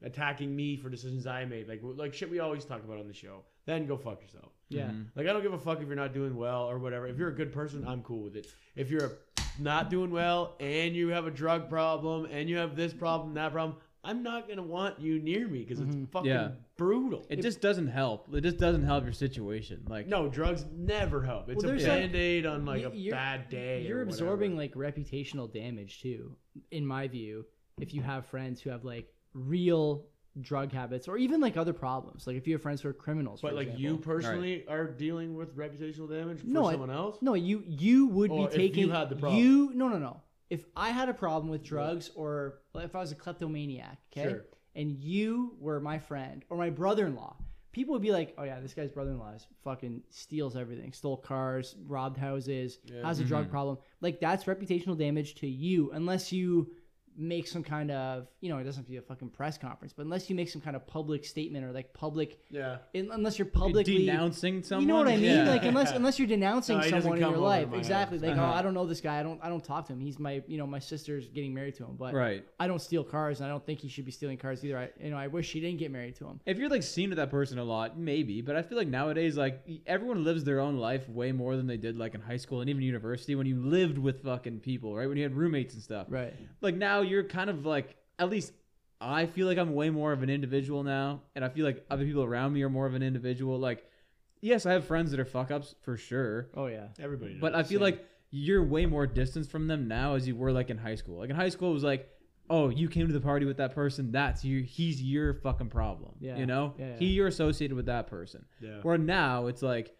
Speaker 3: attacking me for decisions I made, like like shit we always talk about on the show. Then go fuck yourself.
Speaker 1: Yeah.
Speaker 2: Mhm.
Speaker 3: Like I don't give a fuck if you're not doing well or whatever. If you're a good person, I'm cool with it. If you're not doing well and you have a drug problem and you have this problem, that problem, I'm not gonna want you near me because
Speaker 1: Mhm.
Speaker 3: it's fucking
Speaker 2: Mm-hmm. Yeah.
Speaker 3: brutal.
Speaker 2: It just doesn't help. It just doesn't help your situation. Like.
Speaker 3: no, drugs never help. It's
Speaker 1: Well,
Speaker 3: a
Speaker 1: there's
Speaker 2: like-
Speaker 3: band aid on like a
Speaker 1: Y- you're-
Speaker 3: bad day.
Speaker 1: You're
Speaker 3: or
Speaker 1: absorbing
Speaker 3: whatever.
Speaker 1: like reputational damage too, in my view. If you have friends who have like real drug habits or even like other problems, like if you have friends who are criminals,
Speaker 3: but
Speaker 1: for
Speaker 3: like you
Speaker 1: example.
Speaker 3: personally are dealing with reputational damage for
Speaker 1: No, I-
Speaker 3: someone else.
Speaker 1: No, you you would
Speaker 3: Or
Speaker 1: be
Speaker 3: if you
Speaker 1: taking
Speaker 3: had the problem.
Speaker 1: you- no no no. If I had a problem with drugs or like, if I was a kleptomaniac, okay,
Speaker 3: Sure.
Speaker 1: and you were my friend or my brother-in-law, people would be like, "Oh yeah, this guy's brother-in-law is fucking steals everything, stole cars, robbed houses,
Speaker 3: Yeah.
Speaker 1: has a drug problem." Like that's reputational damage to you, unless you make some kind of you know it doesn't have to be a fucking press conference, but unless you make some kind of public statement or like public,
Speaker 3: Yeah.
Speaker 1: in, unless you're publicly
Speaker 2: denouncing someone.
Speaker 1: you know what I mean?
Speaker 2: Yeah.
Speaker 1: Like unless unless you're denouncing
Speaker 3: No, he doesn't
Speaker 1: someone in
Speaker 3: come
Speaker 1: your
Speaker 3: over to
Speaker 1: life,
Speaker 3: my
Speaker 1: exactly.
Speaker 3: house.
Speaker 1: Like
Speaker 2: Uh-huh.
Speaker 1: oh, I don't know this guy. I don't I don't talk to him. He's my you know my sister's getting married to him, but
Speaker 2: right.
Speaker 1: I don't steal cars, and I don't think he should be stealing cars either. I you know I wish she didn't get married to him.
Speaker 2: If you're like seen to that person a lot, maybe. But I feel like nowadays, like everyone lives their own life way more than they did like in high school and even university when you lived with fucking people, right? When you had roommates and stuff.
Speaker 1: Right.
Speaker 2: Like now you're kind of like at least I feel like I'm way more of an individual now, and I feel like other people around me are more of an individual. Like, yes, I have friends that are fuck ups for sure,
Speaker 1: Oh yeah.
Speaker 3: Everybody knows.
Speaker 2: but I feel
Speaker 3: Same.
Speaker 2: like you're way more distanced from them now as you were like in high school. Like in high school, it was like. Oh, you came to the party with that person. That's you. He's your fucking problem.
Speaker 1: Yeah.
Speaker 2: You know,
Speaker 1: Yeah, yeah.
Speaker 2: he you're associated with that person.
Speaker 3: Yeah.
Speaker 2: Where now it's like,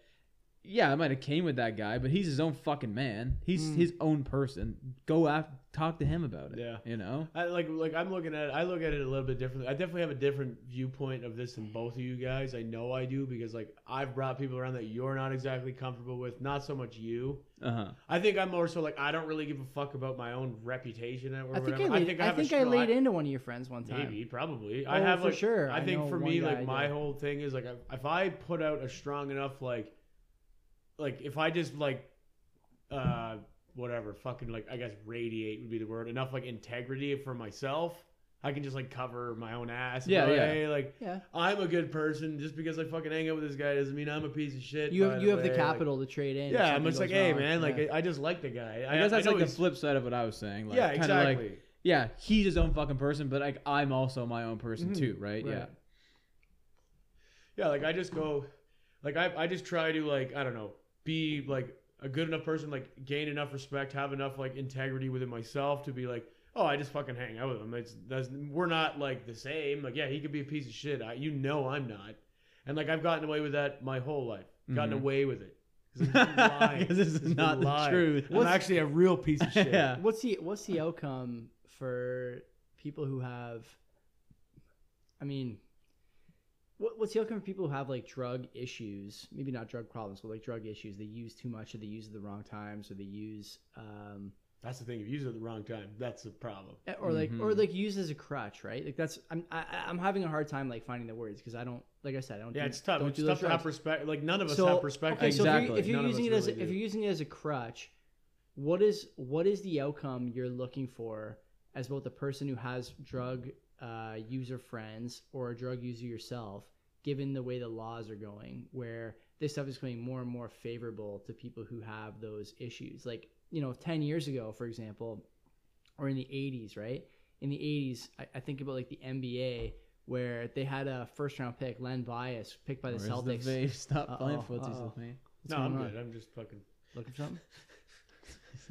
Speaker 2: yeah, I might have came with that guy, but he's his own fucking man. He's
Speaker 1: Mm.
Speaker 2: his own person. Go after, talk to him about it.
Speaker 3: Yeah.
Speaker 2: you know.
Speaker 3: I like like I'm looking at it, I look at it a little bit differently. I definitely have a different viewpoint of this than both of you guys. I know I do because like I've brought people around that you're not exactly comfortable with. Not so much you.
Speaker 2: Uh huh.
Speaker 3: I think I'm more so like I don't really give a fuck about my own reputation or
Speaker 1: I
Speaker 3: whatever.
Speaker 1: think I, laid, I
Speaker 3: have a
Speaker 1: think I
Speaker 3: strong-
Speaker 1: laid into one of your friends one time.
Speaker 3: Maybe probably. I
Speaker 1: Oh,
Speaker 3: have
Speaker 1: for
Speaker 3: like,
Speaker 1: sure.
Speaker 3: I
Speaker 1: I
Speaker 3: think
Speaker 1: know
Speaker 3: for
Speaker 1: one
Speaker 3: me
Speaker 1: guy,
Speaker 3: like my
Speaker 1: yeah.
Speaker 3: whole thing is like I- if I put out a strong enough like like if I just like uh whatever fucking like I guess radiate would be the word enough like integrity for myself I can just like cover my own ass.
Speaker 2: Yeah,
Speaker 3: yeah,
Speaker 2: yeah.
Speaker 3: Like
Speaker 1: Yeah.
Speaker 3: I'm a good person. Just because I fucking hang out with this guy doesn't mean I'm a piece of shit.
Speaker 1: You
Speaker 3: by
Speaker 1: have you have
Speaker 3: way.
Speaker 1: the
Speaker 3: Like,
Speaker 1: capital to trade in. if
Speaker 3: yeah, I'm
Speaker 1: something
Speaker 3: just
Speaker 1: goes
Speaker 3: like, hey
Speaker 1: wrong.
Speaker 3: man, like
Speaker 1: Yeah.
Speaker 3: I, I just like the guy.
Speaker 2: I guess that's
Speaker 3: know
Speaker 2: like the
Speaker 3: he's-
Speaker 2: flip side of what I was saying. Like,
Speaker 3: yeah,
Speaker 2: kinda
Speaker 3: exactly.
Speaker 2: Like, yeah, he's his own fucking person, but like I'm also my own person
Speaker 3: Mhm,
Speaker 2: too, right? Yeah.
Speaker 3: right. yeah, like I just go, like I I just try to like I don't know be like a good enough person, like gain enough respect, have enough like integrity within myself to be like, oh, I just fucking hang out with him. It's that's we're not like the same. Like yeah, he could be a piece of shit. I, you know I'm not, and like I've gotten away with that my whole life. Gotten
Speaker 1: Mm-hmm.
Speaker 2: Mhm.
Speaker 3: away with it. 'Cause I've been lying.
Speaker 2: 'Cause this is
Speaker 3: I've been
Speaker 2: not the
Speaker 3: lying.
Speaker 2: truth.
Speaker 3: I'm actually a real piece of shit.
Speaker 2: Yeah.
Speaker 1: What's the what's the outcome for people who have? I mean, what, what's the outcome for people who have like drug issues? Maybe not drug problems, but like drug issues. They use too much, or they use at the wrong times, or they use, um,
Speaker 3: That's the thing. If you use it at the wrong time, that's the problem.
Speaker 1: eh, or like or
Speaker 3: Mm-hmm.
Speaker 2: Mhm.
Speaker 1: like use as a crutch, right? Like that's I'm I, I- I'm having a hard time like finding the words because I don't like I said I don't.
Speaker 3: Yeah,
Speaker 1: do,
Speaker 3: it's tough.
Speaker 1: Don't
Speaker 3: It's
Speaker 1: do
Speaker 3: tough
Speaker 1: those
Speaker 3: to have
Speaker 1: drugs.
Speaker 3: perspective. Like none of us
Speaker 1: So-
Speaker 3: have perspective.
Speaker 1: Okay, so if you're-
Speaker 2: Exactly.
Speaker 1: if you're,
Speaker 3: None of
Speaker 1: using it
Speaker 3: us
Speaker 1: as a,
Speaker 3: really
Speaker 1: if
Speaker 3: do.
Speaker 1: you're using it as a crutch, what is what is the outcome you're looking for as both a person who has drug uh, user friends or a drug user yourself, given the way the laws are going, where this stuff is becoming more and more favorable to people who have those issues? Like you know, ten years ago, for example, or in the '80s, right? In the '80s, I, I think about like the NBA. Where they had a first round pick, Len Bias, picked by the
Speaker 2: Where's
Speaker 1: Celtics.
Speaker 2: The vape? Stop playing
Speaker 1: Uh-oh,
Speaker 2: footsies
Speaker 1: uh-oh.
Speaker 2: with me.
Speaker 1: What's
Speaker 3: No,
Speaker 1: going
Speaker 3: I'm
Speaker 1: on?
Speaker 3: good. I'm just fucking.
Speaker 1: Looking for something?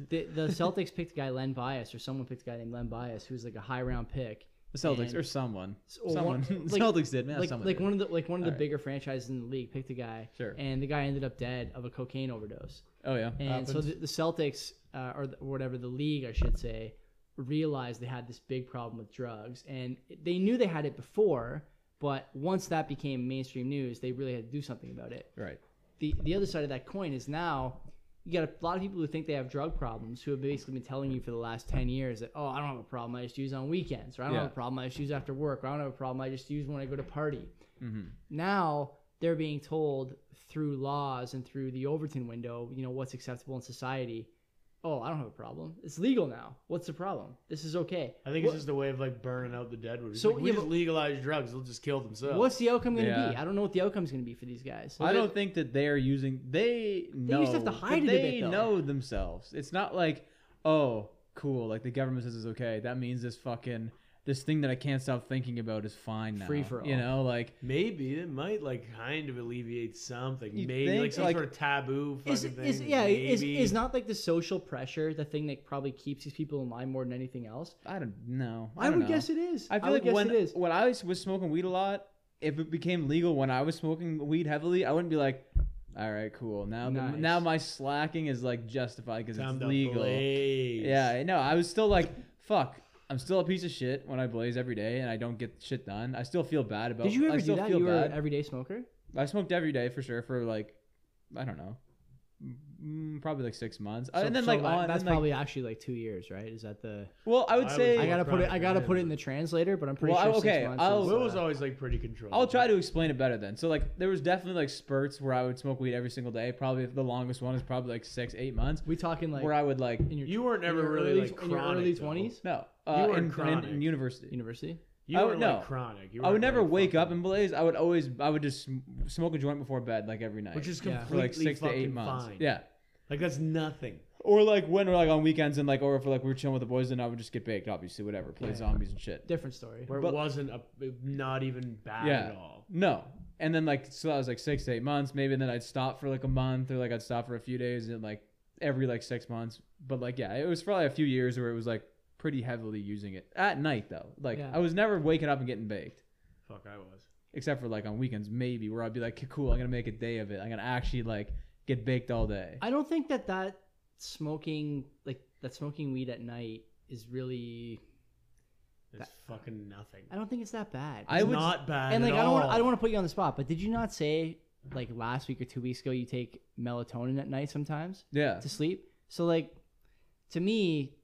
Speaker 1: the, the Celtics picked a guy, Len Bias, or someone picked a guy named Len Bias, who was like a high round pick.
Speaker 2: The Celtics
Speaker 1: And-
Speaker 2: or someone.
Speaker 1: So- or
Speaker 2: someone.
Speaker 1: one-
Speaker 2: The
Speaker 1: like-
Speaker 2: Celtics did, man.
Speaker 1: like
Speaker 2: someone
Speaker 1: like
Speaker 2: did.
Speaker 1: one of the like one of the
Speaker 2: Alright.
Speaker 1: bigger franchises in the league picked a guy,
Speaker 2: Sure.
Speaker 1: and the guy ended up dead of a cocaine overdose.
Speaker 2: Oh yeah.
Speaker 1: And so
Speaker 3: Happens.
Speaker 1: the, the Celtics, uh, or, the, or whatever the league, I should say, realized they had this big problem with drugs, and they knew they had it before, but once that became mainstream news, they really had to do something about it.
Speaker 2: Right.
Speaker 1: the the other side of that coin is now you got a lot of people who think they have drug problems who have basically been telling you for the last 10 years that oh i don't have a problem i just use on weekends or i don't
Speaker 2: Yeah.
Speaker 1: have a problem i just use after work or i don't have a problem i just use when i go to party
Speaker 2: Mm-hmm.
Speaker 1: now they're being told through laws and through the overton window you know what's acceptable in society oh i don't have a problem it's legal now what's the problem this is okay
Speaker 3: I think
Speaker 1: What-
Speaker 3: it's just a way of like burning out the deadwood.
Speaker 1: So,
Speaker 3: So like, we
Speaker 1: yeah,
Speaker 3: just
Speaker 1: but-
Speaker 3: legalize drugs; they'll just kill themselves.
Speaker 1: what's the outcome going to be
Speaker 2: Yeah.
Speaker 1: i don't know what the outcome's going to be for these guys
Speaker 2: I don't think that they're using. They know.
Speaker 1: used to have to
Speaker 2: that
Speaker 1: hide it a
Speaker 2: They
Speaker 1: bit, though.
Speaker 2: know themselves. It's not like, oh, cool. Like the government says it's okay. That means this fucking this thing that I can't stop thinking about is fine now.
Speaker 1: Free for all.
Speaker 2: You know, like
Speaker 3: maybe it might like kind of alleviate something?
Speaker 2: You
Speaker 3: maybe
Speaker 2: think,
Speaker 3: like some
Speaker 2: like-
Speaker 3: sort of taboo fucking
Speaker 1: is,
Speaker 3: thing.
Speaker 1: is yeah is,
Speaker 3: maybe.
Speaker 1: is not like the social pressure the thing that probably keeps these people in line more than anything else
Speaker 2: I don't know.
Speaker 1: i,
Speaker 2: don't
Speaker 1: would
Speaker 2: know.
Speaker 1: guess it is
Speaker 2: I feel
Speaker 1: would
Speaker 2: like
Speaker 1: guess
Speaker 2: when
Speaker 1: it is
Speaker 2: when I was, was smoking weed a lot, if it became legal when I was smoking weed heavily, I wouldn't be like, all right, cool. Now the-
Speaker 1: Nice.
Speaker 2: now my slacking is like justified because
Speaker 3: Time
Speaker 2: it's
Speaker 3: to
Speaker 2: legal.
Speaker 3: blaze.
Speaker 2: Yeah, no, I was still like, fuck. I'm still a piece of shit when I blaze every day and I don't get shit done. I still feel bad about.
Speaker 1: did you
Speaker 2: I
Speaker 1: ever do
Speaker 2: still
Speaker 1: that
Speaker 2: Feel
Speaker 1: you were an
Speaker 2: bad.
Speaker 1: everyday smoker
Speaker 2: I smoked every day for sure for like, I don't know, mm, probably like six months. Uh,
Speaker 1: So-
Speaker 2: and then
Speaker 1: so
Speaker 2: like
Speaker 1: that-
Speaker 2: on,
Speaker 1: that's
Speaker 2: and, like,
Speaker 1: probably actually like two years right is that the
Speaker 2: well, I would
Speaker 3: I
Speaker 2: say
Speaker 3: was-
Speaker 1: i gotta put it i
Speaker 3: probably,
Speaker 1: gotta
Speaker 3: yeah.
Speaker 1: put it in the translator but i'm pretty
Speaker 2: Well, I-
Speaker 1: sure
Speaker 2: okay,
Speaker 1: six months
Speaker 2: I'll-
Speaker 1: is,
Speaker 3: Will was
Speaker 1: uh,
Speaker 3: always like pretty controlled.
Speaker 2: I'll try to explain it better then. So like there was definitely like spurts where I would smoke weed every single day. Probably the longest one is probably like six, eight months,
Speaker 1: we talking like
Speaker 2: where I would like
Speaker 1: in your
Speaker 3: You weren't
Speaker 1: in
Speaker 3: ever
Speaker 1: your
Speaker 3: really
Speaker 1: early,
Speaker 3: like
Speaker 1: in your
Speaker 3: chronic,
Speaker 1: early
Speaker 3: though.
Speaker 1: 20s
Speaker 2: no uh,
Speaker 3: were
Speaker 2: in- in,
Speaker 3: chronic.
Speaker 2: in university.
Speaker 1: university
Speaker 3: You
Speaker 2: I
Speaker 3: were
Speaker 2: would-
Speaker 3: like
Speaker 2: no.
Speaker 3: chronic. You
Speaker 2: I would
Speaker 3: weren't,
Speaker 2: never
Speaker 3: like,
Speaker 2: wake up
Speaker 3: fucking-
Speaker 2: and blaze. I would always I would just sm- smoke a joint before bed like every night,
Speaker 3: which is
Speaker 1: Yeah.
Speaker 3: completely
Speaker 2: for like six to eight
Speaker 3: fucking
Speaker 2: months.
Speaker 3: Fine.
Speaker 2: Yeah.
Speaker 3: like that's nothing.
Speaker 2: Or like when we're like on weekends and like or if we're like we were chilling with the boys and I would just get baked, obviously, whatever, play
Speaker 1: Yeah.
Speaker 2: zombies and shit.
Speaker 1: different story
Speaker 3: Where
Speaker 2: But-
Speaker 3: it wasn't a, not even bad
Speaker 2: Yeah.
Speaker 3: at all.
Speaker 2: No. And then like so that was like six to eight months, maybe and then I'd stop for like a month or like I'd stop for a few days and like every like six months. But like yeah, it was probably a few years where it was like pretty heavily using it. At night though. Like
Speaker 1: Yeah.
Speaker 2: I was never waking up and getting baked.
Speaker 3: Fuck, I was.
Speaker 2: Except for like on weekends maybe where I'd be like, "Okay, cool, I'm gonna make a day of it. I'm gonna actually like get baked all day.
Speaker 1: I don't think that that smoking like that smoking weed at night is really.
Speaker 3: It's fucking nothing.
Speaker 1: I don't think it's that bad.
Speaker 2: I
Speaker 3: It's
Speaker 2: would-
Speaker 3: not bad.
Speaker 1: and like
Speaker 3: at
Speaker 1: I don't want
Speaker 3: all.
Speaker 1: I don't want to put you on the spot, but did you not say like last week or two weeks ago you take melatonin at night sometimes
Speaker 2: yeah.
Speaker 1: to sleep? So like to me,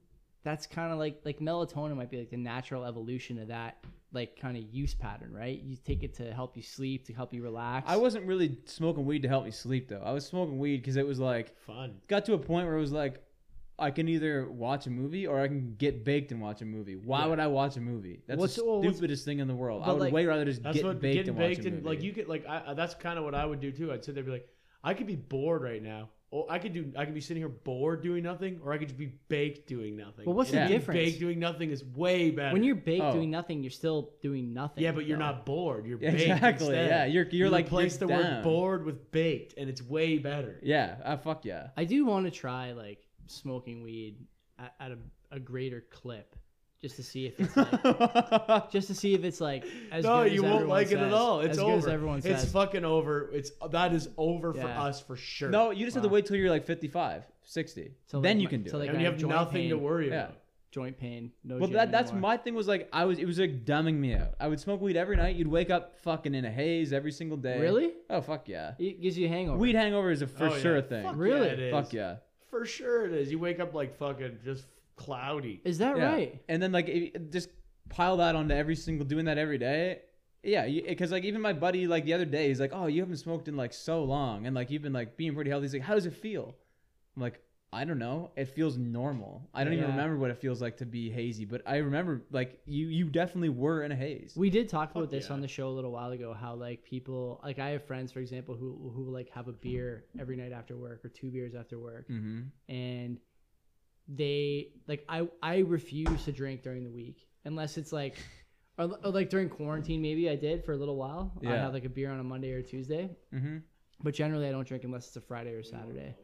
Speaker 1: that's kind of like like melatonin might be like the natural evolution of that like kind of use pattern, right? You take it to help you sleep, to help you relax.
Speaker 2: I wasn't really smoking weed to help me sleep though. I was smoking weed because it was like
Speaker 3: fun.
Speaker 2: got to a point where it was like, I can either watch a movie or I can get baked and watch a movie. Why
Speaker 1: Yeah.
Speaker 2: would I watch a movie? That's
Speaker 1: What's-
Speaker 2: the
Speaker 1: well, what's-
Speaker 2: stupidest thing in the world. I
Speaker 1: but,
Speaker 2: would
Speaker 1: like-
Speaker 2: way rather just
Speaker 3: That's
Speaker 2: get
Speaker 3: what
Speaker 2: baked
Speaker 3: getting
Speaker 2: and watch
Speaker 3: baked
Speaker 2: a
Speaker 3: and
Speaker 2: movie.
Speaker 3: like you could like I, I- that's kind of what I would do too. I'd sit there and be like, I could be bored right now, or I could do I could be sitting here bored doing nothing, or I could just be baked doing nothing.
Speaker 1: Well, what's
Speaker 3: And
Speaker 2: the
Speaker 3: being
Speaker 1: difference?
Speaker 3: Baked doing nothing is way better.
Speaker 1: When you're baked
Speaker 2: Oh.
Speaker 1: doing nothing, you're still doing nothing.
Speaker 3: yeah, but you're
Speaker 1: though.
Speaker 3: not bored. You're
Speaker 2: Yeah,
Speaker 3: baked
Speaker 2: exactly,
Speaker 3: instead.
Speaker 2: yeah. You're- you're
Speaker 3: you
Speaker 2: like,
Speaker 3: replace
Speaker 2: you're
Speaker 3: the
Speaker 2: down.
Speaker 3: word bored with baked, and it's way better.
Speaker 2: yeah, ah, fuck yeah.
Speaker 1: I do want to try like smoking weed at, at a, a greater clip, just to see if it's like, just to see if it's like as
Speaker 3: no,
Speaker 1: good as
Speaker 3: you won't
Speaker 1: everyone
Speaker 3: like it
Speaker 1: says.
Speaker 3: at all. It's
Speaker 1: as
Speaker 3: over.
Speaker 1: Good as everyone
Speaker 3: it's
Speaker 1: says.
Speaker 3: fucking over. It's that is over for
Speaker 1: Yeah.
Speaker 3: us for sure.
Speaker 2: no, you just have to
Speaker 1: Wow.
Speaker 2: wait till you're like 55, 60.
Speaker 1: Till,
Speaker 2: then
Speaker 1: like,
Speaker 2: you
Speaker 1: my-
Speaker 2: can do
Speaker 1: till,
Speaker 2: it.
Speaker 1: like,
Speaker 3: and
Speaker 1: I
Speaker 3: you
Speaker 1: have
Speaker 3: have
Speaker 1: joint
Speaker 3: nothing to
Speaker 1: pain.
Speaker 3: worry
Speaker 2: Yeah.
Speaker 3: about.
Speaker 1: joint pain. No.
Speaker 2: Well,
Speaker 1: gym
Speaker 2: that, that's
Speaker 1: anymore.
Speaker 2: my thing was like I was it was like dumbing me out. I would smoke weed every night. You'd wake up fucking in a haze every single day.
Speaker 1: Really?
Speaker 2: Oh fuck yeah.
Speaker 1: It gives you a hangover.
Speaker 2: Weed hangover is a for
Speaker 3: Oh, yeah.
Speaker 2: sure thing.
Speaker 3: Fuck yeah,
Speaker 1: Really?
Speaker 3: it is.
Speaker 2: Fuck yeah.
Speaker 3: For sure it is. You wake up like fucking just cloudy.
Speaker 1: Is that
Speaker 2: Yeah.
Speaker 1: right?
Speaker 2: And then like it, just pile that onto every single doing that every day. Yeah, because like even my buddy like the other day he's like, oh you haven't smoked in like so long and like you've been like being pretty healthy. He's like, how does it feel? I'm like. I don't know. It feels normal. I don't even
Speaker 1: Yeah.
Speaker 2: remember what it feels like to be hazy, but I remember like you you definitely were in a haze.
Speaker 1: We did talk
Speaker 3: Fuck
Speaker 1: about this
Speaker 3: yeah.
Speaker 1: on the show a little while ago. How like people, like I have friends, for example, who who like have a beer every night after work or two beers after work,
Speaker 2: mm-hmm.
Speaker 1: and they like I I refuse to drink during the week unless it's like, or, or, like during quarantine maybe I did for a little while. I
Speaker 2: Yeah.
Speaker 1: had like a beer on a Monday or Tuesday,
Speaker 2: Mm-hmm.
Speaker 1: but generally I don't drink unless it's a Friday or Saturday.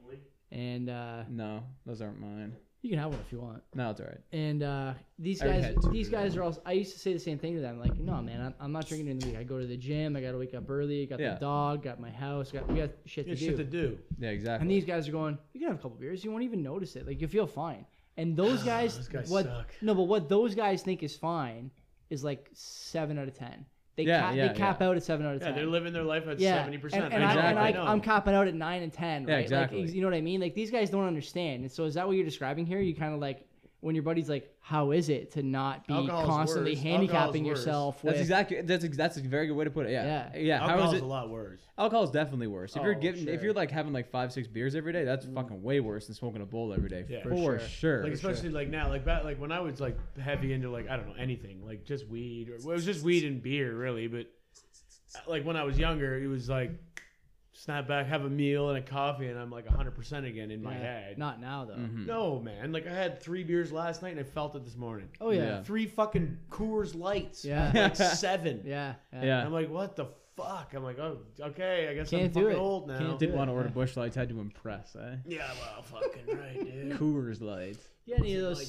Speaker 1: And uh,
Speaker 2: No, those aren't mine.
Speaker 1: you can have one if you want.
Speaker 2: No, it's all right.
Speaker 1: And uh, these
Speaker 2: I already
Speaker 1: guys,
Speaker 2: had two
Speaker 1: these
Speaker 2: beers.
Speaker 1: guys are also. I used to say the same thing to them, like, "No, man, I'm, I'm not drinking during the week. I go to the gym. I got to wake up early. Got
Speaker 2: Yeah.
Speaker 1: the dog. Got my house. Got we got shit to
Speaker 3: It's
Speaker 1: do."
Speaker 3: shit to do.
Speaker 2: Yeah, exactly.
Speaker 1: and these guys are going, "You can have a couple beers. You won't even notice it. Like you feel fine." And those guys,
Speaker 3: Those guys
Speaker 1: what?
Speaker 3: suck.
Speaker 1: No, but what those guys think is fine is like seven out of ten. They
Speaker 2: Yeah,
Speaker 1: cap,
Speaker 2: yeah,
Speaker 1: they cap out at seven out of
Speaker 3: Yeah,
Speaker 1: ten.
Speaker 3: they're living their life at
Speaker 1: Yeah,
Speaker 3: seventy percent.
Speaker 1: And, and, I, and I,
Speaker 2: Exactly.
Speaker 1: I'm copping out at nine and ten. Right?
Speaker 2: Yeah, exactly.
Speaker 1: Like, ex- you know what I mean? Like these guys don't understand. And so is that what you're describing here? You kind of like when your buddy's like, "How is it to not be
Speaker 3: Alcohol's
Speaker 1: constantly
Speaker 3: worse.
Speaker 1: handicapping
Speaker 3: Alcohol's worse.
Speaker 1: yourself?" With,
Speaker 2: that's exactly that's ex- that's a very good way to put it. Yeah,
Speaker 1: Yeah.
Speaker 2: yeah. How
Speaker 3: Alcohol's
Speaker 2: is it?
Speaker 3: a lot worse.
Speaker 2: Alcohol is definitely worse. If you're
Speaker 1: Oh,
Speaker 2: getting, if
Speaker 1: sure. Mm.
Speaker 2: you're like having like five, six beers every day, that's fucking way worse than smoking a bowl every day.
Speaker 3: Yeah.
Speaker 2: for,
Speaker 3: For
Speaker 2: sure.
Speaker 1: sure.
Speaker 3: Like especially like now, like back, like when I was like heavy into like I don't know anything, like just weed or well, it was just weed and beer really. But like when I was younger, it was like snap back, have a meal and a coffee, and I'm like hundred percent again in my
Speaker 1: Yeah.
Speaker 3: head.
Speaker 1: Not now though.
Speaker 2: Mhm.
Speaker 3: No man, like I had three beers last night and I felt it this morning.
Speaker 1: Oh yeah.
Speaker 2: Yeah.
Speaker 1: Yeah.
Speaker 3: Three fucking Coors Lights,
Speaker 1: Yeah.
Speaker 3: like seven.
Speaker 1: Yeah.
Speaker 2: yeah.
Speaker 3: I'm like, what the fuck? I'm like, oh, okay, I guess I'm
Speaker 1: Can't do
Speaker 3: fucking
Speaker 1: it.
Speaker 3: old now.
Speaker 1: Can't do
Speaker 2: Didn't want to
Speaker 1: Yeah.
Speaker 2: order Bush Lights. Had to impress. Eh?
Speaker 3: Yeah, well, fucking right, dude.
Speaker 2: Coors Lights.
Speaker 1: You got any of
Speaker 3: Like
Speaker 1: those
Speaker 3: choice,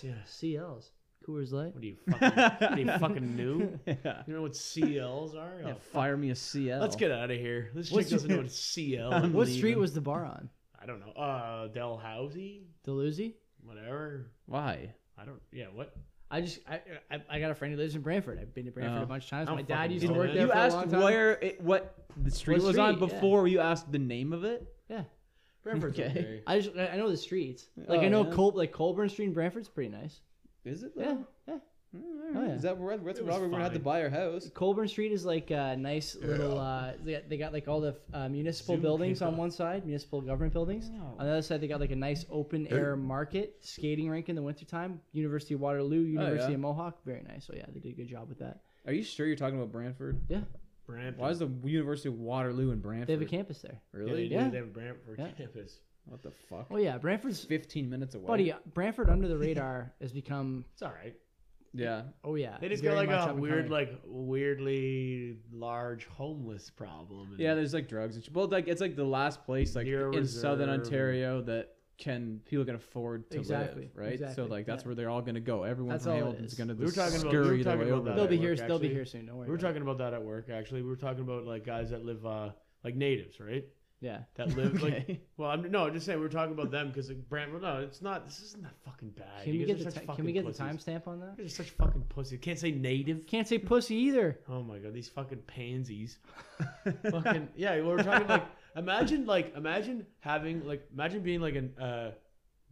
Speaker 1: CLs?
Speaker 3: yeah.
Speaker 1: CLs. Coors Light.
Speaker 3: What do you fucking? what do you fucking new?
Speaker 2: yeah.
Speaker 3: You know what CLs are?
Speaker 2: Yeah,
Speaker 3: Oh, fuck.
Speaker 2: Fire me a CL.
Speaker 3: Let's get out of here. This chick
Speaker 1: What's-
Speaker 3: doesn't know what CL. is.
Speaker 1: What street was the bar on?
Speaker 3: I don't know. Uh, Dalhousie,
Speaker 1: Dalhousie.
Speaker 3: whatever.
Speaker 2: Why?
Speaker 3: I don't. Yeah, what?
Speaker 1: I just I, I I got a friend who lives in Branford. I've been to Branford
Speaker 2: Oh.
Speaker 1: a bunch of times.
Speaker 3: I don't
Speaker 1: My dad
Speaker 3: fucking
Speaker 1: used to
Speaker 3: know,
Speaker 1: work
Speaker 3: man.
Speaker 1: there
Speaker 2: You
Speaker 1: for a
Speaker 2: asked
Speaker 1: long time.
Speaker 2: where it, what the street
Speaker 1: What
Speaker 2: was on
Speaker 1: street? Yeah.
Speaker 2: before you asked the name of it.
Speaker 1: Yeah.
Speaker 3: Brentford's
Speaker 2: Okay.
Speaker 3: okay.
Speaker 1: I just I I know the streets. Like
Speaker 2: Oh,
Speaker 1: I know
Speaker 2: yeah.
Speaker 1: Col- like Colburn Street in Branford's pretty nice.
Speaker 2: Is it?
Speaker 1: Yeah. Yeah. Oh, yeah.
Speaker 2: Is that where that's
Speaker 3: It
Speaker 2: where
Speaker 3: was
Speaker 2: we're gonna have to
Speaker 3: fine.
Speaker 2: buy our house?
Speaker 1: Colburn Street is like a nice little. Uh, they, got, they got like all the uh, municipal
Speaker 3: Zoo
Speaker 1: buildings on
Speaker 3: people.
Speaker 1: one side, municipal government buildings.
Speaker 2: Wow.
Speaker 1: On the other side, they got like a nice open air market, skating rink in the wintertime, University of
Speaker 3: Oh,
Speaker 1: Waterloo, University
Speaker 2: yeah.
Speaker 1: of Mohawk. Very nice. So yeah, they did a good job with that.
Speaker 2: Are you sure you're talking about Brantford?
Speaker 1: Yeah,
Speaker 3: Brantford.
Speaker 2: Why is the University of Waterloo in Brantford?
Speaker 1: they have a campus there.
Speaker 3: yeah, they,
Speaker 2: Really?
Speaker 3: do.
Speaker 1: Yeah.
Speaker 3: they have a Brantford
Speaker 1: Yeah.
Speaker 3: campus.
Speaker 2: What the fuck?
Speaker 1: Oh yeah, Branford's
Speaker 2: Fifteen minutes away.
Speaker 1: buddy. uh, Branford under the radar has become.
Speaker 3: It's all right.
Speaker 2: Yeah.
Speaker 1: Oh yeah,
Speaker 3: They just
Speaker 1: very
Speaker 3: got
Speaker 1: much
Speaker 3: like
Speaker 1: up
Speaker 3: a
Speaker 1: and
Speaker 3: weird,
Speaker 1: coming.
Speaker 3: like weirdly large homeless problem.
Speaker 2: Yeah, there's like drugs and shit. Well, like it's like the last place like
Speaker 3: Near
Speaker 2: in southern
Speaker 3: Reserve.
Speaker 2: Ontario that can people can afford to
Speaker 1: Exactly,
Speaker 2: live, right? So
Speaker 1: exactly,
Speaker 2: like that's
Speaker 1: yeah.
Speaker 2: where they're all gonna go. Everyone
Speaker 1: That's
Speaker 2: from
Speaker 1: all it
Speaker 2: Hamilton's
Speaker 1: is.
Speaker 2: gonna
Speaker 3: We were
Speaker 2: just
Speaker 3: talking about- we were
Speaker 2: scurry
Speaker 3: talking
Speaker 2: their way
Speaker 3: about
Speaker 2: over
Speaker 3: that.
Speaker 1: they'll be
Speaker 3: at
Speaker 1: here.
Speaker 3: work,
Speaker 1: They'll be
Speaker 3: actually.
Speaker 1: here soon. Don't worry.
Speaker 3: We were
Speaker 1: about it.
Speaker 3: talking about that at work actually. We were talking about like guys that live uh like natives, right?
Speaker 1: Yeah.
Speaker 3: That live like
Speaker 2: Okay.
Speaker 3: well, I'm no, I'm just saying we were talking about them because like Brant. Well, no, it's not. This isn't that fucking bad.
Speaker 1: Can
Speaker 3: You
Speaker 1: we
Speaker 3: guys
Speaker 1: get
Speaker 3: are
Speaker 1: the
Speaker 3: such
Speaker 1: ti-
Speaker 3: fucking
Speaker 1: can we get the
Speaker 3: pussies.
Speaker 1: timestamp on that?
Speaker 3: You guys are such fucking pussies. Can't say native.
Speaker 1: Can't say pussy either.
Speaker 3: Oh my god, these fucking pansies. fucking yeah. We were talking like imagine like imagine having like imagine being like an uh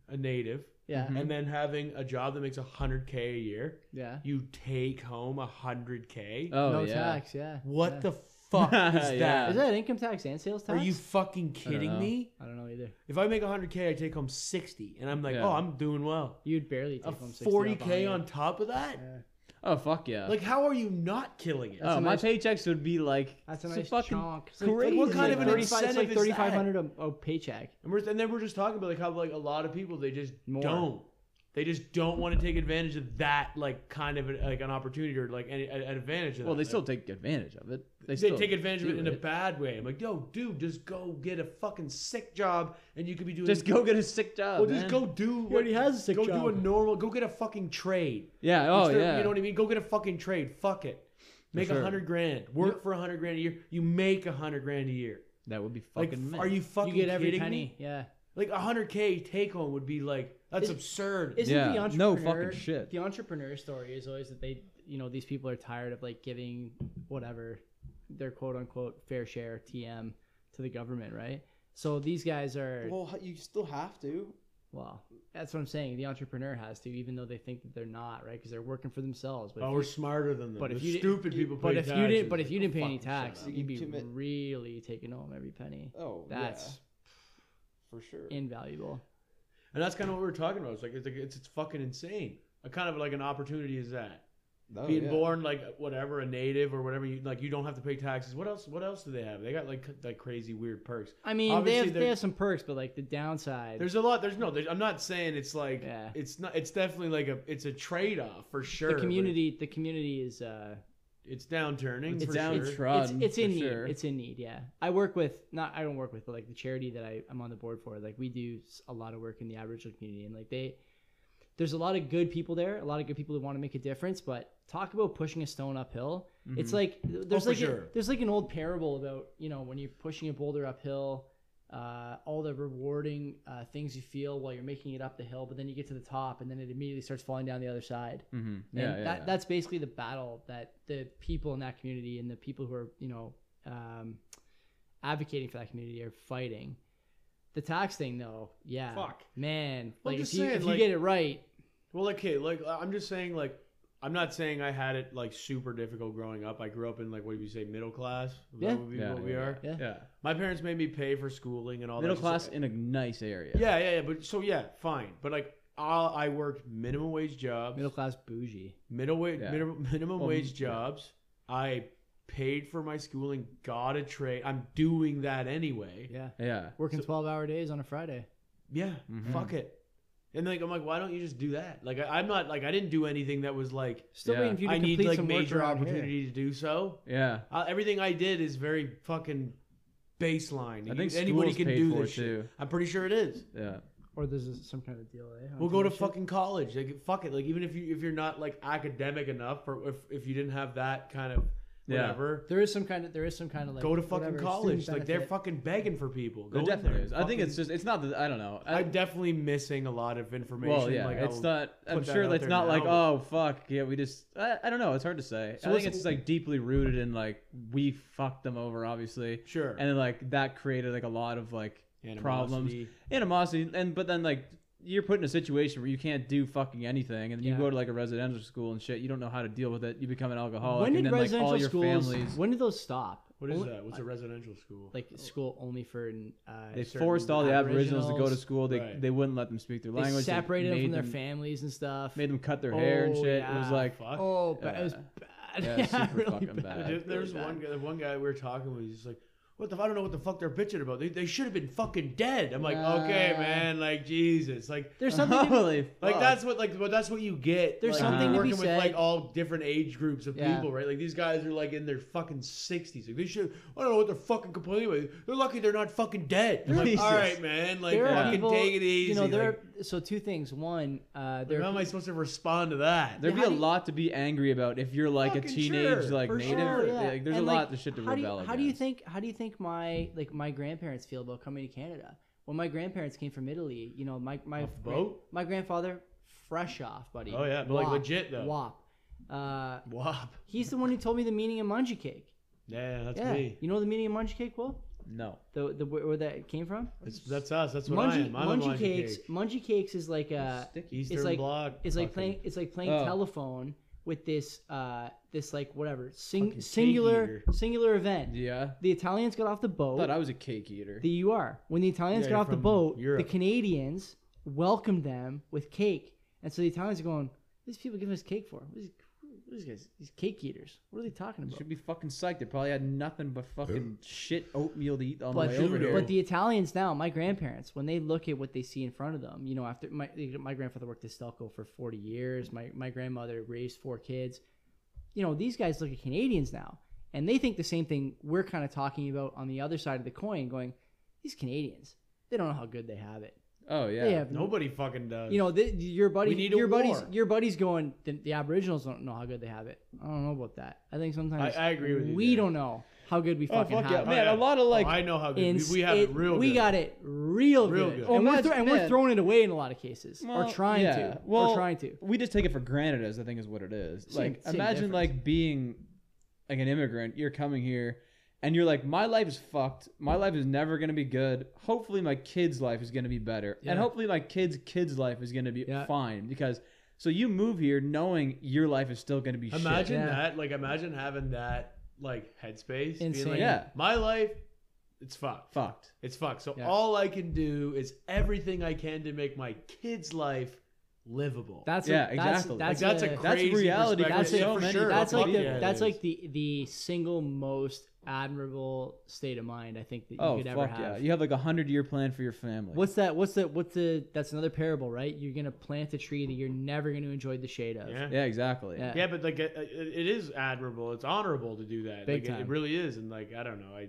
Speaker 3: a native
Speaker 1: Yeah.
Speaker 3: and then having a job that makes hundred k a year.
Speaker 1: Yeah.
Speaker 3: You take home hundred k.
Speaker 2: Oh
Speaker 1: no
Speaker 2: yeah.
Speaker 1: tax. Yeah.
Speaker 3: What
Speaker 1: Uh, yeah.
Speaker 3: the
Speaker 2: fuck is
Speaker 3: Yeah.
Speaker 2: that?
Speaker 1: Is that income tax and sales
Speaker 3: Are
Speaker 1: tax?
Speaker 3: you fucking kidding
Speaker 2: know.
Speaker 3: me?
Speaker 1: I don't know either.
Speaker 3: If I make 100k, I take home 60, and I'm like,
Speaker 2: Yeah.
Speaker 3: oh, I'm doing well.
Speaker 1: You'd barely
Speaker 3: A
Speaker 1: take home 60 up
Speaker 3: 40k
Speaker 1: on
Speaker 3: on
Speaker 1: it.
Speaker 3: top of that?
Speaker 1: Yeah.
Speaker 2: Oh fuck yeah!
Speaker 3: Like, how are you not killing it?
Speaker 2: oh,
Speaker 1: a
Speaker 2: my
Speaker 1: nice-
Speaker 2: paychecks would be like
Speaker 1: That's a
Speaker 2: so
Speaker 1: nice
Speaker 2: fucking
Speaker 1: chunk. It's
Speaker 2: crazy.
Speaker 3: what kind
Speaker 1: It's
Speaker 3: of an
Speaker 1: like 35 it's
Speaker 3: incentive
Speaker 1: like
Speaker 3: is that?
Speaker 1: 3500 a, a paycheck.
Speaker 3: And, we're, and then we're just talking about like how like a lot of people they just
Speaker 1: More.
Speaker 3: don't. They just don't want to take advantage of that like kind of a, like an opportunity or like any, an an advantage of.
Speaker 2: Well,
Speaker 3: that.
Speaker 2: they still take advantage of it. They,
Speaker 3: They
Speaker 2: still
Speaker 3: take advantage of
Speaker 2: do
Speaker 3: it in a bad way. I'm like, yo, dude, just go get a fucking sick job, and you could be doing.
Speaker 2: Just go get a sick job.
Speaker 3: Well, just
Speaker 2: man.
Speaker 3: go do. What,
Speaker 1: already has a sick
Speaker 3: go
Speaker 1: job.
Speaker 3: do a normal. Go get a fucking trade.
Speaker 2: Yeah. Oh
Speaker 3: It's the-
Speaker 2: yeah.
Speaker 3: You know what I mean? Go get a fucking trade. Fuck it. Make a
Speaker 2: sure.
Speaker 3: hundred grand. Work for a hundred grand a year. You make a hundred grand a year.
Speaker 2: That would be
Speaker 3: Like,
Speaker 2: fucking.
Speaker 3: f- are you fucking
Speaker 1: You get every
Speaker 3: kidding
Speaker 1: penny.
Speaker 3: me?
Speaker 1: Yeah.
Speaker 3: Like a hundred k take home would be like that's
Speaker 1: Is-
Speaker 3: absurd.
Speaker 1: Isn't the
Speaker 2: Yeah,
Speaker 1: entrepreneur,
Speaker 2: no fucking shit.
Speaker 1: The entrepreneur story is always that they, you know, these people are tired of like giving whatever their quote unquote fair share TM to the government, right? So these guys are well,
Speaker 2: Well, you still have to.
Speaker 1: that's what I'm saying. The entrepreneur has to, even though they think that they're not, right? Because they're working for themselves. But
Speaker 3: oh,
Speaker 1: if
Speaker 3: we're
Speaker 1: you-
Speaker 3: smarter than them.
Speaker 1: but
Speaker 3: The
Speaker 1: if you didn't-
Speaker 3: stupid people pay
Speaker 1: but if you
Speaker 3: taxes.
Speaker 1: didn't, but if you
Speaker 3: Like,
Speaker 1: didn't pay
Speaker 3: oh,
Speaker 1: any
Speaker 3: fuck, shut
Speaker 1: tax,
Speaker 3: up.
Speaker 1: you'd be
Speaker 4: commit-
Speaker 1: really taking home every penny.
Speaker 4: Oh,
Speaker 1: That's
Speaker 4: yeah, for sure.
Speaker 1: invaluable.
Speaker 3: and that's kind of what we are talking about. It's like it's like, it's, it's fucking insane. A kind of like an opportunity is that
Speaker 4: Oh,
Speaker 3: being
Speaker 4: yeah.
Speaker 3: born like whatever a native or whatever you like you don't have to pay taxes. What else? What else do they have? They got like c- like crazy weird perks.
Speaker 1: I mean, they
Speaker 3: Obviously,
Speaker 1: have, they
Speaker 3: they're-
Speaker 1: have some perks, but like the downside,
Speaker 3: There's a lot. There's no. There's, I'm not saying it's like.
Speaker 1: Yeah.
Speaker 3: It's not. It's definitely like a. It's a trade off for sure.
Speaker 1: the
Speaker 3: but
Speaker 1: community, the community is. uh
Speaker 3: It's, it's downturning.
Speaker 2: It's
Speaker 3: for
Speaker 2: down
Speaker 3: Sure.
Speaker 1: it's,
Speaker 2: trodden.
Speaker 1: it's in
Speaker 2: for
Speaker 1: need.
Speaker 2: sure.
Speaker 1: It's in need. Yeah, I work with not. I don't work with, but like the charity that I, I'm on the board for. Like we do s- a lot of work in the Aboriginal community, and like they, there's a lot of good people there. A lot of good people who want to make a difference. But talk about pushing a stone uphill.
Speaker 2: Mm-hmm.
Speaker 1: It's like
Speaker 2: Oh,
Speaker 1: th- there's
Speaker 3: for
Speaker 1: like a-
Speaker 3: sure.
Speaker 1: there's like an old parable about you know when you're pushing a boulder uphill. Uh, all the rewarding uh, things you feel while you're making it up the hill, but then you get to the top, and then it immediately starts falling down the other side
Speaker 2: Mm-hmm.
Speaker 1: and
Speaker 2: Yeah, yeah,
Speaker 1: that,
Speaker 2: yeah.
Speaker 1: that's basically the battle that the people in that community and the people who are you know um, advocating for that community are fighting the tax thing though yeah
Speaker 3: Fuck.
Speaker 1: man
Speaker 3: Well,
Speaker 1: like
Speaker 3: I'm just
Speaker 1: if, you,
Speaker 3: saying,
Speaker 1: if
Speaker 3: like-
Speaker 1: you get it right
Speaker 3: Well, okay. Like I'm just saying. Like I'm not saying I had it like super difficult growing up. I grew up in like what do you say middle class? Is
Speaker 1: Yeah.
Speaker 3: That would be
Speaker 2: Yeah,
Speaker 3: what
Speaker 2: yeah,
Speaker 3: we
Speaker 2: yeah.
Speaker 3: are.
Speaker 1: Yeah.
Speaker 3: My parents made me pay for schooling and all
Speaker 2: Middle
Speaker 3: that.
Speaker 2: class
Speaker 3: Just-
Speaker 2: in a nice area.
Speaker 3: Yeah, yeah, yeah. But so yeah, fine. But like. I'll, I worked minimum wage jobs.
Speaker 1: middle class bougie
Speaker 3: middle wage
Speaker 2: Yeah.
Speaker 3: minimum, minimum
Speaker 2: Well,
Speaker 3: wage
Speaker 2: yeah.
Speaker 3: jobs. I paid for my schooling, got a trade. I'm doing that anyway.
Speaker 1: yeah
Speaker 2: Yeah.
Speaker 1: working 12 hour days on a friday
Speaker 3: Yeah,
Speaker 2: Mhm.
Speaker 3: fuck it. And like I'm like, why don't you just do that? Like I, I'm not like I didn't do anything that was like
Speaker 1: still
Speaker 2: Yeah.
Speaker 1: waiting for you to
Speaker 3: I
Speaker 1: complete
Speaker 3: need like
Speaker 1: some work
Speaker 3: major
Speaker 1: around here.
Speaker 3: opportunity to do so.
Speaker 2: Yeah.
Speaker 3: Uh, everything I did is very fucking baseline.
Speaker 2: I think
Speaker 3: anybody
Speaker 2: school's
Speaker 3: can
Speaker 2: paid
Speaker 3: do
Speaker 2: for
Speaker 3: this
Speaker 2: it,
Speaker 3: shit.
Speaker 2: too.
Speaker 3: I'm pretty sure it is.
Speaker 2: Yeah.
Speaker 1: or there's a- some kind of deal eh, on
Speaker 3: We'll go to
Speaker 1: tuition.
Speaker 3: fucking college. Like fuck it. Like even if you if you're not like academic enough, or if if you didn't have that kind of
Speaker 2: Yeah.
Speaker 3: whatever.
Speaker 1: there is some kind of there is some kind of like
Speaker 3: go to fucking
Speaker 1: whatever, student
Speaker 3: college. Like they're
Speaker 1: benefit.
Speaker 3: fucking begging for people. Go
Speaker 2: There
Speaker 3: in
Speaker 2: definitely
Speaker 3: there.
Speaker 2: is. I think it's
Speaker 3: Fucking-
Speaker 2: just it's not that I don't know. I,
Speaker 3: I'm definitely missing a lot of information.
Speaker 2: well, yeah,
Speaker 3: like,
Speaker 2: it's
Speaker 3: I'll-
Speaker 2: not. I'm
Speaker 3: put that
Speaker 2: sure
Speaker 3: out
Speaker 2: that's
Speaker 3: there
Speaker 2: not like
Speaker 3: now.
Speaker 2: oh fuck yeah we just I, I don't know. It's hard to say. I
Speaker 1: what's-
Speaker 2: think it's like deeply rooted in like we fucked them over obviously,
Speaker 3: sure.
Speaker 2: and then like that created like a lot of like problems,
Speaker 3: Animosity.
Speaker 2: animosity, and but then like you're put in a situation where you can't do fucking anything, and then
Speaker 1: Yeah.
Speaker 2: you go to like a residential school and shit. You don't know how to deal with it. You become an alcoholic,
Speaker 1: when
Speaker 2: and
Speaker 1: did
Speaker 2: then like all
Speaker 1: residential
Speaker 2: your
Speaker 1: schools
Speaker 2: families
Speaker 1: when did those stop
Speaker 3: What is
Speaker 1: Only-
Speaker 3: that? What's a residential school?
Speaker 1: like school only for uh,
Speaker 2: they
Speaker 1: certain
Speaker 2: forced all the Aboriginals to go to
Speaker 1: Aboriginals.
Speaker 2: school. They
Speaker 3: Right.
Speaker 2: they wouldn't let them speak their language.
Speaker 1: They separated them
Speaker 2: made
Speaker 1: from their families and stuff.
Speaker 2: Made them cut their hair and
Speaker 1: Oh,
Speaker 2: shit. It
Speaker 1: yeah.
Speaker 2: was like
Speaker 3: Fuck.
Speaker 1: oh, but it was
Speaker 2: Yeah.
Speaker 1: bad.
Speaker 2: Yeah, super fucking bad.
Speaker 3: Dude, there was
Speaker 1: Really
Speaker 3: one
Speaker 1: bad.
Speaker 3: guy. One guy we were talking with. He's just like, "What the? I don't know what the fuck they're bitching about. They, they should have been fucking dead." I'm like, "Okay,
Speaker 1: Uh,
Speaker 3: man. Like Jesus. Like
Speaker 1: There's something. To,
Speaker 2: Holy
Speaker 3: Like
Speaker 2: fuck.
Speaker 3: that's what like well, that's what you get.
Speaker 1: There's
Speaker 3: like,
Speaker 1: something to
Speaker 3: when you're
Speaker 1: be
Speaker 3: working with
Speaker 1: said.
Speaker 3: like all different age groups of
Speaker 1: Yeah.
Speaker 3: people, right? Like these guys are like in their fucking sixties. Like they should. I don't know what they're fucking complaining about. They're lucky they're not fucking dead. I'm like,
Speaker 2: Jesus.
Speaker 3: all right, man. Like
Speaker 1: there are
Speaker 3: fucking
Speaker 1: people,
Speaker 3: take it easy.
Speaker 1: You know, there.
Speaker 3: like,
Speaker 1: are, so two things. One, uh,
Speaker 3: like,
Speaker 1: there.
Speaker 3: how
Speaker 1: are
Speaker 3: am I supposed to respond to that?
Speaker 2: There'd
Speaker 1: Yeah,
Speaker 2: be a
Speaker 1: how do you-
Speaker 2: lot to be angry about if you're like a
Speaker 3: Fucking
Speaker 2: teenage
Speaker 3: sure,
Speaker 2: like
Speaker 3: for
Speaker 2: native.
Speaker 3: sure,
Speaker 1: people-
Speaker 2: Like, there's
Speaker 1: And,
Speaker 2: a
Speaker 1: like,
Speaker 2: lot to shit to
Speaker 1: how do you-
Speaker 2: rebel
Speaker 1: How do you
Speaker 2: against.
Speaker 1: think? How do you think my like my grandparents feel about coming to Canada? When my grandparents came from Italy, you know, my my
Speaker 3: Off the boat?
Speaker 1: my grandfather, fresh off, buddy.
Speaker 3: Oh, yeah, but, like,
Speaker 1: Wop,
Speaker 3: legit, though.
Speaker 1: Wop. Uh,
Speaker 3: Wop.
Speaker 1: he's the one who told me the meaning of mungie cake.
Speaker 3: Yeah, that's
Speaker 1: Yeah.
Speaker 3: me.
Speaker 1: You know the meaning of mungie cake, Will?
Speaker 2: No.
Speaker 1: The, the where that came from?
Speaker 3: That's, that's us. That's what I
Speaker 1: Mungie,
Speaker 3: am. I'm
Speaker 1: mungie
Speaker 3: a
Speaker 1: cakes.
Speaker 3: cake.
Speaker 1: Mungie cakes is like a
Speaker 3: Eastern
Speaker 1: like-
Speaker 3: block.
Speaker 1: it's like
Speaker 3: fucking-
Speaker 1: playing it's like playing
Speaker 2: Oh.
Speaker 1: telephone with this uh this like whatever sing,
Speaker 3: Fucking
Speaker 1: singular
Speaker 3: cake
Speaker 1: singular event.
Speaker 2: Yeah.
Speaker 1: The Italians got off the boat.
Speaker 2: Thought I was a cake eater.
Speaker 1: The UR. When the Italians
Speaker 3: Yeah,
Speaker 1: got
Speaker 3: you're
Speaker 1: off the
Speaker 3: from
Speaker 1: boat, the
Speaker 3: Europe.
Speaker 1: Canadians welcomed them with cake. And so the Italians are going, these people giving us cake for? What is, what is guys? These cake eaters. What are they talking
Speaker 2: They
Speaker 1: about?
Speaker 2: should be fucking psyched. They probably had nothing but fucking shit oatmeal to eat on
Speaker 1: But,
Speaker 2: the way over here.
Speaker 1: but the Italians now, my grandparents, when they look at what they see in front of them, you know, after my my grandfather worked at Stelco for 40 years, my, my grandmother raised four kids. You know, these guys look at Canadians now and they think the same thing we're kind of talking about on the other side of the coin, going, these Canadians, they don't know how good they have it.
Speaker 2: oh yeah.
Speaker 1: They have
Speaker 3: Nobody fucking does.
Speaker 1: You know, th your buddy,
Speaker 3: We need a
Speaker 1: your buddy's,
Speaker 3: war.
Speaker 1: your buddy's going. The, the Aboriginals don't know how good they have it. I don't know about that. I think sometimes
Speaker 3: I- I agree with you
Speaker 1: We
Speaker 3: there. Oh,
Speaker 1: don't know how good we fucking
Speaker 2: fuck
Speaker 1: have
Speaker 2: yeah.
Speaker 1: it.
Speaker 2: man, a lot of, like,
Speaker 3: I know how good
Speaker 1: And
Speaker 3: we, we have it real.
Speaker 1: we
Speaker 3: good.
Speaker 1: got it real,
Speaker 3: Real
Speaker 1: good,
Speaker 3: good.
Speaker 1: And, we're
Speaker 2: Imagine-
Speaker 1: thro- and we're
Speaker 2: man.
Speaker 1: throwing it away in a lot of cases,
Speaker 2: Well,
Speaker 1: or trying
Speaker 2: yeah.
Speaker 1: to,
Speaker 2: Well,
Speaker 1: or trying to.
Speaker 2: We just take it for granted as the thing is what it is.
Speaker 1: Same-
Speaker 2: like
Speaker 1: same
Speaker 2: imagine
Speaker 1: difference.
Speaker 2: like being like an immigrant, you're coming here and you're like my life is fucked. My life is never going to be good. Hopefully my kids' life is going to be better.
Speaker 1: Yeah.
Speaker 2: And hopefully my kids' kids' life is going to be
Speaker 1: Yeah.
Speaker 2: fine because so you move here knowing your life is still going to be shit.
Speaker 3: Imagine
Speaker 1: Yeah.
Speaker 3: that. Like, imagine having that like headspace.
Speaker 1: Insane.
Speaker 3: Being like,
Speaker 2: Yeah.
Speaker 3: My life, it's fucked.
Speaker 2: Fucked.
Speaker 3: It's fucked. So
Speaker 1: Yeah.
Speaker 3: all I can do is everything I can to make my kid's life livable.
Speaker 1: That's
Speaker 2: Yeah,
Speaker 1: a, that's-
Speaker 2: exactly.
Speaker 1: That's,
Speaker 3: like, that's a
Speaker 1: a-
Speaker 2: that's
Speaker 3: crazy
Speaker 2: reality for
Speaker 3: perspective.
Speaker 1: so
Speaker 3: Yeah, for
Speaker 2: many
Speaker 3: sure.
Speaker 2: people.
Speaker 1: that's
Speaker 2: Fuck
Speaker 1: like the
Speaker 3: yeah, it
Speaker 1: that's
Speaker 3: is.
Speaker 1: like the the single most admirable state of mind I think that you
Speaker 2: Oh
Speaker 1: could ever
Speaker 2: fuck
Speaker 1: have.
Speaker 2: yeah. You have like a 100-year plan for your family.
Speaker 1: What's that? What's that? What's the? That's another parable, right? You're gonna plant a tree that you're never gonna enjoy the shade of.
Speaker 3: Yeah.
Speaker 2: Yeah, exactly.
Speaker 1: Yeah.
Speaker 3: Yeah, but like it, it it is admirable. It's honorable to do that.
Speaker 1: Big
Speaker 3: like It,
Speaker 1: time.
Speaker 3: it really is, and like I don't know, I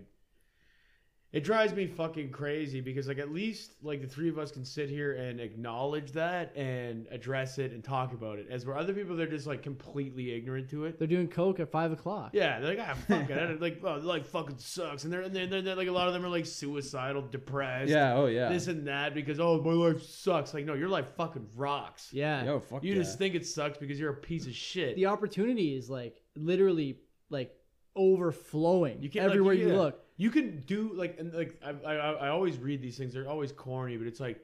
Speaker 3: it drives me fucking crazy because like at least like the three of us can sit here and acknowledge that and address it and talk about it. As where other people they're just like completely ignorant to it.
Speaker 1: They're doing coke at five o'clock.
Speaker 3: Yeah, they're like ah fuck it, I don't- like oh, like fucking sucks, and they're and they're, they're, they're, like a lot of them are like suicidal, depressed,
Speaker 2: Yeah, oh yeah.
Speaker 3: this and that because oh my life sucks. Like no, your life fucking rocks.
Speaker 1: Yeah.
Speaker 2: Yo, fuck
Speaker 3: You
Speaker 2: yeah.
Speaker 3: just think it sucks because you're a piece of shit.
Speaker 1: The opportunity is like literally like overflowing.
Speaker 3: You can't like,
Speaker 1: everywhere you
Speaker 3: yeah.
Speaker 1: look.
Speaker 3: You can do like and like I, I I I always read these things. They're always corny, but it's like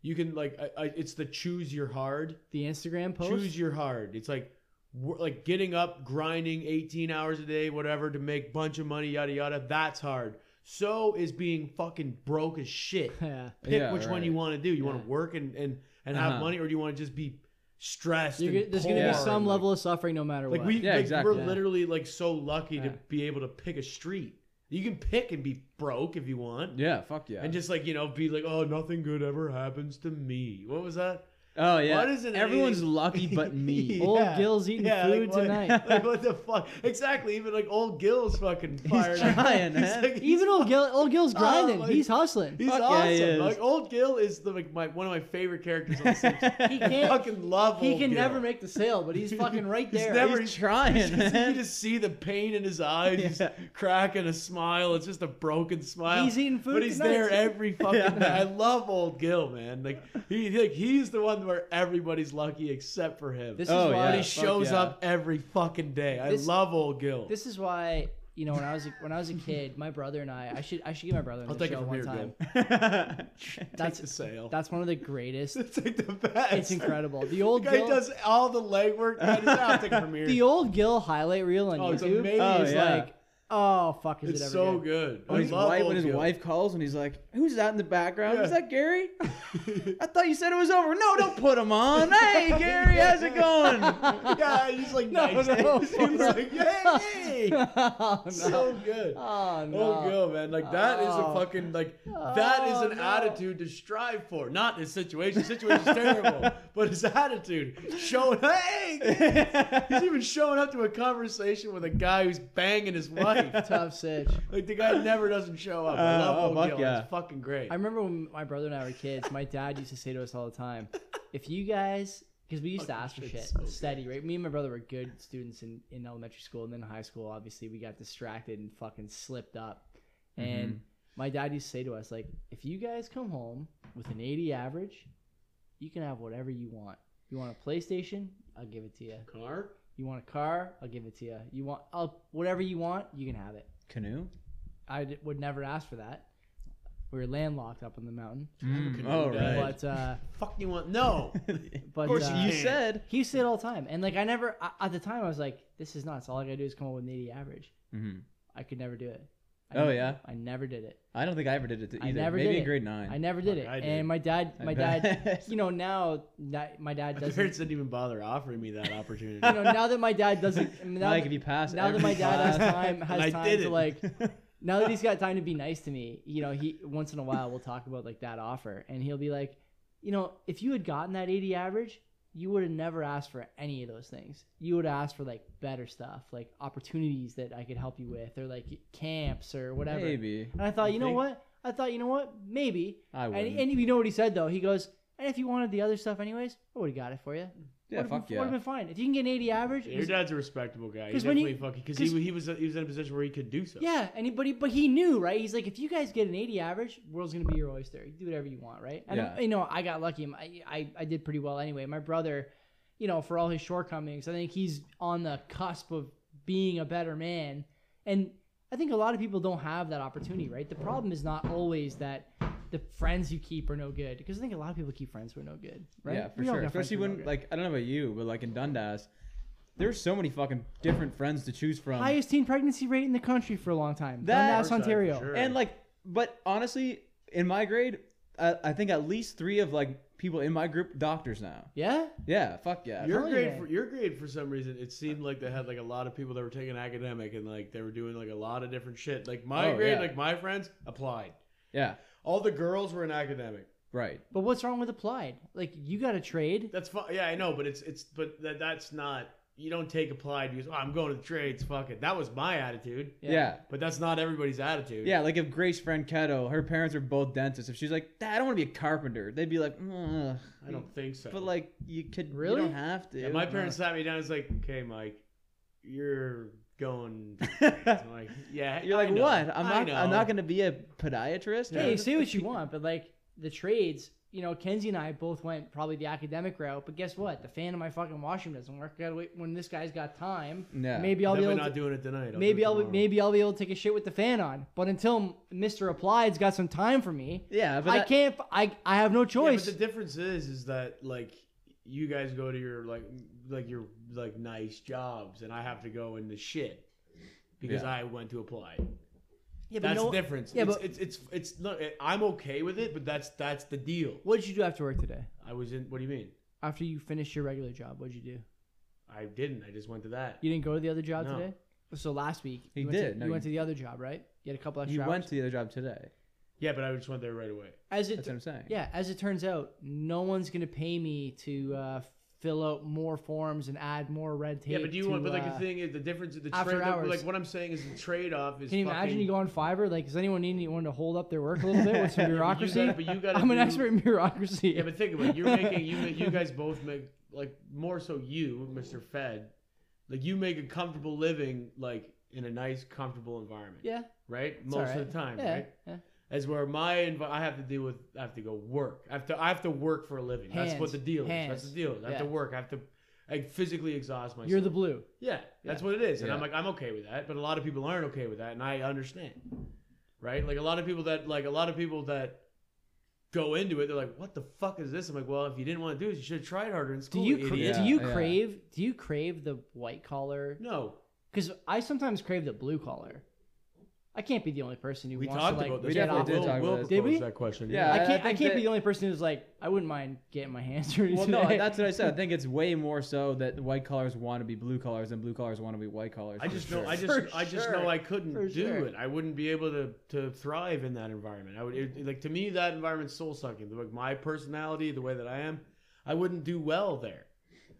Speaker 3: you can like I, I, it's the choose your hard,
Speaker 1: The Instagram post.
Speaker 3: choose your hard. It's like wor- like getting up, grinding eighteen hours a day, whatever, to make bunch of money, yada yada. That's hard. So is being fucking broke as shit.
Speaker 1: yeah.
Speaker 3: Pick
Speaker 2: Yeah,
Speaker 3: which one you
Speaker 2: right.
Speaker 3: want to do. You want
Speaker 1: Yeah.
Speaker 3: to work and and and have
Speaker 2: Uh-huh.
Speaker 3: money, or do you want to just be stressed?
Speaker 1: You're,
Speaker 3: and
Speaker 1: gonna- there's gonna be
Speaker 2: Yeah.
Speaker 3: poor
Speaker 1: some
Speaker 3: and, like-
Speaker 1: level of suffering no matter
Speaker 3: like
Speaker 1: what.
Speaker 3: we,
Speaker 2: Yeah,
Speaker 3: like,
Speaker 2: exactly.
Speaker 3: we're
Speaker 1: Yeah.
Speaker 3: literally like so lucky
Speaker 1: Yeah.
Speaker 3: to be able to pick a street. You can pick and be broke if you want,
Speaker 2: Yeah, fuck yeah.
Speaker 3: and just like you know, be like, oh, nothing good ever happens to me. What was that?
Speaker 2: Oh yeah.
Speaker 3: Why doesn't
Speaker 2: Everyone's
Speaker 3: anything-
Speaker 2: lucky but me.
Speaker 1: Old Gil's eating
Speaker 3: like,
Speaker 1: food
Speaker 3: what-
Speaker 1: tonight.
Speaker 3: like, what the fuck? Exactly. Even like old Gil's fucking fired. up.
Speaker 2: trying,
Speaker 3: He's,
Speaker 2: man.
Speaker 3: like, he's-
Speaker 1: Even old Gil, old Gil's grinding.
Speaker 3: Oh, like-
Speaker 1: he's hustling.
Speaker 3: He's
Speaker 2: Fuck yeah,
Speaker 3: awesome.
Speaker 2: he is.
Speaker 3: Like old Gil is the like my one of my favorite characters on the Simpsons.
Speaker 1: he
Speaker 3: I
Speaker 1: can't.
Speaker 3: fucking love.
Speaker 1: He
Speaker 3: old
Speaker 1: can
Speaker 3: Gil.
Speaker 1: never make the sale, but he's fucking right
Speaker 3: He's
Speaker 1: there.
Speaker 3: never-
Speaker 2: He's trying,
Speaker 3: You
Speaker 2: man.
Speaker 3: just see the pain in his eyes. He's
Speaker 2: Yeah.
Speaker 3: cracking a smile. It's just a broken smile.
Speaker 1: He's eating food
Speaker 3: but he's
Speaker 1: tonight.
Speaker 3: there every fucking
Speaker 2: Yeah.
Speaker 3: day. I love old Gil, man. Like he, like he's the one where everybody's lucky except for him.
Speaker 1: This is
Speaker 2: Oh,
Speaker 1: why
Speaker 2: yeah.
Speaker 3: but he
Speaker 2: fuck
Speaker 3: shows
Speaker 2: yeah.
Speaker 3: up every fucking day. I
Speaker 1: This-
Speaker 3: love old Gil.
Speaker 1: This is why you know when I was a, when I was a kid, my brother and I I should I should give my brother on
Speaker 3: I'll
Speaker 1: the
Speaker 3: take it
Speaker 1: show
Speaker 3: from
Speaker 1: one
Speaker 3: here,
Speaker 1: time.
Speaker 3: Gil. That's
Speaker 1: That's
Speaker 3: the sale.
Speaker 1: that's one of the greatest.
Speaker 3: It's like the best.
Speaker 1: It's incredible. The old
Speaker 3: guy
Speaker 1: Gil,
Speaker 3: does all the legwork. I just I'll take it from here.
Speaker 1: the old Gil highlight reel on
Speaker 3: Oh, it's
Speaker 1: YouTube
Speaker 3: amazing.
Speaker 1: is
Speaker 2: Oh, yeah.
Speaker 1: like oh fuck is
Speaker 3: it's
Speaker 1: it ever
Speaker 3: so
Speaker 1: good?
Speaker 3: good.
Speaker 2: When
Speaker 3: I
Speaker 2: his,
Speaker 3: love
Speaker 2: wife,
Speaker 3: old
Speaker 2: when Oh, his
Speaker 3: Gil.
Speaker 2: wife calls and he's like, "Who's that in the background?
Speaker 3: Yeah.
Speaker 2: Is that Gary? I thought you said it was over. No, don't put him on. Hey, Gary, how's it going?
Speaker 3: yeah, he's like
Speaker 1: No,
Speaker 3: nice.
Speaker 1: no.
Speaker 3: he's like, hey, hey.
Speaker 1: oh
Speaker 3: so
Speaker 1: no!
Speaker 3: good.
Speaker 1: Oh no!
Speaker 3: Oh, go, man. Like, that is
Speaker 1: Oh.
Speaker 3: a fucking, like, that is
Speaker 1: Oh,
Speaker 3: an
Speaker 1: no.
Speaker 3: attitude to strive for. Not his situation. His situation's terrible. But his attitude. Showing, hey! He's even showing up to a conversation with a guy who's banging his wife.
Speaker 1: Tough sitch.
Speaker 3: Like, the guy never doesn't show up. I
Speaker 2: Uh,
Speaker 3: love
Speaker 2: oh,
Speaker 3: old
Speaker 2: fuck
Speaker 3: Gil.
Speaker 2: yeah.
Speaker 3: It's fucking great.
Speaker 1: I remember when my brother and I were kids, my dad used to say to us all the time, if you guys, because we used to
Speaker 3: Fucking
Speaker 1: ask for shit
Speaker 3: shit's so good.
Speaker 1: steady, right? Me and my brother were good students in, in elementary school and then high school. Obviously, we got distracted and fucking slipped up.
Speaker 3: Mm-hmm.
Speaker 1: And my dad used to say to us, like, if you guys come home with an 80 average, you can have whatever you want. You want a PlayStation? I'll give it to you.
Speaker 3: Car?
Speaker 1: You want a car? I'll give it to you. You want I'll, whatever you want, you can have it.
Speaker 2: Canoe?
Speaker 1: I d- would never ask for that. We were landlocked up on the mountain.
Speaker 2: Mm,
Speaker 3: Couldn't
Speaker 2: all
Speaker 3: do that.
Speaker 2: right.
Speaker 1: But uh,
Speaker 3: Fuck you want? No.
Speaker 1: but
Speaker 3: course
Speaker 1: uh,
Speaker 2: you
Speaker 3: Yeah.
Speaker 2: said.
Speaker 1: he used to say it all the time. And like I never I, at the time I was like, this is nuts. All I gotta do is come up with an 80 average.
Speaker 2: Mhm.
Speaker 1: I could never do it. I
Speaker 2: Oh,
Speaker 1: never-
Speaker 2: yeah?
Speaker 1: I never did it.
Speaker 2: I don't think I ever did it either.
Speaker 1: I never
Speaker 2: Maybe
Speaker 1: did
Speaker 2: in
Speaker 1: it.
Speaker 2: grade nine.
Speaker 1: I never did
Speaker 3: Fuck,
Speaker 1: it.
Speaker 3: I did.
Speaker 1: And my dad,
Speaker 2: I
Speaker 1: my
Speaker 2: bet.
Speaker 1: dad, you know now that my dad
Speaker 3: My
Speaker 1: doesn't.
Speaker 3: parents didn't even bother offering me that opportunity.
Speaker 1: You know now that my dad doesn't. Now,
Speaker 2: Mike,
Speaker 1: that,
Speaker 2: if you pass,
Speaker 1: now that my
Speaker 2: every
Speaker 1: dad has
Speaker 2: class-
Speaker 1: time,
Speaker 3: And I
Speaker 1: has time
Speaker 3: did
Speaker 1: to
Speaker 3: it.
Speaker 1: like. Now that he's got time to be nice to me, you know, he once in a while we'll talk about like that offer, and he'll be like, you know, if you had gotten that 80 average, you would have never asked for any of those things. You would have asked for like better stuff, like opportunities that I could help you with, or like camps or whatever.
Speaker 2: Maybe
Speaker 1: And I thought,
Speaker 3: You
Speaker 1: you know
Speaker 3: think?
Speaker 1: what? I thought, you know what? Maybe
Speaker 2: I would.
Speaker 1: and, and you know what he said though? He goes, and if you wanted the other stuff anyways, I would have got it for you.
Speaker 2: yeah,
Speaker 1: Would've been-
Speaker 2: fuck yeah.
Speaker 1: Would've been fine. If you can get an 80 average, it
Speaker 3: Your
Speaker 1: was-
Speaker 3: dad's a respectable guy. He's
Speaker 1: 'Cause when
Speaker 3: definitely
Speaker 1: you-
Speaker 3: fucking because
Speaker 1: 'cause-
Speaker 3: he, he was he was in a position where he could do so.
Speaker 1: yeah. And he, but he, but he knew, right? He's like, if you guys get an 80 average, world's gonna be your oyster. You do whatever you want, right? And
Speaker 2: Yeah.
Speaker 1: you know, I got lucky. I, I I did pretty well anyway. My brother, you know, for all his shortcomings, I think he's on the cusp of being a better man. And I think a lot of people don't have that opportunity, right? The problem is not always that the friends you keep are no good, because I think a lot of people keep friends who are no good, right?
Speaker 2: Yeah, for
Speaker 1: We all
Speaker 2: sure.
Speaker 1: got friends
Speaker 2: Especially
Speaker 1: who are no
Speaker 2: when,
Speaker 1: good.
Speaker 2: like, I don't know about you, but like in Dundas, there's so many fucking different friends to choose from.
Speaker 1: highest teen pregnancy rate in the country for a long time.
Speaker 2: um, That-
Speaker 1: Dundas,
Speaker 3: Northside, for
Speaker 1: Ontario.
Speaker 3: sure.
Speaker 2: and like, but honestly, in my grade, I, I think at least three of like people in my group doctors now.
Speaker 1: Yeah,
Speaker 2: Yeah, fuck yeah.
Speaker 1: You're-
Speaker 3: Your
Speaker 1: telling you,
Speaker 3: grade,
Speaker 1: man.
Speaker 3: for, your grade, for some reason, it seemed like they had like a lot of people that were taking academic and like they were doing like a lot of different shit. Like my
Speaker 2: Oh,
Speaker 3: grade,
Speaker 2: yeah.
Speaker 3: like my friends applied.
Speaker 2: yeah,
Speaker 3: All the girls were in academic.
Speaker 2: right.
Speaker 1: but what's wrong with applied? Like you got to trade.
Speaker 3: That's fine. Yeah, I know, but it's it's but that, that's not. You don't take applied because oh, I'm going to the trades. Fuck it. That was my attitude,
Speaker 2: Yeah. yeah.
Speaker 3: but that's not everybody's attitude.
Speaker 2: like if Grace Franketo, her parents are both dentists. If she's like, "Dad, I don't want to be a carpenter, they'd be like, Ugh.
Speaker 3: I don't think so.
Speaker 2: But like, you could
Speaker 1: Really?
Speaker 2: You don't have to.
Speaker 3: Yeah, my parents sat me down. It's like, okay, Mike, you're going. I'm like, yeah.
Speaker 2: You're like,
Speaker 3: I know.
Speaker 2: what? I'm
Speaker 3: I
Speaker 2: not. I'm
Speaker 3: know."
Speaker 2: not gonna be a podiatrist.
Speaker 1: Hey, say what you want, but like the trades. You know, Kenzie and I both went probably the academic route, but guess what? The fan in my fucking washroom doesn't work. I gotta wait when this guy's got time.
Speaker 2: Yeah.
Speaker 1: Maybe I'll be
Speaker 3: Definitely
Speaker 1: able.
Speaker 3: not
Speaker 1: To,
Speaker 3: doing it tonight. I'll
Speaker 1: maybe
Speaker 3: do it
Speaker 1: I'll be-
Speaker 3: tomorrow.
Speaker 1: maybe I'll be able to take a shit with the fan on. But until Mister Applied's got some time for me,
Speaker 2: Yeah, but
Speaker 1: I
Speaker 2: that-
Speaker 1: can't. f- I I have no
Speaker 3: Yeah,
Speaker 1: choice.
Speaker 3: but the difference is, is that like you guys go to your like like your like nice jobs, and I have to go into shit because
Speaker 2: Yeah.
Speaker 3: I went to apply.
Speaker 1: yeah, but you
Speaker 3: That's
Speaker 1: know
Speaker 3: the
Speaker 1: what-
Speaker 3: difference.
Speaker 1: yeah,
Speaker 3: it's,
Speaker 1: but-
Speaker 3: it's it's it's look, I'm okay with it, but that's that's the deal.
Speaker 1: What did you do after work today?
Speaker 3: I was in. What do you mean?
Speaker 1: After you finished your regular job, what did you do?
Speaker 3: I didn't. I just went to that.
Speaker 1: You didn't go to the other job
Speaker 3: No.
Speaker 1: today? So last week
Speaker 2: He
Speaker 1: you went
Speaker 2: did,
Speaker 1: To,
Speaker 2: no,
Speaker 1: you
Speaker 2: you-
Speaker 1: went to the other job, right? You had a couple extra
Speaker 2: you
Speaker 1: hours.
Speaker 2: went to the other job today.
Speaker 3: Yeah, but I just went there right away.
Speaker 1: as it
Speaker 2: That's what I'm saying.
Speaker 1: yeah, as it turns out, no one's gonna pay me to uh, fill out more forms and add more red tape.
Speaker 3: Yeah, but do you
Speaker 1: to,
Speaker 3: want? But like
Speaker 1: uh,
Speaker 3: the thing is, the difference is the
Speaker 1: after
Speaker 3: trade.
Speaker 1: hours.
Speaker 3: Like what I'm saying is the trade off is.
Speaker 1: Can you
Speaker 3: fucking,
Speaker 1: imagine you go on Fiverr? Like, does anyone need anyone to hold up their work a little bit with some bureaucracy?
Speaker 3: gotta- but you gotta
Speaker 1: I'm an
Speaker 3: do-
Speaker 1: expert in bureaucracy.
Speaker 3: Yeah, but think about it. You're making you ma- you guys both make like more so you, Mr. Fed, like you make a comfortable living like in a nice comfortable environment.
Speaker 1: yeah,
Speaker 3: Right.
Speaker 1: it's
Speaker 3: Most
Speaker 1: alright.
Speaker 3: of the time,
Speaker 1: yeah,
Speaker 3: right?
Speaker 1: yeah.
Speaker 3: As where my envi- I have to deal with I have to go work. I have to I have to work for a living. That's what
Speaker 1: Hands.
Speaker 3: the deal is.
Speaker 1: Hands.
Speaker 3: That's the deal. I have to
Speaker 1: Yeah.
Speaker 3: work. I have to like physically exhaust myself.
Speaker 1: You're the blue.
Speaker 3: Yeah, that's what it is. And I'm
Speaker 2: Yeah.
Speaker 3: like, I'm okay with that. But a lot of people aren't okay with that, and I understand. Right? Like a lot of people that like a lot of people that go into it, they're like, What the fuck is this? I'm like, Well, if you didn't want to do this, you should have tried harder in
Speaker 1: Do
Speaker 3: school.
Speaker 1: you cra-
Speaker 3: idiot.
Speaker 1: do
Speaker 2: Yeah,
Speaker 1: you
Speaker 2: yeah.
Speaker 1: crave do you crave the white collar
Speaker 3: No.
Speaker 1: Because I sometimes crave the blue collar. I can't be the only person who
Speaker 3: We
Speaker 1: wants
Speaker 3: talked
Speaker 1: to like
Speaker 3: about this.
Speaker 2: We
Speaker 1: get
Speaker 2: definitely
Speaker 1: off.
Speaker 2: did
Speaker 1: of-
Speaker 2: talk about
Speaker 3: Will
Speaker 2: this.
Speaker 1: Did
Speaker 3: proposed
Speaker 1: we?
Speaker 3: that question.
Speaker 2: Yeah,
Speaker 1: I
Speaker 2: I
Speaker 1: can't. I,
Speaker 2: think
Speaker 1: can't be
Speaker 2: that-
Speaker 1: the only person who's like, I wouldn't mind getting my hands dirty.
Speaker 2: Well, no,
Speaker 1: today."
Speaker 2: that's what I said. I think it's way more so that white collars want to be blue collars than blue collars want to be white collars.
Speaker 3: I just know I just
Speaker 1: For
Speaker 3: I just
Speaker 1: sure.
Speaker 3: know I couldn't
Speaker 1: For
Speaker 3: do
Speaker 1: sure.
Speaker 3: it. I wouldn't be able to to thrive in that environment. I would it, like to me that environment's soul sucking. Like my personality, the way that I am, I wouldn't do well there.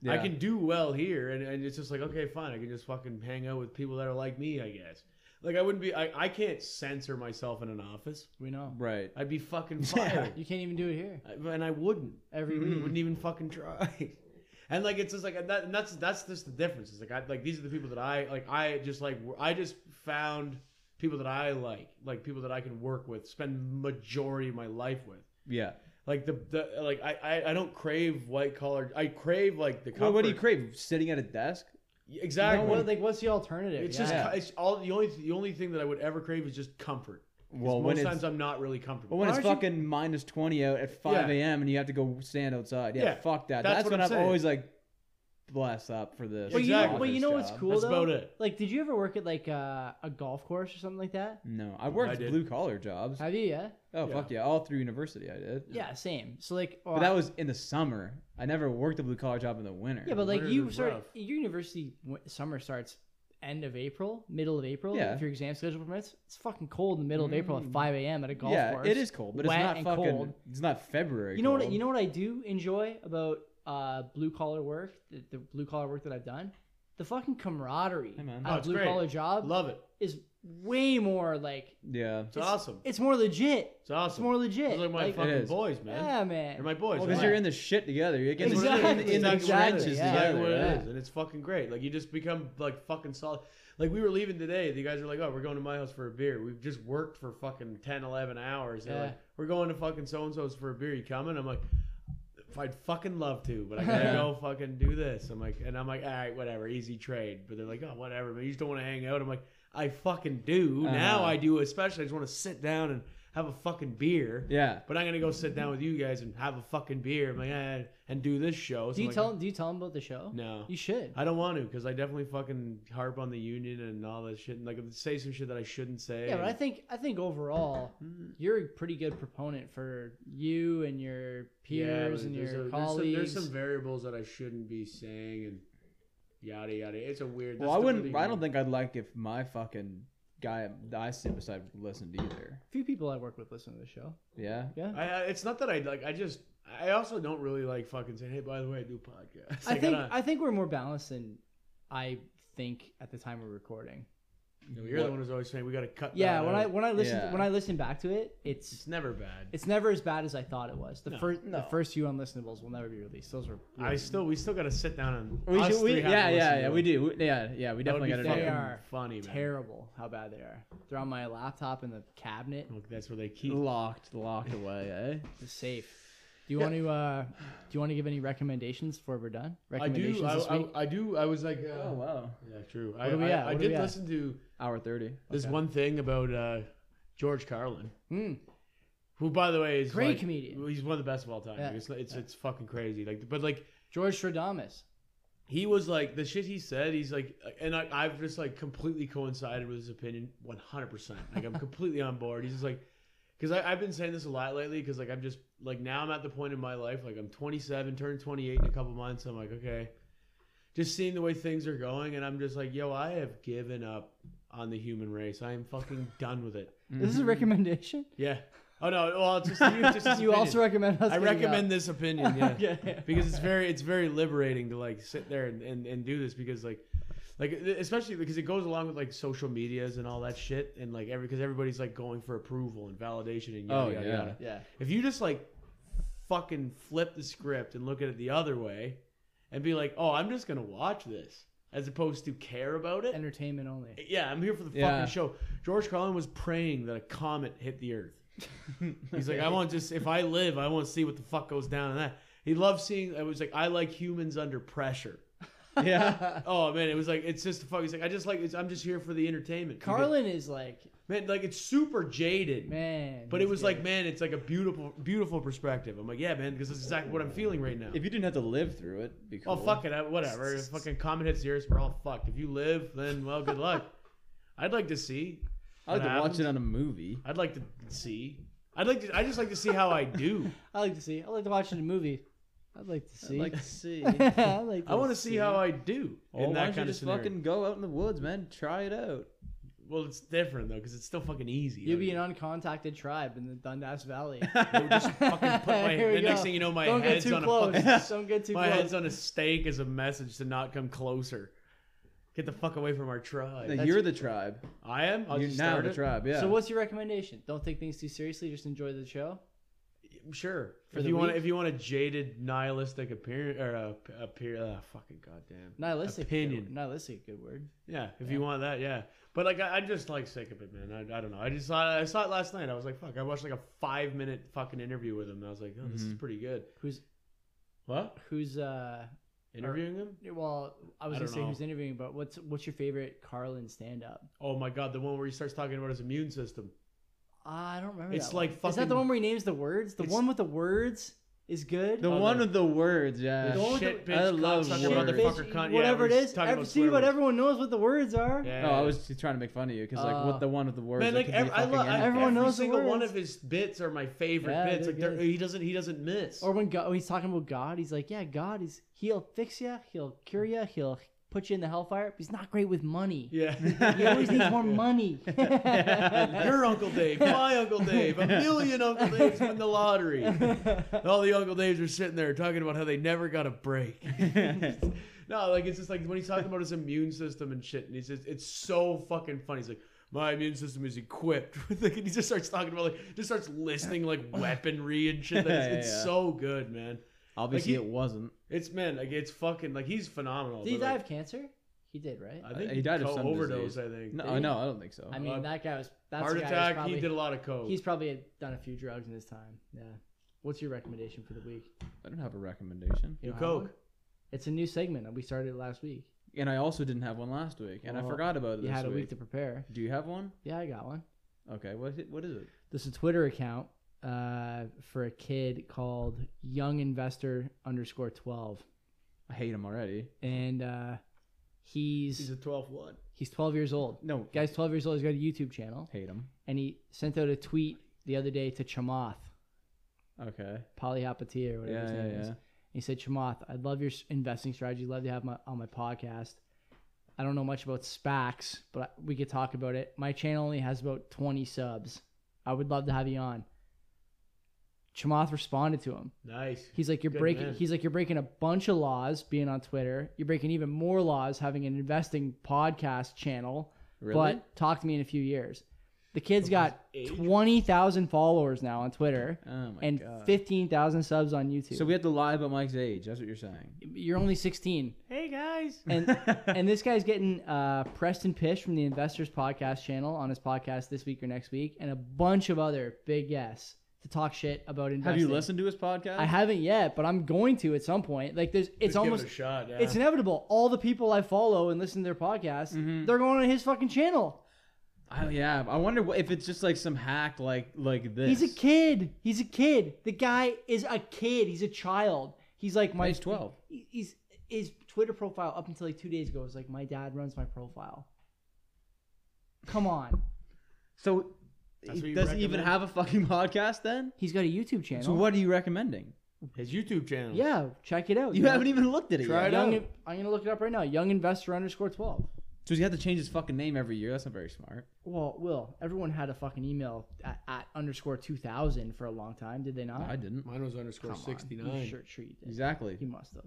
Speaker 3: I
Speaker 2: Yeah.
Speaker 3: can do well here, and, and it's just like, okay, fine. I can just fucking hang out with people that are like me, I guess. Like, I wouldn't be, I, I can't censor myself in an office.
Speaker 1: we know.
Speaker 2: right.
Speaker 3: I'd be fucking
Speaker 2: Yeah. Mm-hmm.
Speaker 3: fired.
Speaker 1: You can't even do it here
Speaker 3: I- and I wouldn't.
Speaker 1: every week.
Speaker 3: Wouldn't even fucking try. And like it's just like and that, and that's that's just the difference. It's like I like these are the people that I like. I just like w- I just found people that I like, like people that I can work with, spend majority of my life with.
Speaker 2: Yeah.
Speaker 3: Like the, the like I, I I don't crave white collar. I crave like the.
Speaker 2: Well, what do you
Speaker 3: comfort-
Speaker 2: crave? Sitting at a desk?
Speaker 3: Exactly.
Speaker 1: No, what- like, what's the alternative?
Speaker 3: It's
Speaker 1: Yeah.
Speaker 3: just it's all the only the only thing that I would ever crave is just comfort.
Speaker 2: Well,
Speaker 3: most
Speaker 2: when it's
Speaker 3: times I'm not really comfortable.
Speaker 2: well, when it's
Speaker 3: Why aren't you-
Speaker 2: fucking minus twenty out at five
Speaker 3: Yeah.
Speaker 2: a.m. and you have to go stand outside. Yeah,
Speaker 3: Yeah,
Speaker 2: fuck that.
Speaker 3: that's
Speaker 2: That's,
Speaker 3: what
Speaker 2: when
Speaker 3: I'm
Speaker 2: I'm
Speaker 3: saying.
Speaker 2: always like, bless up for this.
Speaker 3: Well, you know- Exactly.
Speaker 1: But you
Speaker 2: office
Speaker 1: know what's
Speaker 2: job.
Speaker 1: cool
Speaker 3: That's
Speaker 1: though?
Speaker 3: about it.
Speaker 1: Like, did you ever work at like uh, a golf course or something like that?
Speaker 2: No, I
Speaker 3: I
Speaker 2: worked
Speaker 3: did.
Speaker 2: blue collar jobs.
Speaker 1: Have you? Yeah.
Speaker 2: oh
Speaker 3: Yeah.
Speaker 2: fuck yeah, all through university I did.
Speaker 1: Yeah. Same. So like.
Speaker 2: But that was in the summer. I never worked a blue collar job in the winter.
Speaker 1: Yeah, but like
Speaker 3: Winter's
Speaker 1: you
Speaker 3: is
Speaker 1: start
Speaker 3: rough.
Speaker 1: your university w- summer starts end of April, middle of April.
Speaker 2: Yeah.
Speaker 1: If your exam schedule permits, it's fucking cold in the middle of April at
Speaker 2: Mm.
Speaker 1: five a.m. at a golf
Speaker 2: yeah,
Speaker 1: course.
Speaker 2: it is cold, but it's
Speaker 1: wet
Speaker 2: not
Speaker 1: and
Speaker 2: fucking.
Speaker 1: cold.
Speaker 2: It's not February.
Speaker 1: You know what?
Speaker 2: cold.
Speaker 1: You know what I do enjoy about uh, blue collar work, the, the blue collar work that I've done, the fucking camaraderie
Speaker 2: Hey, man.
Speaker 1: at
Speaker 3: Oh,
Speaker 1: a
Speaker 3: it's
Speaker 1: blue
Speaker 3: great.
Speaker 1: collar job
Speaker 3: Love it.
Speaker 1: is way more like
Speaker 2: Yeah.
Speaker 3: It's, awesome.
Speaker 1: it's more legit.
Speaker 3: It's awesome.
Speaker 1: It's more legit.
Speaker 3: Those are my
Speaker 1: Like,
Speaker 2: It
Speaker 3: fucking
Speaker 2: is.
Speaker 3: boys, man.
Speaker 1: yeah, man.
Speaker 3: They're my boys.
Speaker 2: Well,
Speaker 3: I
Speaker 2: because
Speaker 3: like
Speaker 2: Oh, you're
Speaker 3: it.
Speaker 2: in the shit together. You're getting
Speaker 1: Exactly,
Speaker 2: in, in the
Speaker 1: yeah.
Speaker 2: trenches
Speaker 1: Exactly, yeah.
Speaker 2: together.
Speaker 3: Exactly what
Speaker 2: yeah.
Speaker 3: it is, and it's fucking great. Like you just become like fucking solid. Like we were leaving today, the guys are like, "Oh, we're going to my house for a beer." We've just worked for fucking 10, 11 hours. They're like,
Speaker 1: Yeah.
Speaker 3: "We're going to fucking so and so's for a beer. You coming?" I'm like, "If "I'd fucking love to, but I gotta go fucking do this." I'm like, and I'm like, "All right, whatever, easy trade." But they're like, "Oh, whatever, but you just don't want to hang out." I'm like, "I fucking do now.
Speaker 2: Uh-huh.
Speaker 3: I do, especially. I just want to sit down and have a fucking beer."
Speaker 2: Yeah.
Speaker 3: But I'm gonna go sit down with you guys and have a fucking beer, I'm like, eh, and do this show. So
Speaker 1: do you
Speaker 3: I'm like,
Speaker 1: tell Do you tell them about the show?
Speaker 3: No.
Speaker 1: You should.
Speaker 3: I don't want to because I definitely fucking harp on the union and all that shit and like say some shit that I shouldn't say.
Speaker 1: Yeah, but I think I think overall,
Speaker 2: Mm.
Speaker 1: you're a pretty good proponent for you and your
Speaker 3: Yeah,
Speaker 1: peers
Speaker 3: but
Speaker 1: and
Speaker 3: there's
Speaker 1: your
Speaker 3: a- there's some-
Speaker 1: colleagues.
Speaker 3: There's some, variables that I shouldn't be saying and yada yada. It's a weird.
Speaker 2: Well, I
Speaker 3: that's the
Speaker 2: wouldn't.
Speaker 3: really
Speaker 2: I
Speaker 3: weird-
Speaker 2: don't think I'd like if my fucking guy that I sit beside listened either.
Speaker 1: few people I work with listen to the show.
Speaker 2: Yeah.
Speaker 1: Yeah.
Speaker 3: I, I, it's not that I like. I just. I also don't really like fucking saying, "Hey, by the way, I do podcasts."
Speaker 1: I
Speaker 3: Like,
Speaker 1: think
Speaker 3: don't-
Speaker 1: I think we're more balanced than I think at the time we're recording.
Speaker 3: you're the one who's always saying we got to cut.
Speaker 1: Yeah,
Speaker 3: that
Speaker 1: when
Speaker 3: out."
Speaker 1: I when I listen
Speaker 2: Yeah.
Speaker 1: when I listen back to it, it's
Speaker 3: it's never bad.
Speaker 1: it's never as bad as I thought it was. The
Speaker 3: No.
Speaker 1: first the
Speaker 2: No.
Speaker 1: first few unlistenables will never be released. Those are
Speaker 3: I still, we still got to sit down and.
Speaker 2: We
Speaker 3: us
Speaker 2: should, we,
Speaker 3: three have
Speaker 2: yeah,
Speaker 3: to listen
Speaker 2: yeah,
Speaker 3: to
Speaker 2: yeah.
Speaker 3: it.
Speaker 2: We do. We- yeah, yeah. We
Speaker 3: That would
Speaker 2: definitely got
Speaker 3: be
Speaker 2: to
Speaker 1: gotta
Speaker 3: fucking
Speaker 1: do
Speaker 2: do.
Speaker 1: it. are
Speaker 3: funny, man.
Speaker 1: terrible. How bad they are. They're on my laptop in the cabinet.
Speaker 3: Look, that's where they keep.
Speaker 2: Locked, locked away. Eh?
Speaker 1: The safe. Do you want to uh, do you want to give any recommendations before we're done?
Speaker 3: I
Speaker 1: Recommendations
Speaker 3: do. I,
Speaker 1: this
Speaker 3: I,
Speaker 1: week.
Speaker 3: I do. I was like, uh,
Speaker 2: Oh,
Speaker 1: Oh.
Speaker 2: wow.
Speaker 3: yeah, true. I,
Speaker 1: do we
Speaker 3: I,
Speaker 1: at?
Speaker 3: I
Speaker 1: What do
Speaker 3: did
Speaker 1: we at?
Speaker 3: listen to
Speaker 2: Hour thirty.
Speaker 3: this
Speaker 2: Okay.
Speaker 3: one thing about uh, George Carlin,
Speaker 1: Hmm.
Speaker 3: who, by the way, is
Speaker 1: Great
Speaker 3: like-
Speaker 1: comedian.
Speaker 3: He's one of the best of all time.
Speaker 1: Yeah.
Speaker 3: Like, It's it's, it's fucking crazy. Like, but like
Speaker 1: George Stradamus.
Speaker 3: he was like the shit he said. He's like, and I, I've just like completely coincided with his opinion, one hundred percent. Like I'm completely on board. He's just like, because I've been saying this a lot lately. Because like I'm just like now I'm at the point in my life. Like I'm 27, turning 28 in a couple months. I'm like, okay, just seeing the way things are going, and I'm just like, yo, I have given up on the human race. I am fucking done with it.
Speaker 1: This is a recommendation.
Speaker 3: Yeah. Oh no. Well, it's Mm-hmm. just, it's just his
Speaker 1: You
Speaker 3: opinion.
Speaker 1: also recommend us.
Speaker 3: I
Speaker 1: giving up.
Speaker 3: recommend this opinion. Yeah
Speaker 1: Okay.
Speaker 3: because it's very it's very liberating to like sit there and, and, and do this because like like e, especially because it goes along with like social medias and all that shit and like every because everybody's like going for approval and validation and yada
Speaker 2: Oh,
Speaker 3: yada
Speaker 2: yeah.
Speaker 3: yada.
Speaker 1: Yeah.
Speaker 3: If you just like fucking flip the script and look at it the other way and be like, oh, I'm just gonna watch this as opposed to care about it.
Speaker 1: Entertainment only.
Speaker 3: yeah, I'm here for the
Speaker 2: Yeah.
Speaker 3: fucking show. George Carlin was praying that a comet hit the earth.
Speaker 2: Mm-hmm.
Speaker 3: He's like, I want just if I live, I want to see what the fuck goes down in that. He loves seeing. It was like I like humans under pressure.
Speaker 2: yeah.
Speaker 3: Oh man, it was like it's just the fuck. He's like, I just like it's, I'm just here for the entertainment.
Speaker 1: Carlin is like,
Speaker 3: man, like it's super jaded.
Speaker 1: man.
Speaker 3: But it
Speaker 1: he's
Speaker 3: was
Speaker 1: good.
Speaker 3: like, man, it's like a beautiful, beautiful perspective. I'm like, yeah, man, because that's exactly what I'm feeling right now.
Speaker 2: If you didn't have to live through it, it'd be cool.
Speaker 3: Oh fuck it, I- whatever. If fucking comet hits the earth, we're all fucked. If you live, then well, good luck. I'd like to see.
Speaker 2: I like
Speaker 3: What
Speaker 2: to watch
Speaker 3: happened?
Speaker 2: it on a movie.
Speaker 3: I'd like to see. I'd like to. I just like to see how I do.
Speaker 1: I like to see. I like to watch it in a movie. I'd like to see.
Speaker 2: I'd like to see.
Speaker 1: I like
Speaker 3: I want to
Speaker 1: to
Speaker 3: see how I do
Speaker 2: Oh,
Speaker 3: in
Speaker 2: why
Speaker 3: that
Speaker 2: don't you
Speaker 3: kind of
Speaker 2: just
Speaker 3: scenario.
Speaker 2: fucking go out in the woods, man? Try it out.
Speaker 3: Well, it's different though because it's still fucking easy.
Speaker 1: You'll be
Speaker 3: Like,
Speaker 1: an uncontacted tribe in the Dundas Valley.
Speaker 3: I'll just fucking put my.
Speaker 1: Here we
Speaker 3: the next
Speaker 1: go.
Speaker 3: thing you know, my
Speaker 1: Don't get
Speaker 3: head's
Speaker 1: too
Speaker 3: on
Speaker 1: close.
Speaker 3: a fucking.
Speaker 1: Don't get too
Speaker 3: my
Speaker 1: close.
Speaker 3: head's on a stake as a message to not come closer. Get the fuck away from our tribe.
Speaker 2: Now, you're the tribe.
Speaker 3: I am. I'll
Speaker 2: You're
Speaker 3: just
Speaker 2: now
Speaker 3: start
Speaker 2: the
Speaker 3: it.
Speaker 2: tribe. Yeah.
Speaker 1: So what's your recommendation? Don't take things too seriously. Just enjoy the show.
Speaker 3: Sure.
Speaker 1: For
Speaker 3: if
Speaker 1: the
Speaker 3: you want,
Speaker 1: week?
Speaker 3: if you want a jaded nihilistic appearance or a, a, uh, fucking goddamn.
Speaker 1: Nihilistic.
Speaker 3: Opinion.
Speaker 1: Good, nihilistic. Good word.
Speaker 3: Yeah, if you want that, yeah. But like, I, I'm just like sick of it, man. I, I don't know. I just saw I saw it last night. I was like, fuck. I watched like a five minute fucking interview with him. And I was like, oh, this is
Speaker 1: Mm-hmm.
Speaker 2: Mhm.
Speaker 3: pretty good.
Speaker 1: Who's
Speaker 3: What
Speaker 1: who's uh?
Speaker 3: interviewing him?
Speaker 1: Well, I was gonna
Speaker 3: I don't
Speaker 1: say
Speaker 3: know.
Speaker 1: who's interviewing, but what's what's your favorite Carlin stand up?
Speaker 3: Oh my god, the one where he starts talking about his immune system.
Speaker 1: I don't remember.
Speaker 3: It's
Speaker 1: that one.
Speaker 3: like
Speaker 1: Is that the
Speaker 3: fucking-
Speaker 1: one where he names the words? The
Speaker 3: It's-
Speaker 1: one with the words is good.
Speaker 2: The
Speaker 3: Oh,
Speaker 2: one
Speaker 3: the-
Speaker 2: with the words, yeah.
Speaker 1: The one with
Speaker 3: Shit,
Speaker 1: the-
Speaker 3: bitch,
Speaker 2: I love
Speaker 3: cocksucker,
Speaker 2: words.
Speaker 3: motherfucker, cunt. Yeah,
Speaker 1: whatever
Speaker 3: we're
Speaker 1: it
Speaker 3: just
Speaker 1: is.
Speaker 3: talking
Speaker 1: ev-
Speaker 3: about
Speaker 1: see
Speaker 3: swear
Speaker 1: what
Speaker 3: words.
Speaker 1: everyone knows what the words are.
Speaker 3: Yeah.
Speaker 2: No, Oh, I was just trying to make fun of you because like
Speaker 1: Uh,
Speaker 2: what the one with the words.
Speaker 3: Man,
Speaker 2: that
Speaker 3: like
Speaker 2: could be
Speaker 3: ev- I
Speaker 2: fucking
Speaker 3: love
Speaker 2: anything.
Speaker 1: Everyone
Speaker 3: every
Speaker 1: knows the
Speaker 3: single one
Speaker 1: words.
Speaker 3: of his bits are my favorite
Speaker 1: Yeah,
Speaker 3: bits.
Speaker 1: they're
Speaker 3: Like they're-
Speaker 1: good.
Speaker 3: he doesn't he doesn't miss.
Speaker 1: Or when God, he's talking about God, he's like, "Yeah, God is He'll fix you, He'll cure you, He'll put you in the hellfire." But he's not great with money.
Speaker 3: yeah.
Speaker 1: He always needs more money.
Speaker 3: Your Uncle Dave, my Uncle Dave, a million Uncle Daves win the lottery. And all the Uncle Daves are sitting there talking about how they never got a break. no, like it's just like when he's talking about his immune system and shit, and he says it's so fucking funny. He's like, my immune system is equipped. with like, and he just starts talking about like just starts listing like weaponry and shit. Like, it's it's
Speaker 2: Yeah.
Speaker 3: so good, man.
Speaker 2: Obviously,
Speaker 3: Like,
Speaker 2: it wasn't.
Speaker 3: It's man, like it's fucking like he's phenomenal.
Speaker 1: Did he
Speaker 3: but,
Speaker 1: die
Speaker 3: like,
Speaker 1: of cancer? He did, right?
Speaker 3: I think
Speaker 2: He died of
Speaker 3: co-
Speaker 2: some
Speaker 3: overdose.
Speaker 2: disease.
Speaker 3: I think
Speaker 2: No,
Speaker 1: Did he?
Speaker 2: no, I don't think so.
Speaker 1: I mean,
Speaker 3: uh,
Speaker 1: that guy was that's
Speaker 3: heart
Speaker 1: the guy who's
Speaker 3: attack.
Speaker 1: Probably,
Speaker 3: he did a lot of coke.
Speaker 1: He's probably had done a few drugs in his time. Yeah. What's your recommendation for the week?
Speaker 2: I don't have a recommendation.
Speaker 1: You
Speaker 3: New
Speaker 1: don't have
Speaker 3: coke.
Speaker 1: one? It's a new segment. that We started last week.
Speaker 2: And I also didn't have one last week, and I
Speaker 1: Well,
Speaker 2: forgot about it.
Speaker 1: You
Speaker 2: this
Speaker 1: had a
Speaker 2: week.
Speaker 1: week to prepare.
Speaker 2: Do you have one?
Speaker 1: Yeah, I got one.
Speaker 2: Okay, what is it? What is it?
Speaker 1: There's a Twitter account uh, for a kid called Young Investor underscore twelve,
Speaker 2: I hate him already.
Speaker 1: and uh, he's
Speaker 3: He's a 12 one.
Speaker 1: he's 12 years old.
Speaker 2: No,
Speaker 1: Guy's 12 years old. He's got a YouTube channel,
Speaker 2: hate him.
Speaker 1: and he sent out a tweet the other day to Chamath
Speaker 2: Okay.
Speaker 1: Palihapitiya or whatever
Speaker 2: Yeah,
Speaker 1: his
Speaker 2: yeah,
Speaker 1: name is.
Speaker 2: yeah.
Speaker 1: He said, Chamath, I'd love your s- investing strategy. Love to have my on my podcast. I don't know much about SPACs, but we could talk about it. My channel only has about 20 subs. I would love to have you on. Chamath responded to him.
Speaker 3: Nice.
Speaker 1: He's like, you're
Speaker 3: Good
Speaker 1: breaking.
Speaker 3: man.
Speaker 1: He's like, you're breaking a bunch of laws being on Twitter. You're breaking even more laws having an investing podcast channel.
Speaker 2: Really?
Speaker 1: But talk to me in a few years. The kid's got
Speaker 3: age?
Speaker 1: 20,000 followers now on Twitter
Speaker 2: oh my
Speaker 1: and
Speaker 2: god.
Speaker 1: 15,000 subs on YouTube.
Speaker 2: So we had to lie about Mike's age. That's what you're saying.
Speaker 1: you're only 16.
Speaker 3: Hey guys.
Speaker 1: And and this guy's getting uh, Preston Pish from the Investors Podcast channel on his podcast this week or next week, and a bunch of other big guests to talk shit about investing.
Speaker 2: Have you listened to his podcast?
Speaker 1: I haven't yet, but I'm going to at some point. Like there's, it's almost,
Speaker 3: give it a shot. Yeah.
Speaker 1: it's inevitable. All the people I follow and listen to their podcasts,
Speaker 2: Mm-hmm.
Speaker 1: they're going on his fucking channel.
Speaker 2: Oh yeah. I wonder wh- if it's just like some hack like like this.
Speaker 1: He's a kid. He's a kid. The guy is a kid. He's a child. He's like my
Speaker 2: He's 12.
Speaker 1: he- He's his Twitter profile up until like two days ago was like my dad runs my profile. Come on,
Speaker 2: So
Speaker 3: That's what
Speaker 2: he
Speaker 3: you
Speaker 2: doesn't even
Speaker 3: recommend?
Speaker 2: have a fucking podcast then?
Speaker 1: he's got a YouTube channel.
Speaker 2: So what are you recommending?
Speaker 3: his YouTube channel.
Speaker 1: Yeah, check it out.
Speaker 2: You haven't even looked at it
Speaker 3: Try
Speaker 2: yet.
Speaker 3: it
Speaker 1: Young,
Speaker 3: out.
Speaker 1: I'm gonna look it up right now. Young investor underscore twelve.
Speaker 2: So he had to change his fucking name every year. That's not very smart.
Speaker 1: Well, Will, everyone had a fucking email at, at underscore two thousand for a long time, did they not?
Speaker 2: I didn't.
Speaker 3: Mine was underscore
Speaker 1: Come on,
Speaker 3: sixty
Speaker 1: you
Speaker 3: nine.
Speaker 1: Sure, sure you did.
Speaker 2: Exactly.
Speaker 1: You must have.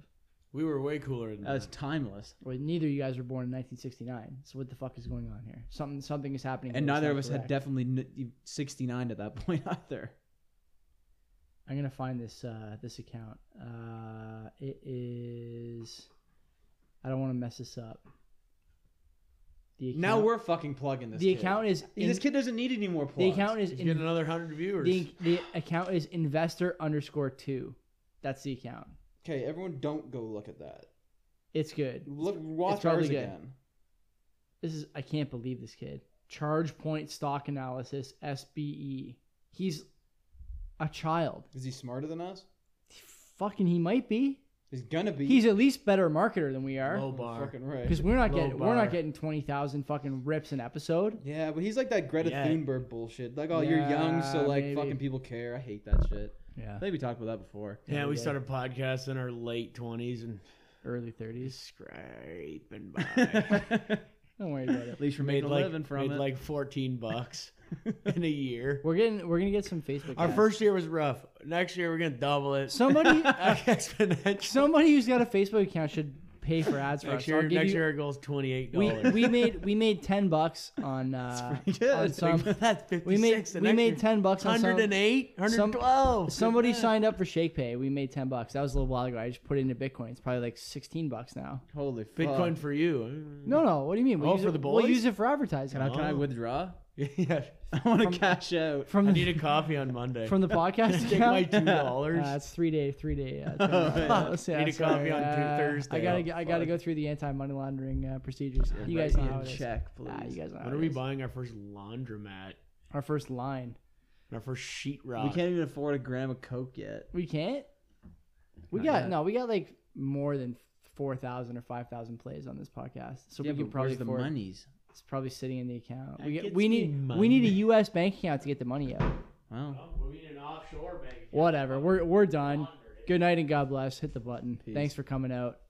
Speaker 3: We were way cooler than
Speaker 2: That's
Speaker 3: that.
Speaker 2: timeless.
Speaker 1: Well, neither of you guys were born in 1969. So what the fuck is going on here? Something, something is happening.
Speaker 2: And
Speaker 1: here that's not
Speaker 2: neither of us had
Speaker 1: correct.
Speaker 2: definitely n- 69 at that point either.
Speaker 1: I'm gonna find this uh, this account. Uh, it is. I don't want to mess this up. The
Speaker 2: Now we're fucking plugging this.
Speaker 1: the
Speaker 2: kid.
Speaker 1: account is in-
Speaker 2: this kid doesn't need any more plugs.
Speaker 1: the account is
Speaker 3: He's
Speaker 1: in-
Speaker 3: getting another hundred viewers.
Speaker 1: the, the account is investor underscore two. That's the account.
Speaker 2: okay. Everyone, don't go look at that.
Speaker 1: It's good.
Speaker 2: Look, watch
Speaker 1: probably
Speaker 2: ours
Speaker 1: good.
Speaker 2: again.
Speaker 1: This is I can't believe this kid. Charge point stock analysis SBE. He's a child.
Speaker 2: Is he smarter than us?
Speaker 1: Fucking, he might be.
Speaker 2: He's gonna be.
Speaker 1: He's at least better marketer than we are.
Speaker 3: Low bar.
Speaker 2: fucking right.
Speaker 1: Because we're not
Speaker 3: Low
Speaker 1: getting we're
Speaker 3: bar.
Speaker 1: not getting twenty thousand fucking rips an episode.
Speaker 2: Yeah, but he's like that Greta
Speaker 3: Yeah.
Speaker 2: Thunberg bullshit. Like, oh, you're young, so
Speaker 1: Yeah,
Speaker 2: like,
Speaker 1: maybe.
Speaker 2: fucking people care. I hate that shit.
Speaker 1: Yeah.
Speaker 2: I think we talked about that before.
Speaker 3: Yeah, we started podcasts in our late twenties and
Speaker 1: Early thirties.
Speaker 3: scraping by.
Speaker 1: Don't worry about it.
Speaker 2: At least we're
Speaker 3: made
Speaker 2: making a
Speaker 3: like
Speaker 2: living from
Speaker 3: made
Speaker 2: it.
Speaker 3: like fourteen bucks in a year.
Speaker 1: We're getting we're gonna get some Facebook.
Speaker 3: Our
Speaker 1: ads.
Speaker 3: first year was rough. Next year we're gonna double it.
Speaker 1: somebody
Speaker 3: exponential.
Speaker 1: somebody who's got a Facebook account should pay for ads for
Speaker 3: next
Speaker 1: us. I'll
Speaker 3: year,
Speaker 1: give
Speaker 3: next
Speaker 1: you-
Speaker 3: year our goal is twenty eight
Speaker 1: we,
Speaker 3: dollars.
Speaker 1: we made we made ten bucks on uh
Speaker 2: pretty good.
Speaker 1: on some
Speaker 3: That's fifty six.
Speaker 1: we made we made ten bucks on
Speaker 3: Hundred
Speaker 1: some,
Speaker 3: and eight, hundred and twelve.
Speaker 1: somebody signed up for ShakePay. We made ten bucks. That was a little while ago. I just put it into Bitcoin. It's probably like sixteen bucks now.
Speaker 2: Holy fuck.
Speaker 3: Bitcoin for you.
Speaker 1: No, no. What do you mean? We'll
Speaker 3: Oh,
Speaker 1: use
Speaker 3: for
Speaker 1: it,
Speaker 3: the
Speaker 1: We'll
Speaker 3: boys?
Speaker 1: use it for advertising
Speaker 2: Can I, can I
Speaker 3: Oh.
Speaker 2: withdraw?
Speaker 3: yeah.
Speaker 2: I want to cash out.
Speaker 1: from the
Speaker 3: I need a coffee on Monday.
Speaker 1: from the podcast.
Speaker 3: Take
Speaker 1: account?
Speaker 3: my two dollars.
Speaker 1: Uh, it's three day, three day. Uh,
Speaker 3: fuck. Need to call me on Thur- Thursday.
Speaker 1: I gotta,
Speaker 3: Oh,
Speaker 1: I gotta
Speaker 3: fuck.
Speaker 1: go through the anti money laundering uh, procedures. You guys know how it is.
Speaker 2: check, please.
Speaker 1: Ah, you guys know how
Speaker 3: when
Speaker 1: it
Speaker 3: are we
Speaker 1: is.
Speaker 3: buying our first laundromat?
Speaker 1: Our first line.
Speaker 3: Our first sheetrock.
Speaker 2: We can't even afford a gram of coke yet.
Speaker 1: We can't. We
Speaker 2: Not
Speaker 1: got
Speaker 2: yet.
Speaker 1: no. We got like more than four thousand or five thousand plays on this podcast, so
Speaker 2: yeah,
Speaker 1: we
Speaker 2: but
Speaker 1: can probably
Speaker 2: where's the
Speaker 1: afford-
Speaker 2: monies.
Speaker 1: It's probably sitting in the account.
Speaker 3: That
Speaker 1: We get,
Speaker 3: gets
Speaker 1: we
Speaker 3: me
Speaker 1: need we
Speaker 3: money.
Speaker 1: need a U.S. bank account to get the money out.
Speaker 2: Wow.
Speaker 3: we need an offshore bank.
Speaker 1: Whatever. We're we're done. Good night and God bless. Hit the button.
Speaker 2: Peace.
Speaker 1: Thanks for coming out.